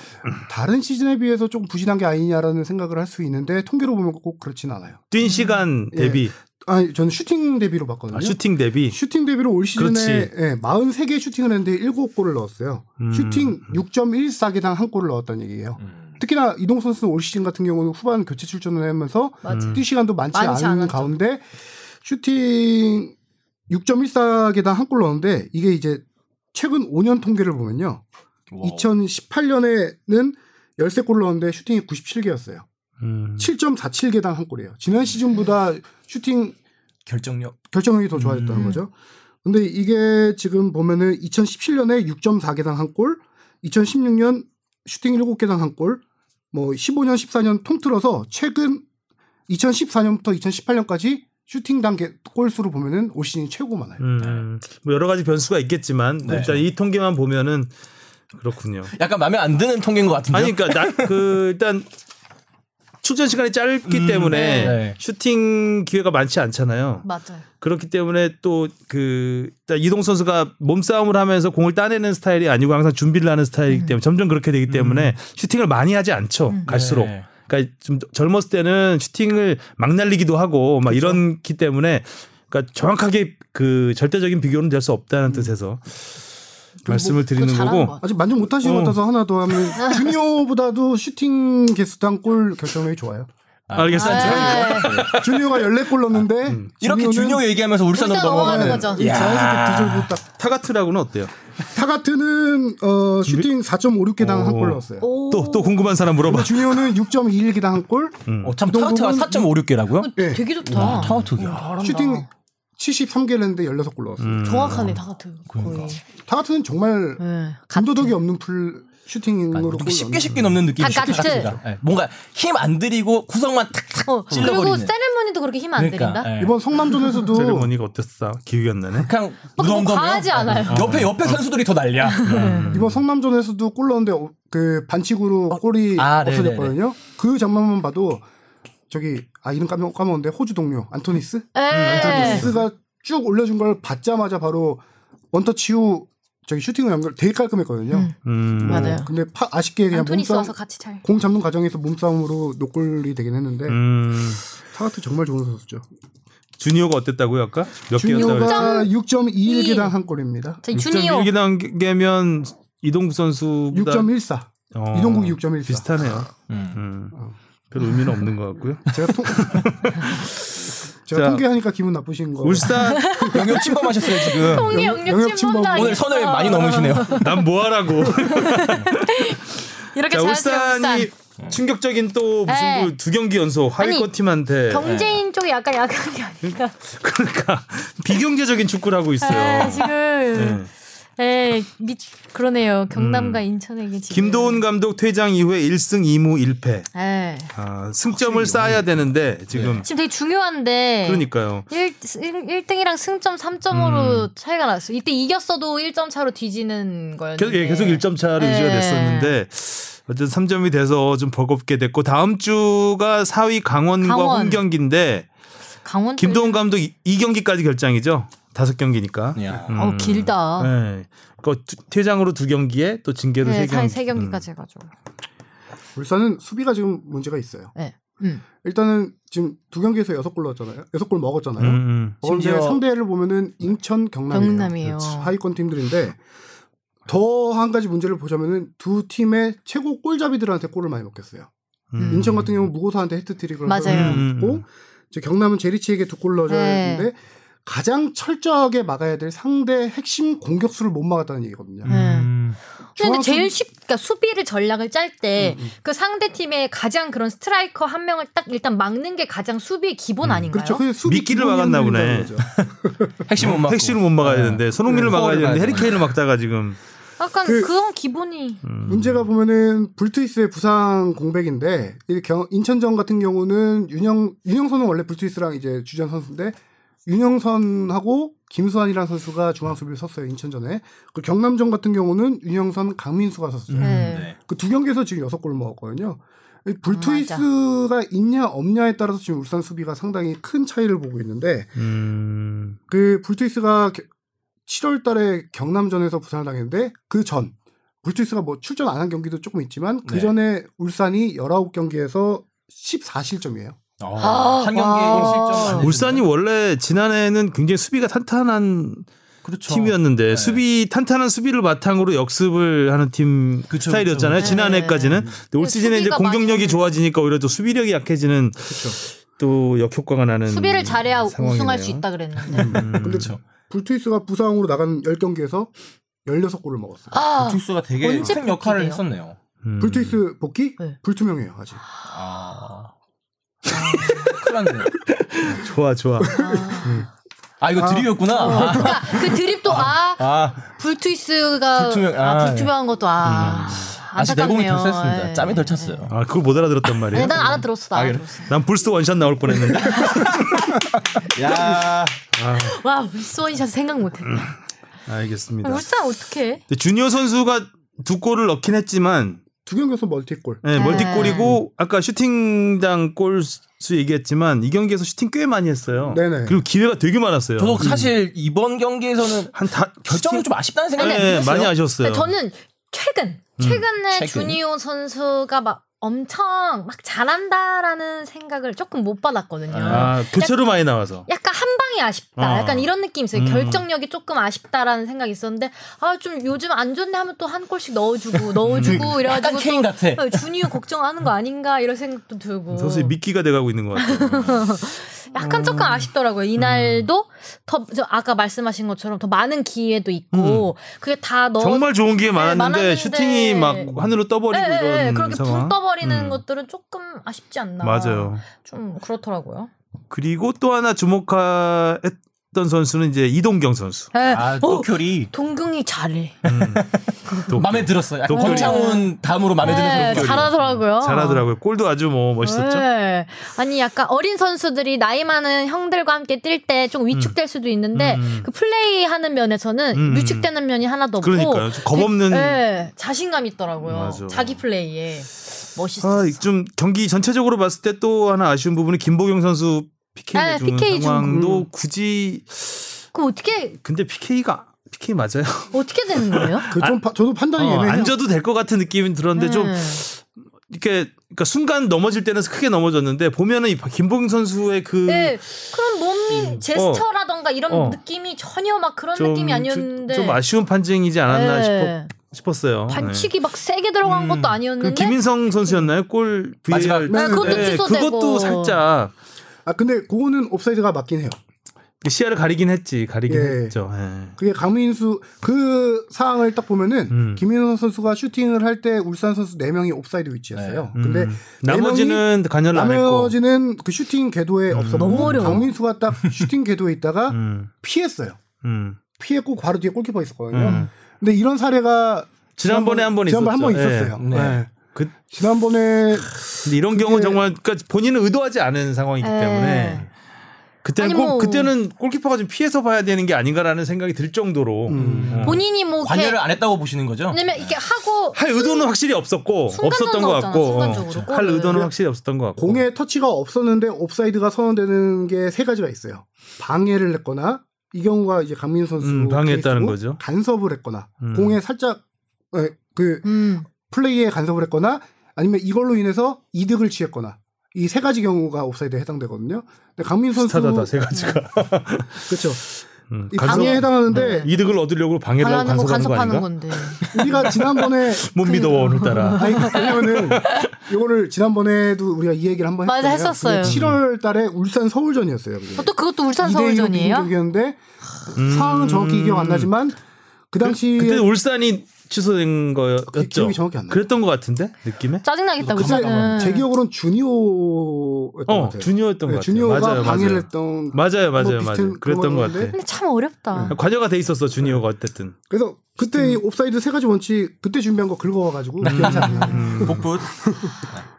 Speaker 4: 다른 시즌에 비해서 조금 부진한 게 아니냐라는 생각을 할 수 있는데 통계로 보면 꼭 그렇진 않아요.
Speaker 1: 뛴 시간
Speaker 4: 예.
Speaker 1: 대비,
Speaker 4: 아니 저는 슈팅 대비로 봤거든요.
Speaker 1: 아, 슈팅 대비.
Speaker 4: 슈팅 대비로 올 시즌에
Speaker 1: 그렇지.
Speaker 4: 예, 43개 슈팅을 했는데 7골을 넣었어요.
Speaker 1: 음.
Speaker 4: 슈팅 6.14개당 한 골을 넣었다는 얘기예요.
Speaker 3: 음.
Speaker 4: 특히나 이동 선수는 올 시즌 같은 경우는 후반 교체 출전을 하면서
Speaker 1: 음,
Speaker 2: 맞아.
Speaker 4: 뛰 시간도 많지,
Speaker 2: 많지
Speaker 4: 않은
Speaker 2: 않았죠.
Speaker 4: 가운데 슈팅 6.14개당 한 골 넣었는데 이게 이제 최근 5년 통계를 보면요.
Speaker 3: 뭐
Speaker 4: 2018년에는 13골 넣었는데 슈팅이 97개였어요.
Speaker 1: 음.
Speaker 4: 7.47개당 한 골이에요. 지난 시즌보다 슈팅
Speaker 3: 결정력.
Speaker 4: 결정력이 더 좋아졌다는
Speaker 2: 음.
Speaker 4: 거죠. 근데 이게 지금 보면은 2017년에 6.4개당 한 골, 2016년 슈팅 7개당 한 골, 뭐 15년, 14년 통틀어서 최근 2014년부터 2018년까지 슈팅 단계 골수로 보면은 올 시즌이 최고 많아요.
Speaker 1: 음. 뭐 여러 가지 변수가 있겠지만 뭐
Speaker 3: 네.
Speaker 1: 일단 이 통계만 보면은 그렇군요.
Speaker 3: 약간 마음에 안 드는 통계인 것 같은데요.
Speaker 1: 아니 그러니까 나, 그 일단 출전 시간이 짧기 때문에
Speaker 3: 네.
Speaker 1: 슈팅 기회가 많지 않잖아요.
Speaker 2: 맞아요.
Speaker 1: 그렇기 때문에 또 그 이동 선수가 몸싸움을 하면서 공을 따내는 스타일이 아니고 항상 준비를 하는 스타일이기 때문에 점점 그렇게 되기 때문에 슈팅을 많이 하지 않죠. 갈수록.
Speaker 3: 네.
Speaker 1: 그러니까 좀 젊었을 때는 슈팅을 막 날리기도 하고 막 이런기 때문에 그러니까 정확하게 그 절대적인 비교는 될 수 없다는 뜻에서 말씀을 드리는
Speaker 2: 뭐 그거 잘하는
Speaker 1: 거고.
Speaker 2: 것
Speaker 4: 아직 만족 못 하시는 것
Speaker 1: 어.
Speaker 4: 같아서 하나 더 하면 주니어보다도 슈팅 개수당 골 결정력이 좋아요.
Speaker 1: 알겠습니다.
Speaker 2: 네.
Speaker 1: 네.
Speaker 4: 주니어가 14골 넣었는데
Speaker 3: 이렇게
Speaker 4: 주니어는
Speaker 3: 준요 얘기하면서 울산으로
Speaker 2: 울산
Speaker 3: 넘어가는
Speaker 2: 넘어가는
Speaker 3: 음. 거.
Speaker 2: 거죠.
Speaker 1: 예.
Speaker 4: 네, 자연스럽게 뒤집고 딱
Speaker 1: 타가트라고는 어때요?
Speaker 4: 타가트는 어, 슈팅 4.56개당 한 골
Speaker 1: 오.
Speaker 4: 넣었어요.
Speaker 2: 오.
Speaker 1: 또 또 궁금한 사람 물어봐.
Speaker 4: 주니어는 6.21개당 한 골,
Speaker 1: 음.
Speaker 3: 어, 참 타워트가 4.56개라고요? 아,
Speaker 4: 예.
Speaker 2: 되게 좋다.
Speaker 3: 타워트야.
Speaker 2: 잘한다. 음.
Speaker 4: 슈팅 73개를 했는데 16골 넣었어요.
Speaker 3: 음.
Speaker 2: 정확하네 타가트
Speaker 1: 그러니까.
Speaker 2: 거의.
Speaker 4: 타가트는 정말
Speaker 2: 네.
Speaker 4: 감도덕이 없는 풀 슈팅으로 골
Speaker 3: 이렇게 쉽게
Speaker 4: 넣는
Speaker 3: 쉽게 넘는 느낌이
Speaker 2: 다 깍지.
Speaker 3: 니다 네. 뭔가 힘 안 들이고 구성만 탁탁
Speaker 2: 어, 그리고
Speaker 3: 찔러버리는.
Speaker 2: 세레머니도 그렇게 힘 안
Speaker 3: 그러니까,
Speaker 2: 들인다.
Speaker 3: 예.
Speaker 4: 이번 성남전에서도
Speaker 1: 세레머니가 어땠어? 기억이 안 나네.
Speaker 3: 그냥
Speaker 2: 너무
Speaker 3: 무덤덤해요.
Speaker 2: 뭐
Speaker 3: 어.
Speaker 2: 과하지 않아요. 네.
Speaker 3: 옆에
Speaker 1: 어.
Speaker 3: 옆에 선수들이 더 난리야. 음.
Speaker 4: 이번 성남전에서도 골 넣었는데 어, 그 반칙으로
Speaker 2: 어.
Speaker 4: 골이
Speaker 3: 아,
Speaker 2: 네,
Speaker 4: 없어졌거든요. 그 장면만 봐도 저기 아 이름 까먹, 까먹었는데 호주 동료 음, 안토니스?
Speaker 2: 예.
Speaker 4: 안토니스가 쭉 올려준 걸 받자마자 바로 원터치 후 저기 슈팅을 연결 되게 깔끔했거든요.
Speaker 2: 음.
Speaker 1: 음.
Speaker 2: 맞아요.
Speaker 4: 근데 파- 아쉽게 그냥
Speaker 2: 안토니스
Speaker 4: 몸싸움
Speaker 2: 와서 같이 잘.
Speaker 4: 공 잡는 과정에서 몸싸움으로 노골이 되긴 했는데
Speaker 1: 음.
Speaker 4: 타가트 정말 좋은 선수죠.
Speaker 1: 주니어가 어땠다고요 아까? 몇 개였다고 그랬죠?
Speaker 4: 주니어가 6.21개당 한 골입니다.
Speaker 2: 저 주니어.
Speaker 1: 6.1개 개면 이동국 선수보다
Speaker 4: 6.14.
Speaker 1: 어,
Speaker 4: 이동국 6.14.
Speaker 1: 비슷하네요.
Speaker 3: 음.
Speaker 1: 음. 별 의미는 없는 것 같고요.
Speaker 4: 제가 통 제가
Speaker 1: 자.
Speaker 4: 통계하니까 기분 나쁘신 거.
Speaker 1: 울산
Speaker 3: 영역 침범하셨어요 지금.
Speaker 2: 통이
Speaker 4: 영역-
Speaker 2: 영역
Speaker 4: 영역 침범.
Speaker 2: 침범
Speaker 3: 오늘 선을 많이 넘으시네요.
Speaker 1: 난 뭐하라고.
Speaker 2: 이렇게
Speaker 1: 자,
Speaker 2: 잘했어요
Speaker 1: 울산이
Speaker 2: 그렇죠, 울산.
Speaker 1: 충격적인 또 무슨
Speaker 2: 네.
Speaker 1: 그두 경기 연속 하위권
Speaker 2: 아니,
Speaker 1: 팀한테
Speaker 2: 경제인 쪽이 약간 약한 게 아닌가. 네.
Speaker 1: 그러니까 비경제적인 축구를 하고 있어요.
Speaker 2: 아, 지금
Speaker 1: 네. 음.
Speaker 2: 네, 미, 그러네요. 경남과 인천에게 지금.
Speaker 1: 김도훈 감독 퇴장 이후에 1승 2무 1패.
Speaker 2: 네.
Speaker 1: 아, 승점을 쌓아야 되는데 지금
Speaker 2: 지금 되게 중요한데.
Speaker 1: 그러니까요.
Speaker 2: 1, 1등이랑 승점 3점으로
Speaker 1: 음.
Speaker 2: 차이가 났어요. 이때 이겼어도 1점 차로 뒤지는 거였는데.
Speaker 1: 계속 예, 계속 1점 차로
Speaker 2: 네.
Speaker 1: 유지가 됐었는데 어쨌든 3점이 돼서 좀 버겁게 됐고 다음 주가 4위 강원과
Speaker 2: 강원. 아,
Speaker 1: 홈 경기인데
Speaker 2: 강원
Speaker 1: 김도훈 감독 이, 이 경기까지 결장이죠. 다섯 경기니까.
Speaker 3: 야.
Speaker 1: 음.
Speaker 2: 어, 길다.
Speaker 1: 네. 그 퇴장으로 두 경기에 또 징계로
Speaker 2: 네,
Speaker 1: 세 경기. 음.
Speaker 2: 세 경기까지 해가지고.
Speaker 4: 울산은 수비가 지금 문제가 있어요.
Speaker 2: 네. 음.
Speaker 4: 일단은 지금 두 경기에서 여섯 골 넣었잖아요. 여섯 골 먹었잖아요.
Speaker 1: 음, 음.
Speaker 4: 그런데
Speaker 3: 심지어-
Speaker 4: 상대를 보면은 인천 경남이에요. 어. 그렇죠.
Speaker 2: 경남이에요.
Speaker 4: 그렇지. 하위권 팀들인데 더 한 가지 문제를 보자면은 두 팀의 최고 골잡이들한테 골을 많이 먹겠어요.
Speaker 1: 음.
Speaker 4: 인천 같은 경우 는 무고사한테 헤트트릭을
Speaker 2: 맞아요.
Speaker 1: 음, 음,
Speaker 4: 했고
Speaker 1: 음.
Speaker 4: 이제 경남은 제리치에게 두 골 넣어줘야
Speaker 2: 네.
Speaker 4: 되는데 가장 철저하게 막아야 될 상대 핵심 공격수를 못 막았다는 얘기거든요.
Speaker 2: 네.
Speaker 1: 음.
Speaker 2: 근데
Speaker 4: 중앙선-
Speaker 2: 제일 쉽, 그러니까 수비를 전략을 짤 때 그 상대 팀의 가장 그런 스트라이커 한 명을 딱 일단 막는 게 가장 수비의 기본 아닌가요?
Speaker 4: 그렇죠. 그 수비
Speaker 1: 미끼를
Speaker 4: 기본이
Speaker 1: 막았나
Speaker 4: 흔들린다는
Speaker 1: 보네.
Speaker 4: 거죠.
Speaker 3: 핵심 못 맞고.
Speaker 1: 택시를 못 막아야
Speaker 3: 네.
Speaker 1: 되는데 손흥민을
Speaker 3: 네,
Speaker 1: 막아야
Speaker 3: 서울을
Speaker 1: 되는데
Speaker 3: 막아야
Speaker 1: 해리케인을 막다가 지금 음.
Speaker 2: 약간
Speaker 4: 그-
Speaker 2: 그, 건 기본이
Speaker 4: 문제가 보면은 불투이스의 부상 공백인데 이 경- 인천전 같은 경우는 윤영 윤영선은 원래 불투이스랑 이제 주전 선수인데 윤영선하고 김수환이라는 선수가 중앙 수비를 섰어요 인천전에 그 경남전 같은 경우는 윤영선 강민수가 섰어요
Speaker 2: 네.
Speaker 3: 네.
Speaker 4: 그 두 경기에서 지금 여섯 골을 먹었거든요 이 불투이스가 있냐 없냐에 따라서 지금 울산 수비가 상당히 큰 차이를 보고 있는데
Speaker 1: 음.
Speaker 4: 그 불투이스가 7월 달에 경남전에서 부상을 당했는데 그 전 불투이스가 뭐 출전 안 한 경기도 조금 있지만 그
Speaker 3: 네.
Speaker 4: 전에 울산이 19경기에서 14실점이에요.
Speaker 3: 어,
Speaker 2: 아,
Speaker 3: 한
Speaker 2: 와.
Speaker 3: 경기에 실점.
Speaker 1: 울산이 원래 지난해는 굉장히 수비가 탄탄한
Speaker 3: 그렇죠.
Speaker 1: 팀이었는데
Speaker 3: 네.
Speaker 1: 수비 탄탄한 수비를 바탕으로 역습을 하는 팀
Speaker 3: 그쵸,
Speaker 1: 스타일이었잖아요.
Speaker 2: 그쵸.
Speaker 1: 지난해까지는 근데 올
Speaker 2: 네,
Speaker 1: 시즌에 이제
Speaker 2: 수비가
Speaker 1: 공격력이
Speaker 2: 많이-
Speaker 1: 좋아지니까 오히려 또 수비력이 약해지는 또 역효과가 나는
Speaker 2: 수비를 잘해야 우승할
Speaker 1: 네. 음, 상황이네요.
Speaker 2: 수 있다 그랬는데.
Speaker 1: 음.
Speaker 4: 근데 불투이스가 부상으로 나간 10경기에서 16골을 먹었어요.
Speaker 2: 아,
Speaker 3: 불투수가 되게
Speaker 2: 언제
Speaker 3: 큰 역할을
Speaker 2: 복귀돼요?
Speaker 3: 했었네요.
Speaker 1: 음.
Speaker 4: 불투이스 복귀?
Speaker 2: 네.
Speaker 4: 불투명해요, 아직.
Speaker 3: 아. 큰일 났네.
Speaker 1: 좋아 좋아.
Speaker 2: 아.
Speaker 3: 아, 이거 드립이었구나. 아,
Speaker 2: 그러니까 그 드립도 아,
Speaker 3: 아,
Speaker 2: 불투이스가
Speaker 3: 불투명-
Speaker 2: 아,
Speaker 3: 아,
Speaker 2: 불투명한 것도 아,
Speaker 3: 아직 내공이
Speaker 2: 안타깝네요.
Speaker 3: 덜 셌습니다.
Speaker 2: 예.
Speaker 3: 짬이 덜 찼어요.
Speaker 1: 아 그걸 못 음. 알아들었단 말이야.
Speaker 2: 네, 난 알아들었어, 나
Speaker 3: 아, 그래?
Speaker 2: 알아들었어.
Speaker 1: 난 불스 원샷 나올 뻔했는데.
Speaker 2: 예.
Speaker 3: 야,
Speaker 2: 와, 울스원샷 생각 못했다.
Speaker 1: 아, 알겠습니다.
Speaker 2: 울산 어떻게?
Speaker 1: 근데 주니어 선수가 두 골을 넣긴 했지만
Speaker 4: 두 경기에서 멀티골.
Speaker 1: 네,
Speaker 2: 네.
Speaker 1: 멀티골이고 아까 슈팅당 골수 얘기했지만 이 경기에서 슈팅 꽤 많이 했어요.
Speaker 4: 네네.
Speaker 1: 그리고 기회가 되게 많았어요.
Speaker 3: 저도 그 사실 이번 경기에서는
Speaker 1: 한다
Speaker 3: 결정이 좀 아쉽다는 생각이
Speaker 2: 아니,
Speaker 1: 네,
Speaker 2: 아니었어요?
Speaker 1: 많이 아쉬웠어요.
Speaker 2: 저는 최근 최근에
Speaker 3: 최근.
Speaker 2: 주니오 선수가 막 엄청 막 잘한다라는 생각을 조금 못 받았거든요.
Speaker 1: 아, 교체로 많이 나와서.
Speaker 2: 약간 한 방이 아쉽다.
Speaker 1: 아.
Speaker 2: 약간 이런 느낌이 있어요.
Speaker 1: 음.
Speaker 2: 결정력이 조금 아쉽다라는 생각이 있었는데 아 좀 요즘 안 좋네 하면 또 한 골씩 넣어주고 넣어주고
Speaker 3: 음. 약간
Speaker 2: 이래가지고
Speaker 3: 케인 같아.
Speaker 2: 또 어, 주니오 걱정하는 거 아닌가 이런 생각도 들고
Speaker 1: 선수의 미끼가 돼가고 있는 것 같아요.
Speaker 2: 약간 조금 아쉽더라고요. 이날도 더저 아까 말씀하신 것처럼 더 많은 기회도 있고 그게 다 넣어 네,
Speaker 1: 정말 좋은 기회 많았는데,
Speaker 2: 많았는데. 네.
Speaker 1: 슈팅이 막 하늘로 떠버리고
Speaker 2: 예, 예, 예.
Speaker 1: 이런
Speaker 2: 그렇게
Speaker 1: 상황.
Speaker 2: 붕 떠버리는
Speaker 1: 음.
Speaker 2: 것들은 조금 아쉽지 않나.
Speaker 1: 맞아요.
Speaker 2: 좀 그렇더라고요.
Speaker 1: 그리고 또 하나 주목했던 선수는 이제 이동경 선수.
Speaker 3: 아, 도쿄리.
Speaker 2: 예, 동경이
Speaker 1: 예,
Speaker 2: 잘해.
Speaker 1: 또
Speaker 3: 마음에 들었어요. 약간
Speaker 1: 도쿄리.
Speaker 3: 권창훈 다음으로 마음에 드는
Speaker 2: 네,
Speaker 3: 도쿄리.
Speaker 2: 잘하더라고요.
Speaker 1: 잘하더라고요. 골도 아주 뭐 멋있었죠.
Speaker 2: 네. 아니 약간 어린 선수들이 나이 많은 형들과 함께 뛸 때 좀 위축될 수도 있는데
Speaker 1: 음.
Speaker 2: 그 플레이하는 면에서는
Speaker 1: 음.
Speaker 2: 위축되는 면이 하나도 없고
Speaker 1: 그러니까요. 좀 겁없는-
Speaker 2: 뭐 네, 자신감 있더라고요.
Speaker 1: 맞아.
Speaker 2: 자기 플레이에 멋있었어.
Speaker 1: 아, 좀 경기 전체적으로 봤을 때 또 하나 아쉬운 부분은 김보경 선수 PK
Speaker 2: 아,
Speaker 1: 주는
Speaker 2: PK 중.
Speaker 1: 상황도 굳이
Speaker 2: 그 어떻게
Speaker 1: 근데 PK가 PK 맞아요.
Speaker 2: 어떻게 되는 거예요?
Speaker 4: 그 좀 저도 판단이
Speaker 1: 어,
Speaker 4: 애매해요.
Speaker 1: 앉아도 될 것 같은 느낌이 들었는데 좀
Speaker 2: 네.
Speaker 1: 이렇게 그러니까 순간 넘어질 때는 크게 넘어졌는데 보면은 이 김보경 선수의 그 음.
Speaker 2: 네, 그런 몸이 제스처라던가 이런
Speaker 1: 어.
Speaker 2: 느낌이 전혀 막 그런
Speaker 1: 좀,
Speaker 2: 느낌이 아니었는데
Speaker 1: 좀, 좀 아쉬운 판정이지 않았나
Speaker 2: 네.
Speaker 1: 싶었, 어요
Speaker 2: 반칙이 막 세게 들어간 것도 아니었는데
Speaker 1: 그 김인성 선수였나요? 골
Speaker 3: 마지막.
Speaker 1: VAR
Speaker 2: 네, 그것도 취소되고
Speaker 1: 그것도 살짝
Speaker 4: 아 근데 그거는 옵사이드가 맞긴 해요.
Speaker 1: 시야를 가리긴 했지 가리긴
Speaker 4: 예.
Speaker 1: 했죠. 예.
Speaker 4: 그게 강민수 그 상황을 딱 보면은
Speaker 1: 음.
Speaker 4: 김민호 선수가 슈팅을 할 때 울산 선수 4명이 옵사이드 위치였어요. 근데
Speaker 1: 음. 나머지는 간여를 안 했고.
Speaker 4: 나머지는 그 슈팅 궤도에 없었고
Speaker 2: 너무 어려워.
Speaker 4: 강민수가 딱 슈팅 궤도에 있다가
Speaker 1: 음,
Speaker 4: 피했어요.
Speaker 1: 음.
Speaker 4: 피했고 바로 뒤에 골키퍼 있었거든요.
Speaker 1: 음.
Speaker 4: 근데 이런 사례가
Speaker 1: 지난번에 한번
Speaker 4: 지난번 한번
Speaker 1: 있었죠.
Speaker 4: 있었어요.
Speaker 3: 네.
Speaker 4: 네.
Speaker 1: 그
Speaker 4: 지난번에
Speaker 1: 근데 이런 경우 는 정말 그러니까 본인은 의도하지 않은 상황이기
Speaker 2: 네.
Speaker 1: 때문에 그때는
Speaker 2: 아니,
Speaker 1: 꼭-
Speaker 2: 뭐-
Speaker 1: 그때는 골키퍼가 좀 피해서 봐야 되는 게 아닌가라는 생각이 들
Speaker 4: 음.
Speaker 1: 정도로 어.
Speaker 2: 본인이 뭐 이렇게
Speaker 3: 관여를 안 했다고 보시는 거죠?
Speaker 2: 왜냐면 이렇게 하고
Speaker 1: 할 의도는 확실히 없었고
Speaker 2: 순간
Speaker 1: 없었던 것
Speaker 2: 넣었잖아,
Speaker 1: 같고 어,
Speaker 2: 순간적으로
Speaker 1: 할
Speaker 2: 골을.
Speaker 1: 의도는 확실히 없었던 것 같고
Speaker 4: 공에 터치가 없었는데 옵사이드가 선언되는 게 세 가지가 있어요. 방해를 했거나 이 경우가 이제 강민 선수
Speaker 1: 음, 방해했다는
Speaker 4: 케이스고
Speaker 1: 거죠.
Speaker 4: 간섭을 했거나
Speaker 1: 음.
Speaker 4: 공에 살짝 에, 그
Speaker 2: 음.
Speaker 4: 플레이에 간섭을 했거나 아니면 이걸로 인해서 이득을 취했거나 이 세 가지 경우가 옵사이드에 해당되거든요. 근데 강민 선수
Speaker 1: 비슷하다 세 가지가
Speaker 4: 그렇죠.
Speaker 1: 음,
Speaker 4: 이
Speaker 1: 간섭- 네.
Speaker 4: 방해에 해당하는데
Speaker 1: 이득을 얻으려고 방해를 하고
Speaker 2: 하는 거
Speaker 1: 간섭하는 거 아닌가?
Speaker 2: 간섭하는 건데.
Speaker 4: 우리가 지난번에
Speaker 1: 못 믿어 오늘따라
Speaker 4: 아니 왜냐면은 이거를 지난번에도 우리가 이 얘기를 한번
Speaker 2: 맞아, 했었어요.
Speaker 4: 7월 달에 울산 서울전이었어요. 그게.
Speaker 2: 어, 또 그것도 울산
Speaker 4: 2대1로 비긴
Speaker 2: 서울전이에요?
Speaker 4: 경기였는데 상황은 정확히 기억 안 나지만 그 당시에
Speaker 1: 음. 그때 울산이 취소된
Speaker 4: 기-
Speaker 1: 거였죠.
Speaker 4: 기억이 정확히 안 나요.
Speaker 1: 그랬던 것 같은데 느낌에?
Speaker 2: 짜증나겠다
Speaker 4: 그때
Speaker 2: 울산은.
Speaker 4: 제 기억으로는 주니오였던
Speaker 1: 어,
Speaker 4: 것 같아요. 네,
Speaker 1: 주니어였던 것 같아요.
Speaker 4: 주니오가
Speaker 1: 맞아요,
Speaker 4: 방해를
Speaker 1: 맞아요.
Speaker 4: 했던
Speaker 1: 맞아요, 맞아요,
Speaker 4: 뭐
Speaker 1: 맞아요.
Speaker 4: 비슷한
Speaker 1: 그랬던 것
Speaker 4: 그거였는데.
Speaker 1: 같아.
Speaker 2: 근데 참 어렵다.
Speaker 1: 관여가 돼 있었어 주니어가 어쨌든.
Speaker 4: 그래서 그때 이 옵사이드 세 가지 원칙 그때 준비한 거 긁어와가지고 기억이 안 나요.
Speaker 3: 복붙.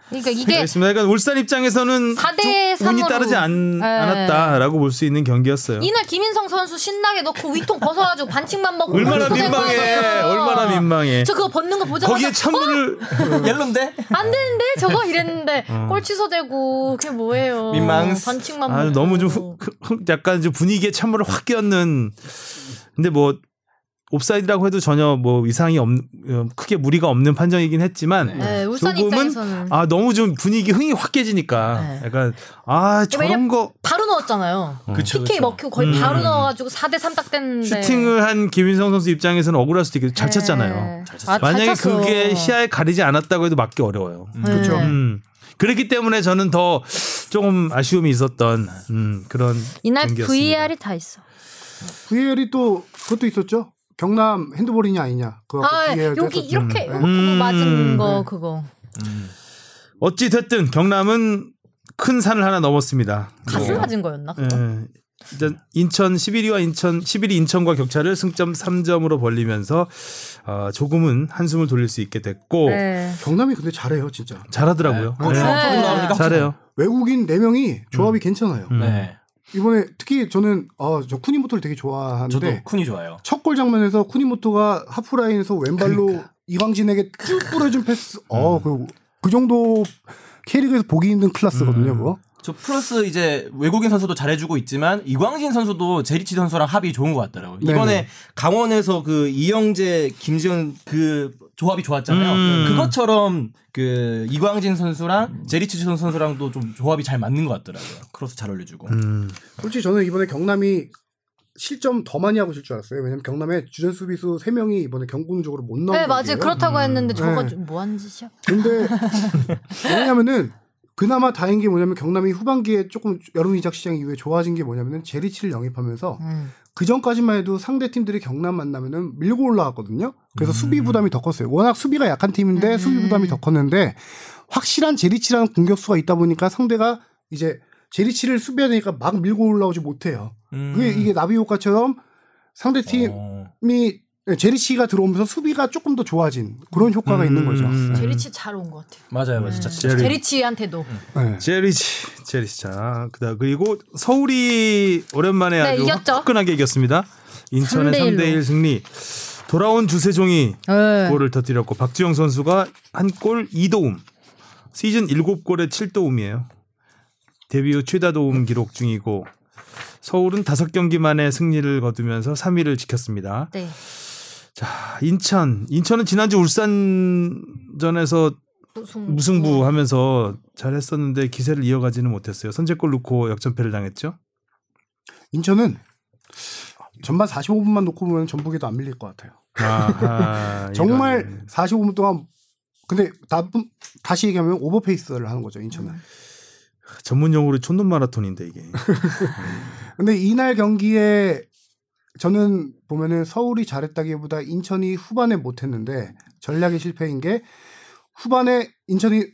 Speaker 2: 그러니까
Speaker 1: 음.
Speaker 2: 이게
Speaker 1: 그렇습니다. 그러니까 울산 입장에서는
Speaker 2: 4대
Speaker 1: 좀 운이
Speaker 2: 3으로.
Speaker 1: 따르지 않,
Speaker 2: 네.
Speaker 1: 않았다라고 볼 수 있는 경기였어요.
Speaker 2: 이날 김인성 선수 신나게 넣고 위통 벗어가지고 반칙만 먹고
Speaker 1: 얼마나
Speaker 2: 선수
Speaker 1: 민망해,
Speaker 2: 생각하고요.
Speaker 1: 얼마나 민망해.
Speaker 2: 저 그거 벗는 거 보자마자
Speaker 1: 거기에 찬물을
Speaker 3: 옐로인데?
Speaker 2: 안 되는데 저거 이랬는데 골 취소되고 그게 뭐예요?
Speaker 3: 민망스.
Speaker 2: 반칙만
Speaker 1: 어. 아,
Speaker 2: 먹고.
Speaker 1: 너무 좀 흑- 흑- 약간 좀 분위기에 찬물을 확 끼얹는. 근데 뭐 옵사이드라고 해도 전혀 뭐 이상이 없 어, 크게 무리가 없는 판정이긴 했지만
Speaker 2: 네, 울산 입장에서는.
Speaker 1: 조금은 아 너무 좀 분위기 흥이 확 깨지니까
Speaker 2: 네.
Speaker 1: 약간 아 저런
Speaker 2: 왜냐면
Speaker 1: 거
Speaker 2: 바로 넣었잖아요.
Speaker 3: 그쵸,
Speaker 2: PK
Speaker 3: 그쵸.
Speaker 2: 먹히고 거의 바로 넣어가지고 4대 3 딱 됐는데.
Speaker 1: 그렇죠. 음. 슈팅을 한 김인성 선수 입장에서는 억울할 수도 있겠죠. 잘 찼잖아요.
Speaker 2: 네. 네. 아, 잘
Speaker 1: 만약에
Speaker 2: 찼어.
Speaker 1: 그게 시야에 가리지 않았다고 해도 맞기 어려워요.
Speaker 2: 네.
Speaker 4: 그쵸.
Speaker 1: 음. 그렇기 때문에 저는 더 조금 아쉬움이 있었던 음, 그런
Speaker 2: 이날
Speaker 1: 경기였습니다.
Speaker 2: VAR이 다 있어.
Speaker 4: VL이 또 그것도 있었죠. 경남 핸드볼이냐 아니냐. 그거
Speaker 2: 아
Speaker 4: VAR 도
Speaker 2: 여기
Speaker 4: 했었죠.
Speaker 2: 이렇게
Speaker 4: 네.
Speaker 2: 이렇게
Speaker 1: 음.
Speaker 2: 뭐 맞은
Speaker 1: 네.
Speaker 2: 거
Speaker 1: 뭐.
Speaker 2: 그거
Speaker 1: 어찌 됐든 경남은 큰 산을 하나 넘었습니다.
Speaker 2: 가슴 맞은 거였나?
Speaker 1: 예. 일단 인천 11위와 인천 11위 인천과 격차를 승점 3점으로 벌리면서 아, 조금은 한숨을 돌릴 수 있게 됐고
Speaker 2: 네.
Speaker 4: 경남이 근데 잘해요 진짜.
Speaker 1: 잘하더라고요.
Speaker 3: 골
Speaker 1: 예.
Speaker 3: 나오니까 깜짝
Speaker 1: 잘해요.
Speaker 4: 외국인 4명이 조합이 괜찮아요.
Speaker 1: 음.
Speaker 3: 네.
Speaker 4: 이번에 특히 저는 아, 저 쿠니모토를 되게
Speaker 3: 저도
Speaker 4: 좋아하는데
Speaker 3: 쿤이 좋아요.
Speaker 4: 첫 골 장면에서 쿠니모토가 하프라인에서 왼발로 이광진에게 쭉 뿌려준 패스. 어, 그, 그 정도 K리그에서 보기 힘든 클라스거든요, 그거.
Speaker 3: 저 플러스 이제 외국인 선수도 잘해주고 있지만 이광진 선수도 제리치 선수랑 합이 좋은 것 같더라고요. 이번에 강원에서 그 이영재 김지현 그 조합이 좋았잖아요.
Speaker 1: 음.
Speaker 3: 그것처럼 그 이광진 선수랑 제리치 선수랑도 좀 조합이 잘 맞는 것 같더라고요. 크로스 잘 올려주고.
Speaker 1: 음.
Speaker 4: 솔직히 저는 이번에 경남이 실점 더 많이 하고 있을 줄 알았어요. 왜냐면 경남의 주전 수비수 3명이 이번에 경공적으로 못 나온
Speaker 2: 네 맞아요.
Speaker 4: 경기예요.
Speaker 2: 그렇다고 했는데 저거
Speaker 4: 네.
Speaker 2: 좀 뭐하는 짓이야?
Speaker 4: 근데 왜냐면은 그나마 다행인 게 뭐냐면 경남이 후반기에 조금 여름 이적 시장 이후에 좋아진 게 뭐냐면은 제리치를 영입하면서
Speaker 2: 음.
Speaker 4: 그 전까지만 해도 상대 팀들이 경남 만나면은 밀고 올라왔거든요. 그래서 수비 부담이 더 컸어요. 워낙 수비가 약한 팀인데 수비 부담이 더 컸는데 확실한 제리치라는 공격수가 있다 보니까 상대가 이제 제리치를 수비해야 되니까 막 밀고 올라오지 못해요.
Speaker 3: 음.
Speaker 4: 그게 이게 나비 효과처럼 상대 팀이
Speaker 3: 어.
Speaker 4: 제리치가 들어오면서 수비가 조금 더 좋아진 그런 효과가 있는 거죠.
Speaker 1: 음.
Speaker 2: 제리치 잘 온 것 같아요.
Speaker 3: 맞아요, 맞아요. 진짜 진짜.
Speaker 2: 제리치한테도.
Speaker 4: 네.
Speaker 1: 제리치, 제리치. 자, 그다 그리고 서울이 오랜만에
Speaker 2: 네,
Speaker 1: 아주
Speaker 2: 이겼죠.
Speaker 1: 화끈하게 이겼습니다. 인천의
Speaker 2: 3대 1
Speaker 1: 3대 1 승리. 돌아온 주세종이
Speaker 4: 네.
Speaker 1: 골을 터뜨렸고 박주영 선수가 한 골 2도움. 시즌 7골에 7도움이에요. 데뷔 후 최다 도움 기록 중이고 서울은 5경기 만에 승리를 거두면서 3위를 지켰습니다.
Speaker 2: 네.
Speaker 1: 자, 인천. 인천은 지난주 울산전에서
Speaker 2: 무승부.
Speaker 4: 음.
Speaker 1: 무승부 하면서 잘했었는데 기세를 이어가지는 못했어요. 선제골 넣고 역전패를 당했죠.
Speaker 4: 인천은 전반 45분만 놓고 보면 전북에도 안 밀릴 것 같아요.
Speaker 1: 아하,
Speaker 4: 정말
Speaker 1: 이런.
Speaker 4: 45분 동안 근데 다, 다시 얘기하면 오버페이스를 하는 거죠 인천은.
Speaker 1: 전문 용어로 촌놈 마라톤인데 이게.
Speaker 4: 근데 이날 경기에 저는 보면은 서울이 잘했다기보다 인천이 후반에 못했는데 전략의 실패인 게 후반에 인천이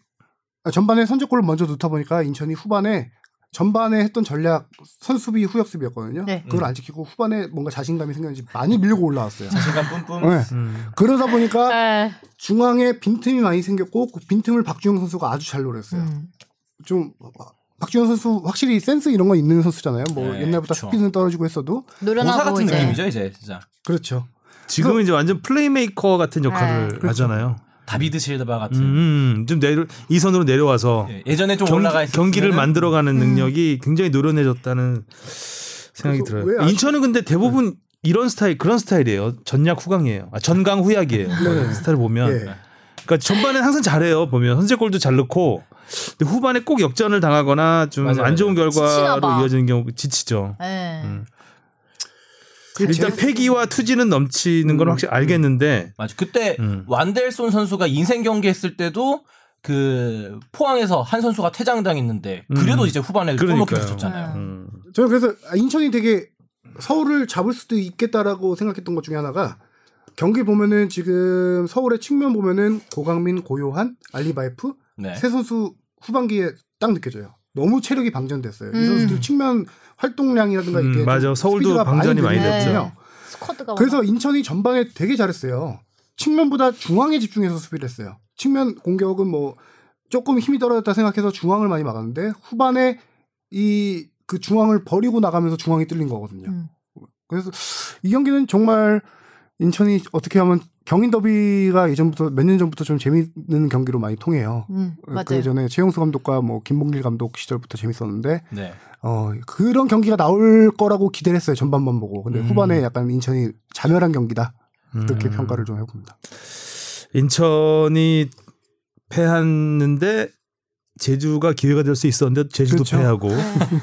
Speaker 4: 아, 전반에 선제골을 먼저 넣다 보니까 인천이 후반에 전반에 했던 전략 선수비 후역 수비였거든요.
Speaker 2: 네.
Speaker 4: 그걸 안 지키고 후반에 뭔가 자신감이 생겼는지 많이 밀고 올라왔어요.
Speaker 3: 자신감 뿜뿜.
Speaker 4: 네. 아. 그러다 보니까
Speaker 2: 에,
Speaker 4: 중앙에 빈틈이 많이 생겼고 그 빈틈을 박주영 선수가 아주 잘 노렸어요.
Speaker 2: 음.
Speaker 4: 좀 박주영 선수 확실히 센스 이런 건 있는 선수잖아요. 뭐
Speaker 3: 네,
Speaker 4: 옛날보다
Speaker 3: 그쵸.
Speaker 4: 스피드는 떨어지고 했어도
Speaker 3: 모사
Speaker 2: 노련하고
Speaker 3: 같은
Speaker 2: 이제
Speaker 3: 느낌이죠 이제 진짜.
Speaker 4: 그렇죠.
Speaker 1: 지금 은 이제 완전 플레이메이커 같은
Speaker 2: 아,
Speaker 1: 역할을 하잖아요.
Speaker 3: 다비드 실바 같은.
Speaker 1: 음, 좀 내려 이 선으로 내려와서
Speaker 3: 예, 예전에 좀 올라가 있었
Speaker 1: 경기, 를
Speaker 4: 음.
Speaker 1: 만들어가는 능력이 굉장히 노련해졌다는 생각이
Speaker 4: 그래서
Speaker 1: 들어요.
Speaker 4: 왜 아직- 네.
Speaker 1: 인천은 근데 대부분 이런 스타일 그런 스타일이에요. 전약 후강이에요. 아, 전강 후약이에요. 네, 스타일 보면.
Speaker 4: 예.
Speaker 1: 그러니까 전반에는 항상 잘해요. 보면 선제골도 잘 넣고 근데 후반에 꼭 역전을 당하거나 좀
Speaker 3: 맞아요,
Speaker 1: 안 좋은
Speaker 2: 지치나
Speaker 1: 결과로
Speaker 2: 봐.
Speaker 1: 이어지는 경우 지치죠.
Speaker 2: 예.
Speaker 1: 음. 일단 패기와 투지는 넘치는
Speaker 4: 음,
Speaker 1: 건 확실히 알겠는데
Speaker 3: 맞아. 그때
Speaker 1: 음.
Speaker 3: 완델손 선수가 인생 경기 했을 때도 그 포항에서 한 선수가 퇴장당했는데 그래도
Speaker 1: 음.
Speaker 3: 이제 후반에 골먹게
Speaker 1: 그러니까요.
Speaker 3: 됐었잖아요.
Speaker 1: 음,
Speaker 4: 저는 그래서 아, 인천이 되게 서울을 잡을 수도 있겠다라고 생각했던 것 중에 하나가 경기 보면은 지금 서울의 측면 보면은 고강민, 고요한, 알리바이프
Speaker 3: 네.
Speaker 4: 세 선수 후반기에 딱 느껴져요. 너무 체력이 방전됐어요.
Speaker 2: 음.
Speaker 4: 이 선수들 측면 활동량이라든가
Speaker 1: 음,
Speaker 4: 이게 좀
Speaker 1: 맞아요. 서울도
Speaker 4: 스피드가
Speaker 1: 방전이 많이
Speaker 4: 늘거든요.
Speaker 2: 됐죠. 스쿼드가
Speaker 4: 그래서 인천이 전방에 되게 잘했어요. 측면보다 중앙에 집중해서 수비를 했어요. 측면 공격은 뭐 조금 힘이 떨어졌다 생각해서 중앙을 많이 막았는데 후반에 이 그 중앙을 버리고 나가면서 중앙이 뚫린 거거든요.
Speaker 2: 음.
Speaker 4: 그래서 이 경기는 정말 인천이 어떻게 하면 경인 더비가 예전부터 몇 년 전부터 좀 재밌는 경기로 많이 통해요.
Speaker 2: 음,
Speaker 4: 그
Speaker 2: 맞아요.
Speaker 4: 예전에 최용수 감독과 뭐 김봉길 감독 시절부터 재밌었는데
Speaker 3: 네.
Speaker 4: 어, 그런 경기가 나올 거라고 기대를 했어요. 전반만 보고. 근데 후반에 약간 인천이 자멸한 경기다. 그렇게
Speaker 1: 음.
Speaker 4: 평가를 좀 해봅니다.
Speaker 1: 인천이 패했는데 제주가 기회가 될 수 있었는데 제주도
Speaker 4: 그렇죠.
Speaker 1: 패하고
Speaker 2: 예.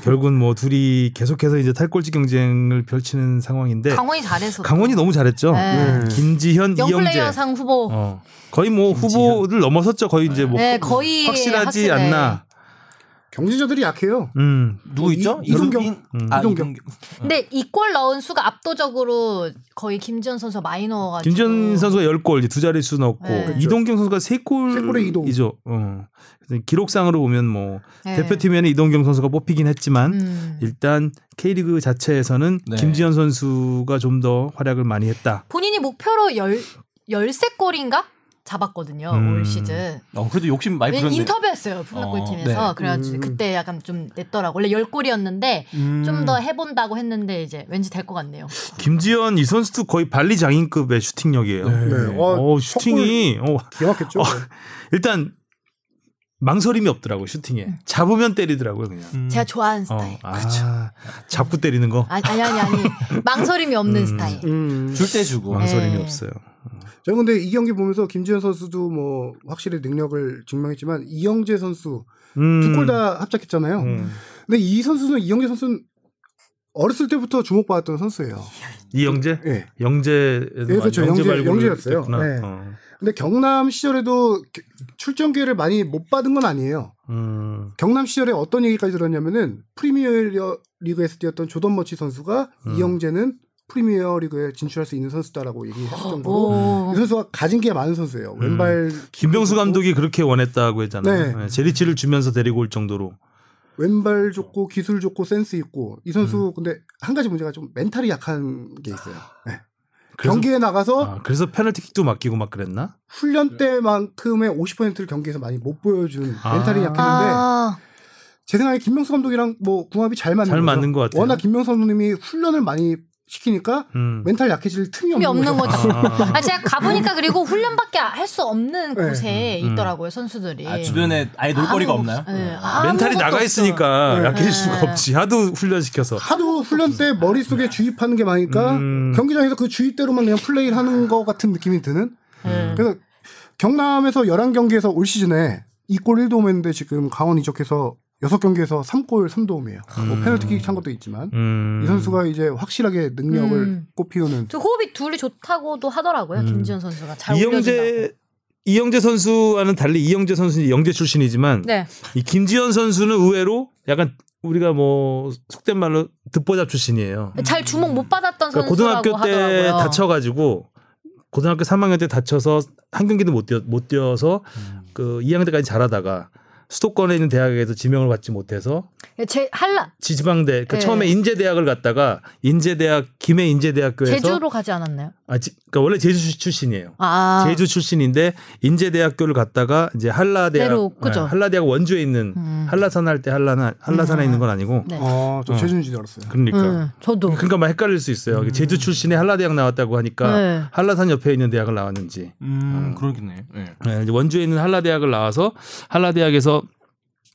Speaker 1: 결국은 뭐 둘이 계속해서 이제 탈골지 경쟁을 펼치는 상황인데
Speaker 2: 강원이 잘해서
Speaker 1: 네. 강원이 너무 잘했죠.
Speaker 2: 네.
Speaker 1: 김지현, 이영재
Speaker 2: 영플레이어상 후보.
Speaker 1: 어. 거의 뭐
Speaker 3: 김지현.
Speaker 1: 후보를 넘어섰죠. 거의 이제 뭐
Speaker 2: 네,
Speaker 1: 후-
Speaker 2: 거의
Speaker 1: 확실하지
Speaker 2: 확실해.
Speaker 1: 않나.
Speaker 4: 경기자들이 약해요.
Speaker 1: 음.
Speaker 2: 어,
Speaker 3: 누구 있죠?
Speaker 4: 이- 이동경.
Speaker 3: 이동경. 아,
Speaker 4: 이동경.
Speaker 3: 이동경.
Speaker 2: 근데 이 골 넣은 수가 압도적으로 거의 김지현 선수 많이 넣어가지고.
Speaker 1: 김지현 선수가 10골, 이제 두 자릿수 넣었고
Speaker 2: 네. 그렇죠.
Speaker 1: 이동경 선수가
Speaker 4: 세 골에 이동.
Speaker 1: 3골이죠. 어. 그래서 기록상으로 보면 뭐
Speaker 2: 네.
Speaker 1: 대표팀에는 이동경 선수가 뽑히긴 했지만
Speaker 2: 음.
Speaker 1: 일단 K리그 자체에서는
Speaker 3: 네.
Speaker 1: 김지현 선수가 좀 더 활약을 많이 했다.
Speaker 2: 본인이 목표로 열 열세 골인가 잡았거든요
Speaker 1: 음.
Speaker 2: 올 시즌.
Speaker 3: 어, 그래도 욕심 많이
Speaker 2: 왜
Speaker 3: 부렸네.
Speaker 2: 인터뷰했어요 블랙골
Speaker 3: 어,
Speaker 2: 팀에서
Speaker 3: 네.
Speaker 2: 그래가지고
Speaker 4: 음.
Speaker 2: 그때 약간 좀 냈더라고 원래 열 골이었는데
Speaker 1: 음.
Speaker 2: 좀 더 해본다고 했는데 이제 왠지 될 것 같네요.
Speaker 1: 김지현 이 선수도 거의 발리 장인급의 슈팅력이에요.
Speaker 4: 네. 어,
Speaker 1: 어, 슈팅이 어,
Speaker 4: 기막했죠. 네.
Speaker 1: 일단 망설임이 없더라고 요 슈팅에 잡으면 때리더라고요 그냥.
Speaker 2: 제가 좋아하는 음. 스타일. 그렇죠.
Speaker 1: 어, 아, 잡고 때리는 거
Speaker 2: 아니 아니 아니, 아니. 망설임이 없는 스타일.
Speaker 4: 음.
Speaker 3: 줄때 주고.
Speaker 1: 망설임이
Speaker 2: 네.
Speaker 1: 없어요.
Speaker 4: 저 근데 이 경기 보면서 김지현 선수도 뭐 확실히 능력을 증명했지만 이영재 선수
Speaker 1: 음.
Speaker 4: 두 골 다 합작했잖아요.
Speaker 1: 음.
Speaker 4: 근데 이 선수는 이영재 선수는 어렸을 때부터 주목받았던 선수예요.
Speaker 1: 이영재,
Speaker 4: 예.
Speaker 1: 영재,
Speaker 4: 그렇죠. 영재- 영재였어요. 네.
Speaker 1: 어.
Speaker 4: 근데 경남 시절에도 기- 출전 기회를 많이 못 받은 건 아니에요.
Speaker 1: 음.
Speaker 4: 경남 시절에 어떤 얘기까지 들었냐면은 프리미어 리그에서 뛰었던 조던 머치 선수가
Speaker 1: 음.
Speaker 4: 이영재는 프리미어 리그에 진출할 수 있는 선수다라고 얘기했을 정도로
Speaker 2: 오.
Speaker 4: 이 선수가 가진 게 많은 선수예요. 왼발
Speaker 1: 음. 김병수
Speaker 4: 좋고,
Speaker 1: 감독이 그렇게 원했다고 했잖아요.
Speaker 4: 네.
Speaker 1: 네, 제리치를 주면서 데리고 올 정도로.
Speaker 4: 왼발 좋고 기술 좋고 센스 있고 이
Speaker 1: 음.
Speaker 4: 선수 근데 한 가지 문제가 좀 멘탈이 약한 게 있어요. 네.
Speaker 1: 아, 그래서-
Speaker 4: 경기에 나가서
Speaker 1: 아, 그래서 페널티킥도 맡기고 막 그랬나?
Speaker 4: 훈련 때만큼의 50%를 경기에서 많이 못 보여주는
Speaker 1: 아.
Speaker 4: 멘탈이 약했는데
Speaker 2: 아,
Speaker 4: 제 생각에 김명수 감독이랑 뭐 궁합이 잘 맞는
Speaker 1: 잘
Speaker 4: 거죠.
Speaker 1: 맞는 것 같아요.
Speaker 4: 워낙 김명수 감독님이 훈련을 많이 시키니까
Speaker 1: 음.
Speaker 4: 멘탈 약해질 틈이
Speaker 2: 힘이
Speaker 4: 없는,
Speaker 2: 없는
Speaker 4: 거죠.
Speaker 2: 거죠.
Speaker 1: 아.
Speaker 2: 아 제가 가보니까 그리고 훈련밖에 할 수 없는
Speaker 4: 네.
Speaker 2: 곳에
Speaker 1: 음.
Speaker 2: 있더라고요 선수들이.
Speaker 3: 아, 주변에 아예 놀거리가
Speaker 2: 아무-
Speaker 3: 없나요?
Speaker 2: 네,
Speaker 1: 멘탈이
Speaker 2: 아무것도
Speaker 1: 나가
Speaker 2: 없어요.
Speaker 1: 있으니까
Speaker 4: 네.
Speaker 1: 약해질 수가
Speaker 2: 네.
Speaker 1: 없지. 하도 훈련시켜서.
Speaker 4: 하도 훈련 때 머릿속에 주입하는 게 많으니까
Speaker 1: 음.
Speaker 4: 경기장에서 그 주입대로만 그냥 플레이를 하는 것 같은 느낌이 드는
Speaker 2: 네.
Speaker 4: 그래서 경남에서 11경기에서 올 시즌에 2골 1도움 했는데 지금 강원 이적해서 6경기에서 3골 3도움이에요. 뭐 페널티킥 찬 것도 있지만
Speaker 1: 음.
Speaker 4: 이 선수가 이제 확실하게 능력을
Speaker 2: 음.
Speaker 4: 꽃피우는
Speaker 2: 저 호흡이 둘이 좋다고도 하더라고요 김지현 선수가 잘
Speaker 1: 음.
Speaker 2: 올려준다고.
Speaker 1: 이영재 이영재 선수와는 달리 이영재 선수는 영재 출신이지만
Speaker 2: 네.
Speaker 1: 이 김지현 선수는 의외로 약간 우리가 뭐 속된 말로 듣보잡 출신이에요.
Speaker 2: 잘 주목 못 받았던
Speaker 1: 그러니까
Speaker 2: 선수라고
Speaker 1: 고등학교 때
Speaker 2: 하더라고요.
Speaker 1: 다쳐가지고 고등학교 3학년 때 다쳐서 한 경기도 못, 뛰어, 못 뛰어서 그 2학년 때까지 잘하다가 수도권에 있는 대학에서 지명을 받지 못해서
Speaker 2: 예, 제 한라
Speaker 1: 지방대 그러니까
Speaker 2: 네.
Speaker 1: 처음에 인제대학을 갔다가 인제대학 김해 인제대학교에서
Speaker 2: 제주로 가지 않았나요?
Speaker 1: 아, 지- 그러니까 원래 제주 출- 출신이에요.
Speaker 2: 아
Speaker 1: 제주 출신인데 인제대학교를 갔다가 이제 한라대학
Speaker 2: 대로, 그죠.
Speaker 1: 네, 한라대학 원주에 있는
Speaker 2: 음.
Speaker 1: 한라산 할 때 한라나 한라산에 있는 건 아니고
Speaker 2: 네.
Speaker 4: 어, 저 최준지 알았어요.
Speaker 1: 그러니까
Speaker 2: 음, 저도
Speaker 1: 그러니까 막 헷갈릴 수 있어요.
Speaker 4: 음.
Speaker 1: 제주 출신의 한라대학 나왔다고 하니까
Speaker 2: 네.
Speaker 1: 한라산 옆에 있는 대학을 나왔는지
Speaker 3: 음, 그러겠네. 예.
Speaker 1: 네, 이제 원주에 있는 한라대학을 나와서 한라대학에서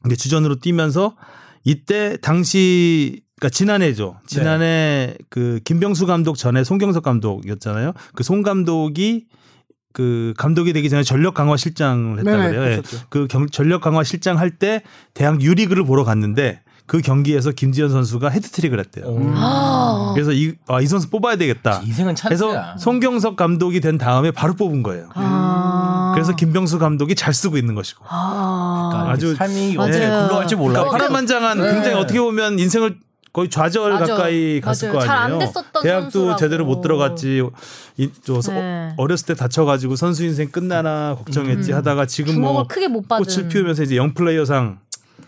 Speaker 1: 이제 주전으로 뛰면서 이때 당시 그러니까 지난해죠. 지난해 그 김병수 감독 전에 송경석 감독이었잖아요. 그 송 감독이 그 감독이 되기 전에 전력 강화 실장을 했다
Speaker 4: 네네,
Speaker 1: 그래요. 예.
Speaker 4: 그랬었죠.
Speaker 1: 그 경- 전력 강화 실장 할 때 대학 유리그를 보러 갔는데 그 경기에서 김지현 선수가 헤드트릭을 했대요.
Speaker 2: 아,
Speaker 1: 그래서 이, 아, 이 선수 뽑아야 되겠다.
Speaker 3: 인생은
Speaker 1: 음. 그래서
Speaker 3: 찬스야.
Speaker 1: 송경석 감독이 된 다음에 바로 뽑은 거예요.
Speaker 2: 아.
Speaker 1: 음, 그래서 김병수 감독이 잘 쓰고 있는 것이고.
Speaker 2: 아.
Speaker 1: 아주-
Speaker 3: 아주 그러니까 삶이
Speaker 2: 맞아요.
Speaker 3: 어떻게 굴러갈지 몰라.
Speaker 1: 그러니까 파란만장한
Speaker 3: 네.
Speaker 1: 굉장히 어떻게 보면 인생을 거의 좌절
Speaker 2: 맞아.
Speaker 1: 가까이 갔을
Speaker 2: 맞아요.
Speaker 1: 거
Speaker 2: 잘안
Speaker 1: 아니에요.
Speaker 2: 됐었던
Speaker 1: 대학도
Speaker 2: 선수라고.
Speaker 1: 제대로 못 들어갔지. 이, 저, 서-
Speaker 2: 네.
Speaker 1: 어렸을 때 다쳐가지고 선수 인생 끝나나 걱정했지 하다가 지금
Speaker 2: 음. 주목을
Speaker 1: 뭐
Speaker 2: 크게 못 받은.
Speaker 1: 꽃을 피우면서 이제 영 플레이어상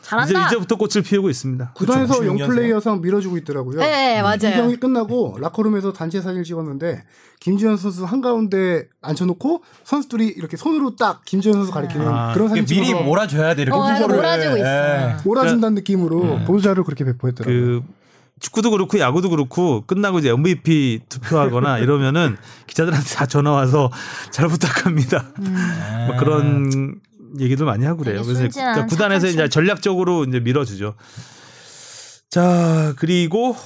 Speaker 1: 이제
Speaker 2: 잘한다.
Speaker 1: 이제부터 꽃을 피우고 있습니다.
Speaker 4: 구단에서 영
Speaker 3: 96년생.
Speaker 4: 플레이어상 밀어주고 있더라고요.
Speaker 2: 네, 맞아요.
Speaker 4: 경기 끝나고 라커룸에서 단체 사진을 찍었는데 김지현 선수 한 가운데 앉혀놓고 선수들이 이렇게 손으로 딱 김지현 선수 가리키는
Speaker 1: 아,
Speaker 4: 그런 사진
Speaker 3: 미리
Speaker 4: 찍어서
Speaker 3: 몰아줘야 돼 이렇게
Speaker 2: 어, 약간
Speaker 3: 후보를. 예.
Speaker 2: 몰아주고 있어요.
Speaker 4: 예. 몰아준다는 느낌으로
Speaker 1: 네.
Speaker 4: 보도자를 그렇게
Speaker 1: 그
Speaker 4: 배포했더라고요.
Speaker 1: 축구도 그렇고 야구도 그렇고 끝나고 이제 MVP 투표하거나 이러면은 기자들한테 다 전화 와서 잘 부탁합니다. 뭐 그런 얘기도 많이 하고 그래요.
Speaker 2: 되게
Speaker 1: 그래서
Speaker 2: 순진한
Speaker 1: 그러니까 구단에서
Speaker 2: 착한
Speaker 1: 이제 전략적으로 이제 밀어주죠. 자 그리고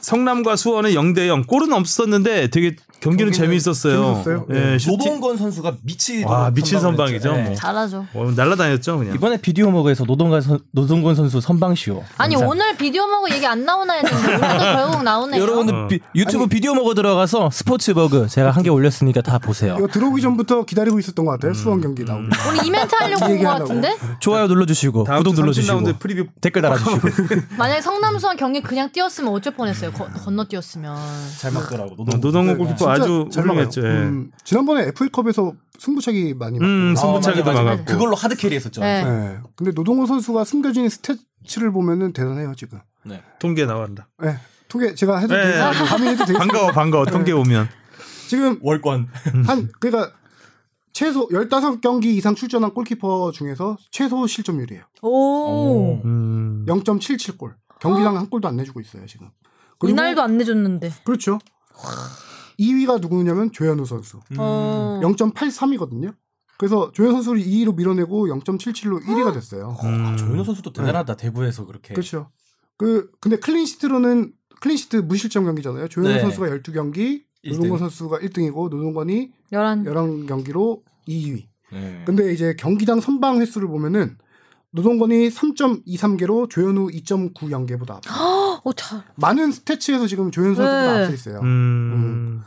Speaker 1: 성남과 수원은 0대 0 골은 없었는데 되게 경기는
Speaker 4: 경기는
Speaker 1: 재미있었어요.
Speaker 4: 재밌었어요.
Speaker 1: 예, 슈팅
Speaker 3: 네. 노봉건 선수가 미치.
Speaker 1: 와 미친 선방이죠. 뭐.
Speaker 2: 잘하죠.
Speaker 1: 어, 날라다녔죠
Speaker 3: 네.
Speaker 1: 그냥.
Speaker 5: 이번에 비디오 먹에서 노동관 선, 노동건 선수 선방쇼.
Speaker 2: 아니 오늘 비디오 먹어 얘기 안 나오나 했는데 오늘도 결국 나오네요.
Speaker 5: 여러분들
Speaker 1: 어.
Speaker 5: 비- 유튜브 비디오 먹어 들어가서 스포츠 버그 제가 한 개 올렸으니까 다
Speaker 1: 그
Speaker 5: 보세요.
Speaker 4: 이거 들어오기 전부터 기다리고 있었던 것 같아요.
Speaker 1: 음,
Speaker 4: 수원 경기 나오기.
Speaker 2: 우리 이벤트 하려고 온 것
Speaker 4: 얘기하려고.
Speaker 2: 같은데
Speaker 5: 좋아요 눌러주시고
Speaker 1: 다음
Speaker 5: 구독
Speaker 1: 주
Speaker 5: 눌러주시고
Speaker 1: 30라운드 프리뷰
Speaker 5: 댓글 달아주시고.
Speaker 2: 만약에 성남수원 경기 그냥 뛰었으면 어쩔 뻔했어요. 거- 건너뛰었으면.
Speaker 3: 잘 맞더라고.
Speaker 1: 어, 노동호 골키퍼
Speaker 4: 네, 진짜
Speaker 1: 아주
Speaker 4: 잘 나가요.
Speaker 1: 훌륭했죠. 예.
Speaker 4: 음, 지난번에 FA컵에서 승부차기 많이 맞고.
Speaker 1: 음, 승부차기도
Speaker 3: 맞아, 맞아.
Speaker 1: 막았고.
Speaker 3: 그걸로 하드 캐리 했었죠.
Speaker 2: 네.
Speaker 4: 예. 근데 노동호 선수가 숨겨진 스탯치를 보면은 대단해요 지금.
Speaker 3: 네.
Speaker 1: 통계 나왔다.
Speaker 4: 예. 통계 제가 해도
Speaker 1: 예,
Speaker 4: 되겠어요? 감히 해도 되겠어요?
Speaker 1: 반가워, 반가워. 통계 보면.
Speaker 4: 지금
Speaker 3: 월권.
Speaker 4: 한
Speaker 3: 음.
Speaker 4: 그러니까 최소 15경기 이상 출전한 골키퍼 중에서 최소 실점률이에요.
Speaker 2: 오.
Speaker 1: 음.
Speaker 4: 0.77골. 경기당 한 골도 안 내주고 있어요, 지금. 그리고-
Speaker 2: 이날도 안 내줬는데.
Speaker 4: 그렇죠. 2위가 누구냐면 조현우 선수.
Speaker 2: 어.
Speaker 4: 0.83이거든요. 그래서 조현우 선수를 2위로 밀어내고 0.77로
Speaker 2: 음.
Speaker 4: 1위가 됐어요.
Speaker 1: 음,
Speaker 3: 아, 조현우 선수도 대단하다 대구에서 그렇게.
Speaker 4: 그렇죠. 그 근데 클린시트로는 클린시트 무실점 경기잖아요. 조현우
Speaker 3: 네.
Speaker 4: 선수가 12경기,
Speaker 3: 일등.
Speaker 4: 노동건 선수가 1등이고 노동건이
Speaker 2: 11.
Speaker 4: 11경기로 2위.
Speaker 3: 네.
Speaker 4: 근데 이제 경기당 선방 횟수를 보면은 노동건이 3.23개로 조현우 2.9연계보다 앞서.
Speaker 2: 어, 잘.
Speaker 4: 많은 스태츠에서 지금 조현우 선수보다
Speaker 2: 네.
Speaker 4: 앞서 있어요.
Speaker 1: 음.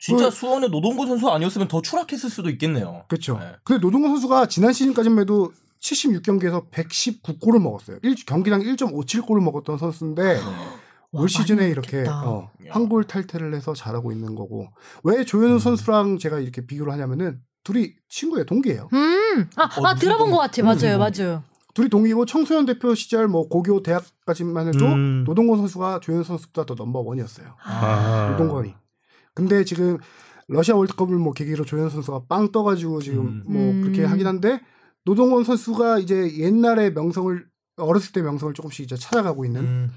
Speaker 3: 진짜
Speaker 4: 그-
Speaker 3: 수원의 노동건 선수 아니었으면 더 추락했을 수도 있겠네요.
Speaker 4: 그렇죠.
Speaker 3: 네.
Speaker 4: 근데 노동건 선수가 지난 시즌까지만 해도 76경기에서 119골을 먹었어요. 일- 경기당 1.57골을 먹었던
Speaker 3: 네.
Speaker 4: 선수인데
Speaker 2: 와,
Speaker 4: 올 시즌에
Speaker 2: 많이
Speaker 4: 이렇게
Speaker 2: 먹겠다.
Speaker 4: 어, 한골 탈퇴를 해서 잘하고 있는 거고 왜 조현우 선수랑 제가 이렇게 비교를 하냐면은 둘이 친구예요, 동기예요.
Speaker 2: 음. 아, 아
Speaker 3: 무슨
Speaker 2: 들어본
Speaker 3: 동-
Speaker 2: 것
Speaker 4: 음.
Speaker 2: 같아. 맞아요. 맞아요.
Speaker 4: 둘이 동기고 청소년 대표 시절 뭐 고교 대학까지만 해도
Speaker 1: 음.
Speaker 4: 노동건 선수가 조현우 선수보다 더 넘버 원이었어요.
Speaker 1: 아.
Speaker 4: 노동건이. 근데 지금 러시아 월드컵을 뭐 계기로 조현 선수가 빵 떠가지고 지금
Speaker 3: 음.
Speaker 4: 뭐
Speaker 2: 음.
Speaker 4: 그렇게 하긴 한데 노동원 선수가 이제 옛날에 명성을 어렸을 때 명성을 조금씩 이제 찾아가고
Speaker 1: 음.
Speaker 4: 있는
Speaker 3: 음.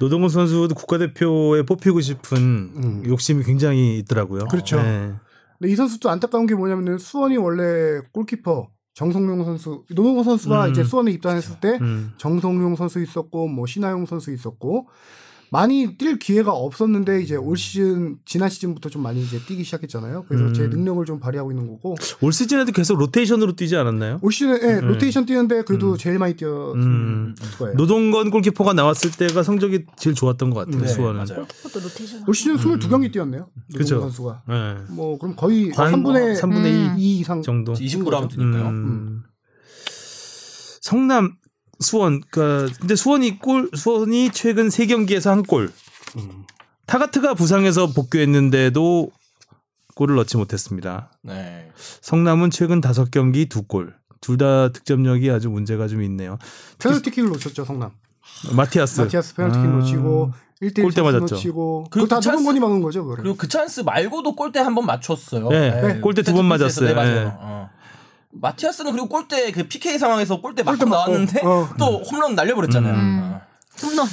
Speaker 1: 노동훈 선수도 국가대표에 뽑히고 싶은
Speaker 4: 음.
Speaker 1: 욕심이 굉장히 있더라고요.
Speaker 4: 그렇죠.
Speaker 1: 네.
Speaker 4: 근데 이 선수도 안타까운 게 뭐냐면은 수원이 원래 골키퍼 정성용 선수 노동원 선수가
Speaker 1: 음.
Speaker 4: 이제 수원에 입단했을 때
Speaker 1: 음.
Speaker 4: 정성용 선수 있었고 뭐 신하용 선수 있었고 많이 뛸 기회가 없었는데 이제 올 시즌 지난 시즌부터 좀 많이 이제 뛰기 시작했잖아요. 그래서 제
Speaker 1: 음.
Speaker 4: 능력을 좀 발휘하고 있는 거고
Speaker 1: 올 시즌에도 계속 로테이션으로 뛰지 않았나요?
Speaker 4: 올 시즌에 예, 로테이션 뛰는데 그래도 제일 많이 뛰었을
Speaker 1: 음.
Speaker 3: 네.
Speaker 4: 거예요.
Speaker 1: 노동건 골키퍼가 나왔을 때가 성적이 제일 좋았던 것 같아요.
Speaker 3: 네,
Speaker 1: 수원은.
Speaker 3: 맞아요.
Speaker 2: 또 로테이션.
Speaker 4: 올 시즌 22경기 뛰었네요.
Speaker 1: 음. 그쵸.
Speaker 4: 노동 선수가.
Speaker 1: 네.
Speaker 4: 뭐 그럼 거의
Speaker 1: 관-
Speaker 4: 3분의
Speaker 1: 3분의
Speaker 3: 음.
Speaker 4: 2 이상
Speaker 1: 정도. 그
Speaker 3: 29라운드니까요.
Speaker 1: 음. 성남 수원 그러니까 근데 수원이 골 수원이 최근 세 경기에서 한 골. 음. 타가트가 부상해서 복귀했는데도 골을 넣지 못했습니다.
Speaker 3: 네.
Speaker 1: 성남은 최근 다섯 경기 두 골. 둘 다 득점력이 아주 문제가 좀 있네요.
Speaker 4: 페널티킥을 놓쳤죠 성남.
Speaker 1: 마티아스.
Speaker 4: 마티아스 페널티킥
Speaker 1: 아.
Speaker 4: 놓치고 1대1
Speaker 1: 골대 맞았죠.
Speaker 4: 놓치고
Speaker 3: 그리고
Speaker 4: 그거 다
Speaker 3: 그 찬스-
Speaker 4: 노동건이 막은 거죠, 그걸.
Speaker 3: 그리고 그 찬스 말고도 골대 한 번 맞췄어요.
Speaker 1: 네, 골대 두번
Speaker 3: 세트피스에서. 네,
Speaker 1: 맞았어요.
Speaker 3: 맞아요.
Speaker 1: 네.
Speaker 3: 어. 마티아스는 그리고 골대 그 PK 상황에서 골대 맞고
Speaker 4: 맞고.
Speaker 3: 나왔는데
Speaker 4: 어.
Speaker 3: 또 홈런 날려버렸잖아요.
Speaker 2: 음.
Speaker 3: 어.
Speaker 2: 홈런.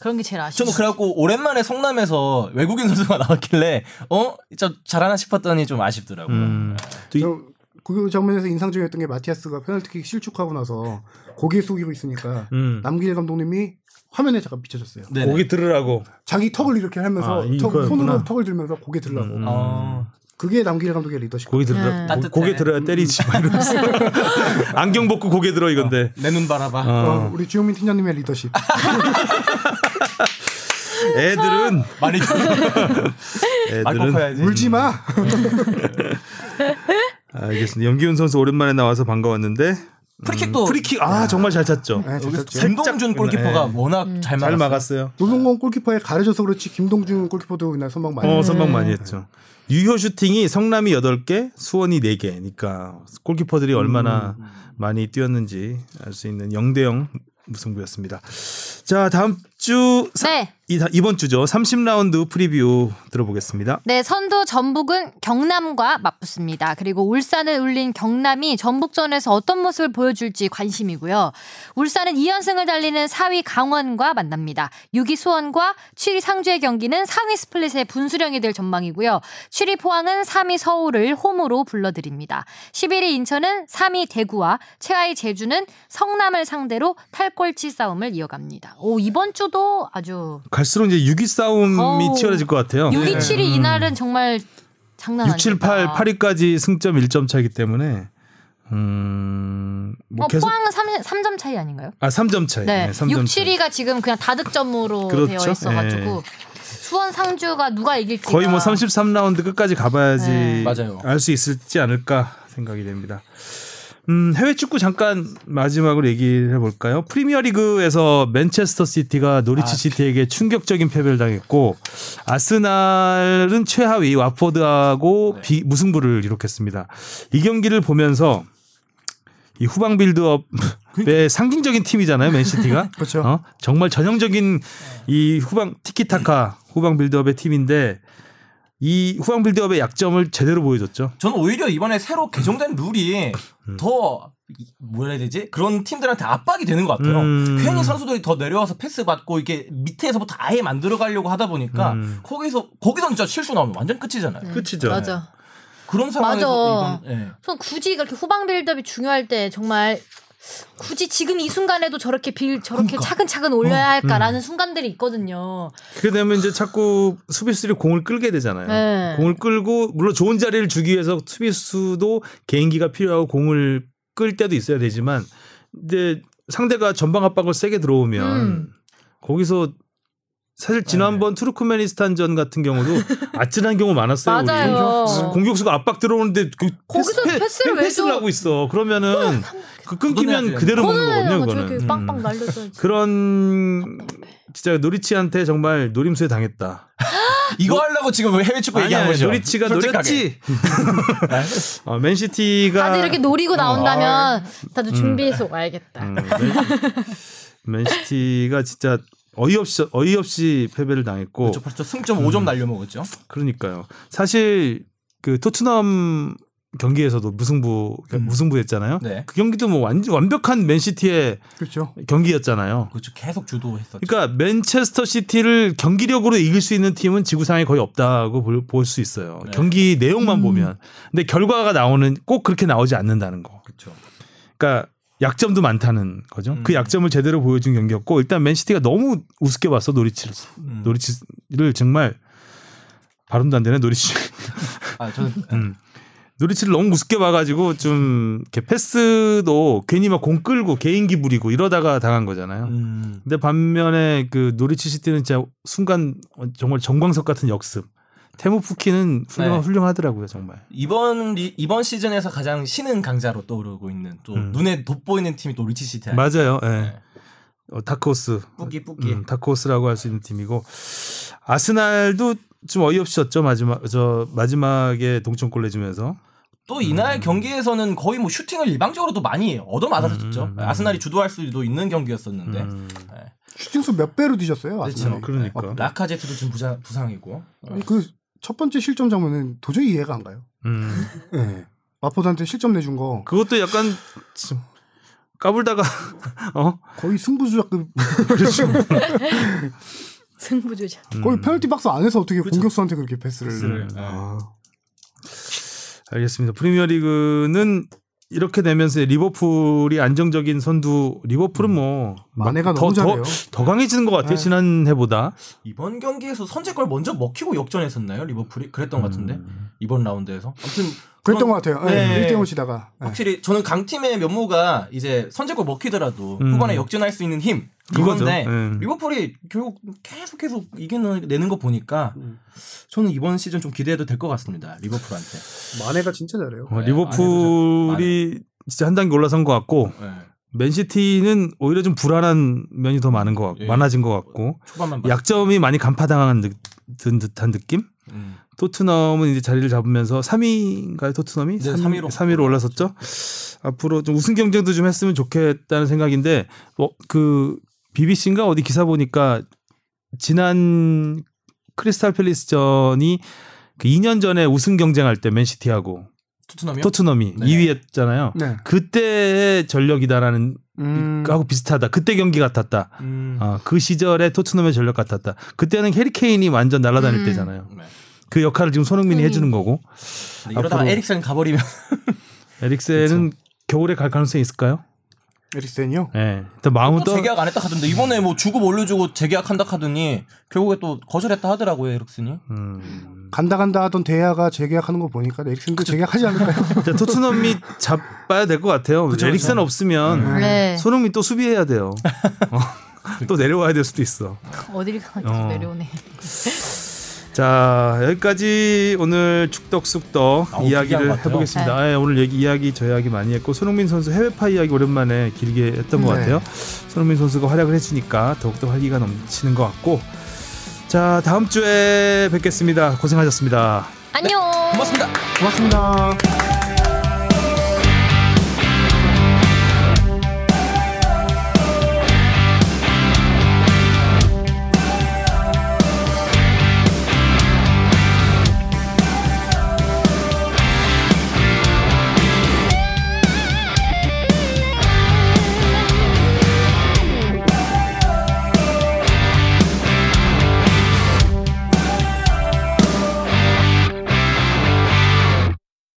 Speaker 2: 그런 게 제일 아쉽죠.
Speaker 3: 저는 뭐 그래갖고 오랜만에 성남에서 외국인 선수가 나왔길래 어? 저 잘하나 싶었더니 좀 아쉽더라고요.
Speaker 1: 음. 또 이-
Speaker 4: 저- 그 장면에서 인상적이었던 게 마티아스가 페널티킥 실축하고 나서 고개 숙이고 있으니까
Speaker 1: 음.
Speaker 4: 남길 감독님이 화면에 잠깐 비춰졌어요.
Speaker 3: 네네.
Speaker 1: 고기 들으라고.
Speaker 4: 자기 턱을 이렇게
Speaker 1: 아,
Speaker 4: 하면서 턱,
Speaker 1: 이거였구나.
Speaker 4: 손으로 턱을 들면서 고개 들라고.
Speaker 1: 음.
Speaker 3: 어.
Speaker 4: 그게 남길 감독의 리더십.
Speaker 1: 고개 들으라.
Speaker 3: 음.
Speaker 1: 고- 고개 들어야 때리지. 막 이러면서. 안경 벗고 고개 들어 이건데.
Speaker 3: 내 눈 바라봐.
Speaker 1: 어.
Speaker 4: 어, 우리 주영민 팀장님의 리더십.
Speaker 1: 아. 어. 애들은
Speaker 3: 많이 말꼭
Speaker 1: 애들은 음.
Speaker 3: 커야지.
Speaker 4: 울지 마.
Speaker 1: 알겠습니다. 염기훈 선수 오랜만에 나와서 반가웠는데
Speaker 3: 프리킥도
Speaker 1: 프리킥 네. 아 정말 잘 찼죠.
Speaker 4: 네, 잘
Speaker 3: 여기서
Speaker 4: 쳤죠.
Speaker 3: 김동준 골키퍼가 워낙 잘,
Speaker 1: 잘
Speaker 3: 막았어요.
Speaker 1: 막았어요.
Speaker 4: 노동건 골키퍼에 가려져서 그렇지 김동준 골키퍼도 그날 선방 많이.
Speaker 1: 어,
Speaker 4: 했어요.
Speaker 1: 선방 많이 했죠. 유효 슈팅이 성남이 8개, 수원이 4개. 그러니까 골키퍼들이 얼마나 많이 뛰었는지 알 수 있는 0대 0 무승부였습니다. 자, 다음 주 사-
Speaker 2: 네.
Speaker 1: 이- 이번 주죠. 30라운드 프리뷰 들어보겠습니다.
Speaker 2: 네, 선두 전북은 경남과 맞붙습니다. 그리고 울산을 울린 경남이 전북전에서 어떤 모습을 보여줄지 관심이고요. 울산은 2연승을 달리는 4위 강원과 만납니다. 6위 수원과 7위 상주의 경기는 3위 스플릿의 분수령이 될 전망이고요. 7위 포항은 3위 서울을 홈으로 불러드립니다. 11위 인천은 3위 대구와 최하위 제주는 성남을 상대로 탈골치 싸움을 이어갑니다. 오, 이번 주도 아주
Speaker 1: 갈수록 이제 6위 싸움이
Speaker 2: 어우.
Speaker 1: 치열해질 것 같아요.
Speaker 2: 6위,
Speaker 1: 음.
Speaker 2: 7위 이날은 정말 장난
Speaker 1: 6,
Speaker 2: 아니다.
Speaker 1: 7, 8, 8위까지 승점 1점 차이기 때문에 음, 뭐
Speaker 2: 어,
Speaker 1: 계속
Speaker 2: 포항은 3, 삼점 차이 아닌가요?
Speaker 1: 아, 3점 차이.
Speaker 2: 네.
Speaker 1: 네,
Speaker 2: 6,
Speaker 1: 삼 점 차이.
Speaker 2: 7위가 지금 그냥 다득점으로
Speaker 1: 그렇죠. 네.
Speaker 2: 되어 있어가지고 수원 상주가 누가 이길지
Speaker 1: 거의 뭐 33라운드 끝까지 가봐야지
Speaker 2: 네.
Speaker 3: 맞아요.
Speaker 1: 알 수 있을지 않을까 생각이 됩니다. 음, 해외 축구 잠깐 마지막으로 얘기를 해볼까요? 프리미어리그에서 맨체스터 시티가 노리치
Speaker 3: 아,
Speaker 1: 시티에게 충격적인 패배를 당했고 아스날은 최하위 와포드하고
Speaker 3: 네.
Speaker 1: 비- 무승부를 기록했습니다. 이 경기를 보면서 이 후방 빌드업의 상징적인 팀이잖아요, 맨시티가.
Speaker 4: 그러니까. 그렇죠.
Speaker 1: 어? 정말 전형적인 이 후방 티키타카 후방 빌드업의 팀인데 이 후방 빌드업의 약점을 제대로 보여줬죠.
Speaker 3: 저는 오히려 이번에 새로 개정된 룰이
Speaker 1: 음.
Speaker 3: 더 이- 뭐라 해야 되지? 그런 팀들한테 압박이 되는 것 같아요.
Speaker 1: 음.
Speaker 3: 괜히 선수들이 더 내려와서 패스 받고 이게 밑에서부터 아예 만들어 가려고 하다 보니까
Speaker 1: 음.
Speaker 3: 거기서 거기서 진짜 실수 나오면 완전 끝이잖아요.
Speaker 1: 끝이죠.
Speaker 2: 음, 맞아.
Speaker 3: 그런 상황에서
Speaker 2: 네. 맞아.
Speaker 3: 이건 예.
Speaker 2: 전 굳이 그렇게 후방 빌드업이 중요할 때 정말 굳이 지금 이 순간에도 저렇게 빌 저렇게
Speaker 1: 그러니까.
Speaker 2: 차근차근
Speaker 1: 어,
Speaker 2: 올려야
Speaker 1: 음.
Speaker 2: 할까라는 순간들이 있거든요.
Speaker 1: 그렇게 되면 이제 자꾸 수비수들이 공을 끌게 되잖아요.
Speaker 2: 네.
Speaker 1: 공을 끌고 물론 좋은 자리를 주기 위해서 수비수도 개인기가 필요하고 공을 끌 때도 있어야 되지만 근데 상대가 전방 압박을 세게 들어오면
Speaker 2: 음. 네.
Speaker 1: 거기서 사실 지난번 투르크메니스탄전 같은 경우도 아찔한 경우 많았어요. 우리.
Speaker 2: 맞아요.
Speaker 1: 공격수가 압박 들어오는데 그
Speaker 2: 거기서 패스를 왜
Speaker 1: 패스를
Speaker 2: 줘?
Speaker 1: 하고 있어. 그러면은 그 끊기면
Speaker 3: 그거는
Speaker 1: 그대로 먹는 거거든요.
Speaker 2: 저는
Speaker 1: 그거는.
Speaker 2: 저렇게
Speaker 1: 음.
Speaker 2: 빵빵 날려줘야지.
Speaker 1: 그런
Speaker 2: 네.
Speaker 1: 진짜 노리치한테 정말 노림수에 당했다.
Speaker 3: 이거 하려고 지금 해외 축구
Speaker 1: 뭐 아니,
Speaker 3: 얘기한
Speaker 1: 아니,
Speaker 3: 거죠.
Speaker 1: 노리치가
Speaker 3: 솔직하게. 네.
Speaker 1: 노렸지. 어, 맨시티가
Speaker 2: 다들 이렇게 노리고 나온다면 다들 준비해서 와야겠다.
Speaker 1: 음, 맨- 맨시티가 진짜 어이없이 어이없이 패배를 당했고
Speaker 3: 그렇죠, 그렇죠. 승점
Speaker 1: 음.
Speaker 3: 5점 날려 먹었죠.
Speaker 1: 그러니까요. 사실 그 토트넘 경기에서도 무승부 무승부했잖아요.
Speaker 3: 네.
Speaker 1: 그 경기도 뭐 완전 완벽한 맨시티의
Speaker 4: 그렇죠.
Speaker 1: 경기였잖아요.
Speaker 3: 그렇죠. 계속 주도했었죠.
Speaker 1: 그러니까 맨체스터 시티를 경기력으로 이길 수 있는 팀은 지구상에 거의 없다고 볼 수 있어요. 경기 내용만 보면. 근데 결과가 나오는 꼭 그렇게 나오지 않는다는 거.
Speaker 3: 그렇죠.
Speaker 1: 그러니까 약점도 많다는 거죠. 그 약점을 제대로 보여준 경기였고 일단 맨시티가 너무 우습게 봤어 노리치를. 노리치를 정말 발음도 안 되네 노리치.
Speaker 3: 아, 저는
Speaker 1: 노리치를 너무 우습게 봐가지고 좀 이렇게 패스도 괜히 막 공 끌고 개인기 부리고 이러다가 당한 거잖아요.
Speaker 3: 음,
Speaker 1: 근데 반면에 그 노리치 시티는 진짜 순간 정말 정광석 같은 역습. 테무 푸키는 훌륭,
Speaker 3: 네.
Speaker 1: 훌륭하더라고요 정말.
Speaker 3: 이번 리- 이번 시즌에서 가장 신은 강자로 떠오르고 있는 또
Speaker 1: 음.
Speaker 3: 눈에 돋보이는 팀이 또 리치 시티
Speaker 1: 맞아요.
Speaker 3: 아니에요?
Speaker 1: 예.
Speaker 3: 네.
Speaker 1: 어, 다크호스.
Speaker 3: 뿌기 뿌기.
Speaker 1: 음, 다크호스라고 할 수 있는 팀이고 아스날도 좀 어이없었죠 마지막 저 마지막에 동점골 내주면서
Speaker 3: 또
Speaker 1: 음.
Speaker 3: 이날 경기에서는 거의 뭐 슈팅을 일방적으로도 많이 얻어맞았었죠.
Speaker 1: 음,
Speaker 3: 아스날이 주도할 수도 있는 경기였었는데 네.
Speaker 4: 슈팅수 몇 배로 뒤졌어요.
Speaker 3: 그렇죠.
Speaker 4: 아스날이.
Speaker 1: 그러니까.
Speaker 4: 어,
Speaker 3: 라카제트도 지금 부상, 부상이고 어.
Speaker 4: 아니, 그, 첫 번째 실점 장면은 도저히 이해가 안 가요.
Speaker 1: 음.
Speaker 4: 예. 마포드한테 실점 내준 거
Speaker 1: 그것도 약간 좀 까불다가 어
Speaker 4: 거의 승부조작급,
Speaker 2: 승부조작.
Speaker 3: 음.
Speaker 4: 거의 페널티 박스 안에서 어떻게
Speaker 3: 그렇죠.
Speaker 4: 공격수한테 그렇게 음. 패스를.
Speaker 1: 패스를, 네.
Speaker 4: 아.
Speaker 1: 알겠습니다. 프리미어리그는 이렇게 되면서 리버풀이 안정적인 선두 리버풀은 뭐
Speaker 4: 만회가
Speaker 1: 더-
Speaker 4: 음. 너무
Speaker 1: 더-
Speaker 4: 잘해요.
Speaker 1: 더 강해지는 것 같아요
Speaker 4: 네.
Speaker 1: 지난해보다
Speaker 3: 이번 경기에서 선제골 먼저 먹히고 역전했었나요? 리버풀이 그랬던 것 같은데
Speaker 1: 음.
Speaker 3: 이번 라운드에서 아무튼 그런-
Speaker 4: 그랬던 것 같아요.
Speaker 3: 네.
Speaker 4: 1대0 치다가. 예.
Speaker 3: 확실히 저는 강팀의 면모가 이제 선제골 먹히더라도
Speaker 1: 음.
Speaker 3: 후반에 역전할 수 있는 힘
Speaker 1: 그거죠.
Speaker 3: 이건데
Speaker 1: 음.
Speaker 3: 리버풀이 결국 계속 계속 이겨내는 거 보니까 저는 이번 시즌 좀 기대해도 될 것 같습니다 리버풀한테
Speaker 4: 만회가 진짜 잘해요.
Speaker 1: 어,
Speaker 3: 네, 아,
Speaker 1: 리버풀이 진짜 한 단계 올라선 것 같고
Speaker 3: 예,
Speaker 1: 맨시티는 오히려 좀 불안한 면이 더 많은 것 같고
Speaker 3: 예.
Speaker 1: 많아진 것 같고
Speaker 3: 초반만 봐
Speaker 1: 약점이 많이 간파당한 듯, 든 듯한 느낌
Speaker 3: 음.
Speaker 1: 토트넘은 이제 자리를 잡으면서 3위인가요 토트넘이
Speaker 3: 네, 그렇죠.
Speaker 1: 3,
Speaker 3: 3위로.
Speaker 1: 위로 올라섰죠 앞으로 좀 우승 경쟁도 좀 했으면 좋겠다는 생각인데 어, 그 BBC인가 어디 기사 보니까 지난 크리스탈 팰리스전이 그 2년 전에 우승 경쟁할 때 맨시티하고
Speaker 3: 토트넘이요?
Speaker 1: 토트넘이
Speaker 3: 네.
Speaker 1: 2위였잖아요.
Speaker 4: 네.
Speaker 1: 그때의 전력이다라는
Speaker 4: 음,
Speaker 1: 하고 비슷하다. 그때 경기 같았다.
Speaker 3: 음.
Speaker 1: 아, 그 시절의 토트넘의 전력 같았다. 그때는 해리케인이 완전 날아다닐
Speaker 2: 음.
Speaker 1: 때잖아요.
Speaker 3: 네.
Speaker 1: 그 역할을 지금 손흥민이
Speaker 2: 음.
Speaker 1: 해주는 거고
Speaker 3: 근데 이러다가
Speaker 1: 앞으로-
Speaker 3: 에릭센 가버리면
Speaker 1: 에릭센은 겨울에 갈 가능성이 있을까요?
Speaker 4: 에릭센이요?
Speaker 1: 예.
Speaker 3: 네.
Speaker 1: 일단 마음은
Speaker 3: 또
Speaker 1: 떠
Speaker 3: 재계약 안 했다 하던데 이번에 뭐 주고 몰려주고 재계약한다 하더니 결국에 또 거절했다 하더라고요 에릭슨이
Speaker 1: 음.
Speaker 4: 간다 간다 하던 대야가 재계약하는 거 보니까 에릭센도 재계약하지 않을까요?
Speaker 1: 일단 토트넘이 잡아야 될 것 같아요. 에릭센
Speaker 3: 음.
Speaker 1: 없으면
Speaker 2: 네.
Speaker 1: 손흥민 또 수비해야 돼요. 어. 또 내려와야 될 수도 있어.
Speaker 2: 어딜 가면 계속
Speaker 1: 어.
Speaker 2: 내려오네.
Speaker 1: 자 여기까지 오늘 축덕숙덕
Speaker 3: 아, 어떻게 한것
Speaker 1: 이야기를
Speaker 3: 같아요?
Speaker 1: 해보겠습니다. 아, 예, 오늘 얘기, 이야기 저 이야기 많이 했고 손흥민 선수 해외파 이야기 오랜만에 길게 했던 것
Speaker 4: 네.
Speaker 1: 같아요. 손흥민 선수가 활약을 해주니까 더욱더 활기가 넘치는 것 같고 자 다음 주에 뵙겠습니다. 고생하셨습니다.
Speaker 2: 안녕.
Speaker 3: 고맙습니다
Speaker 4: 고맙습니다.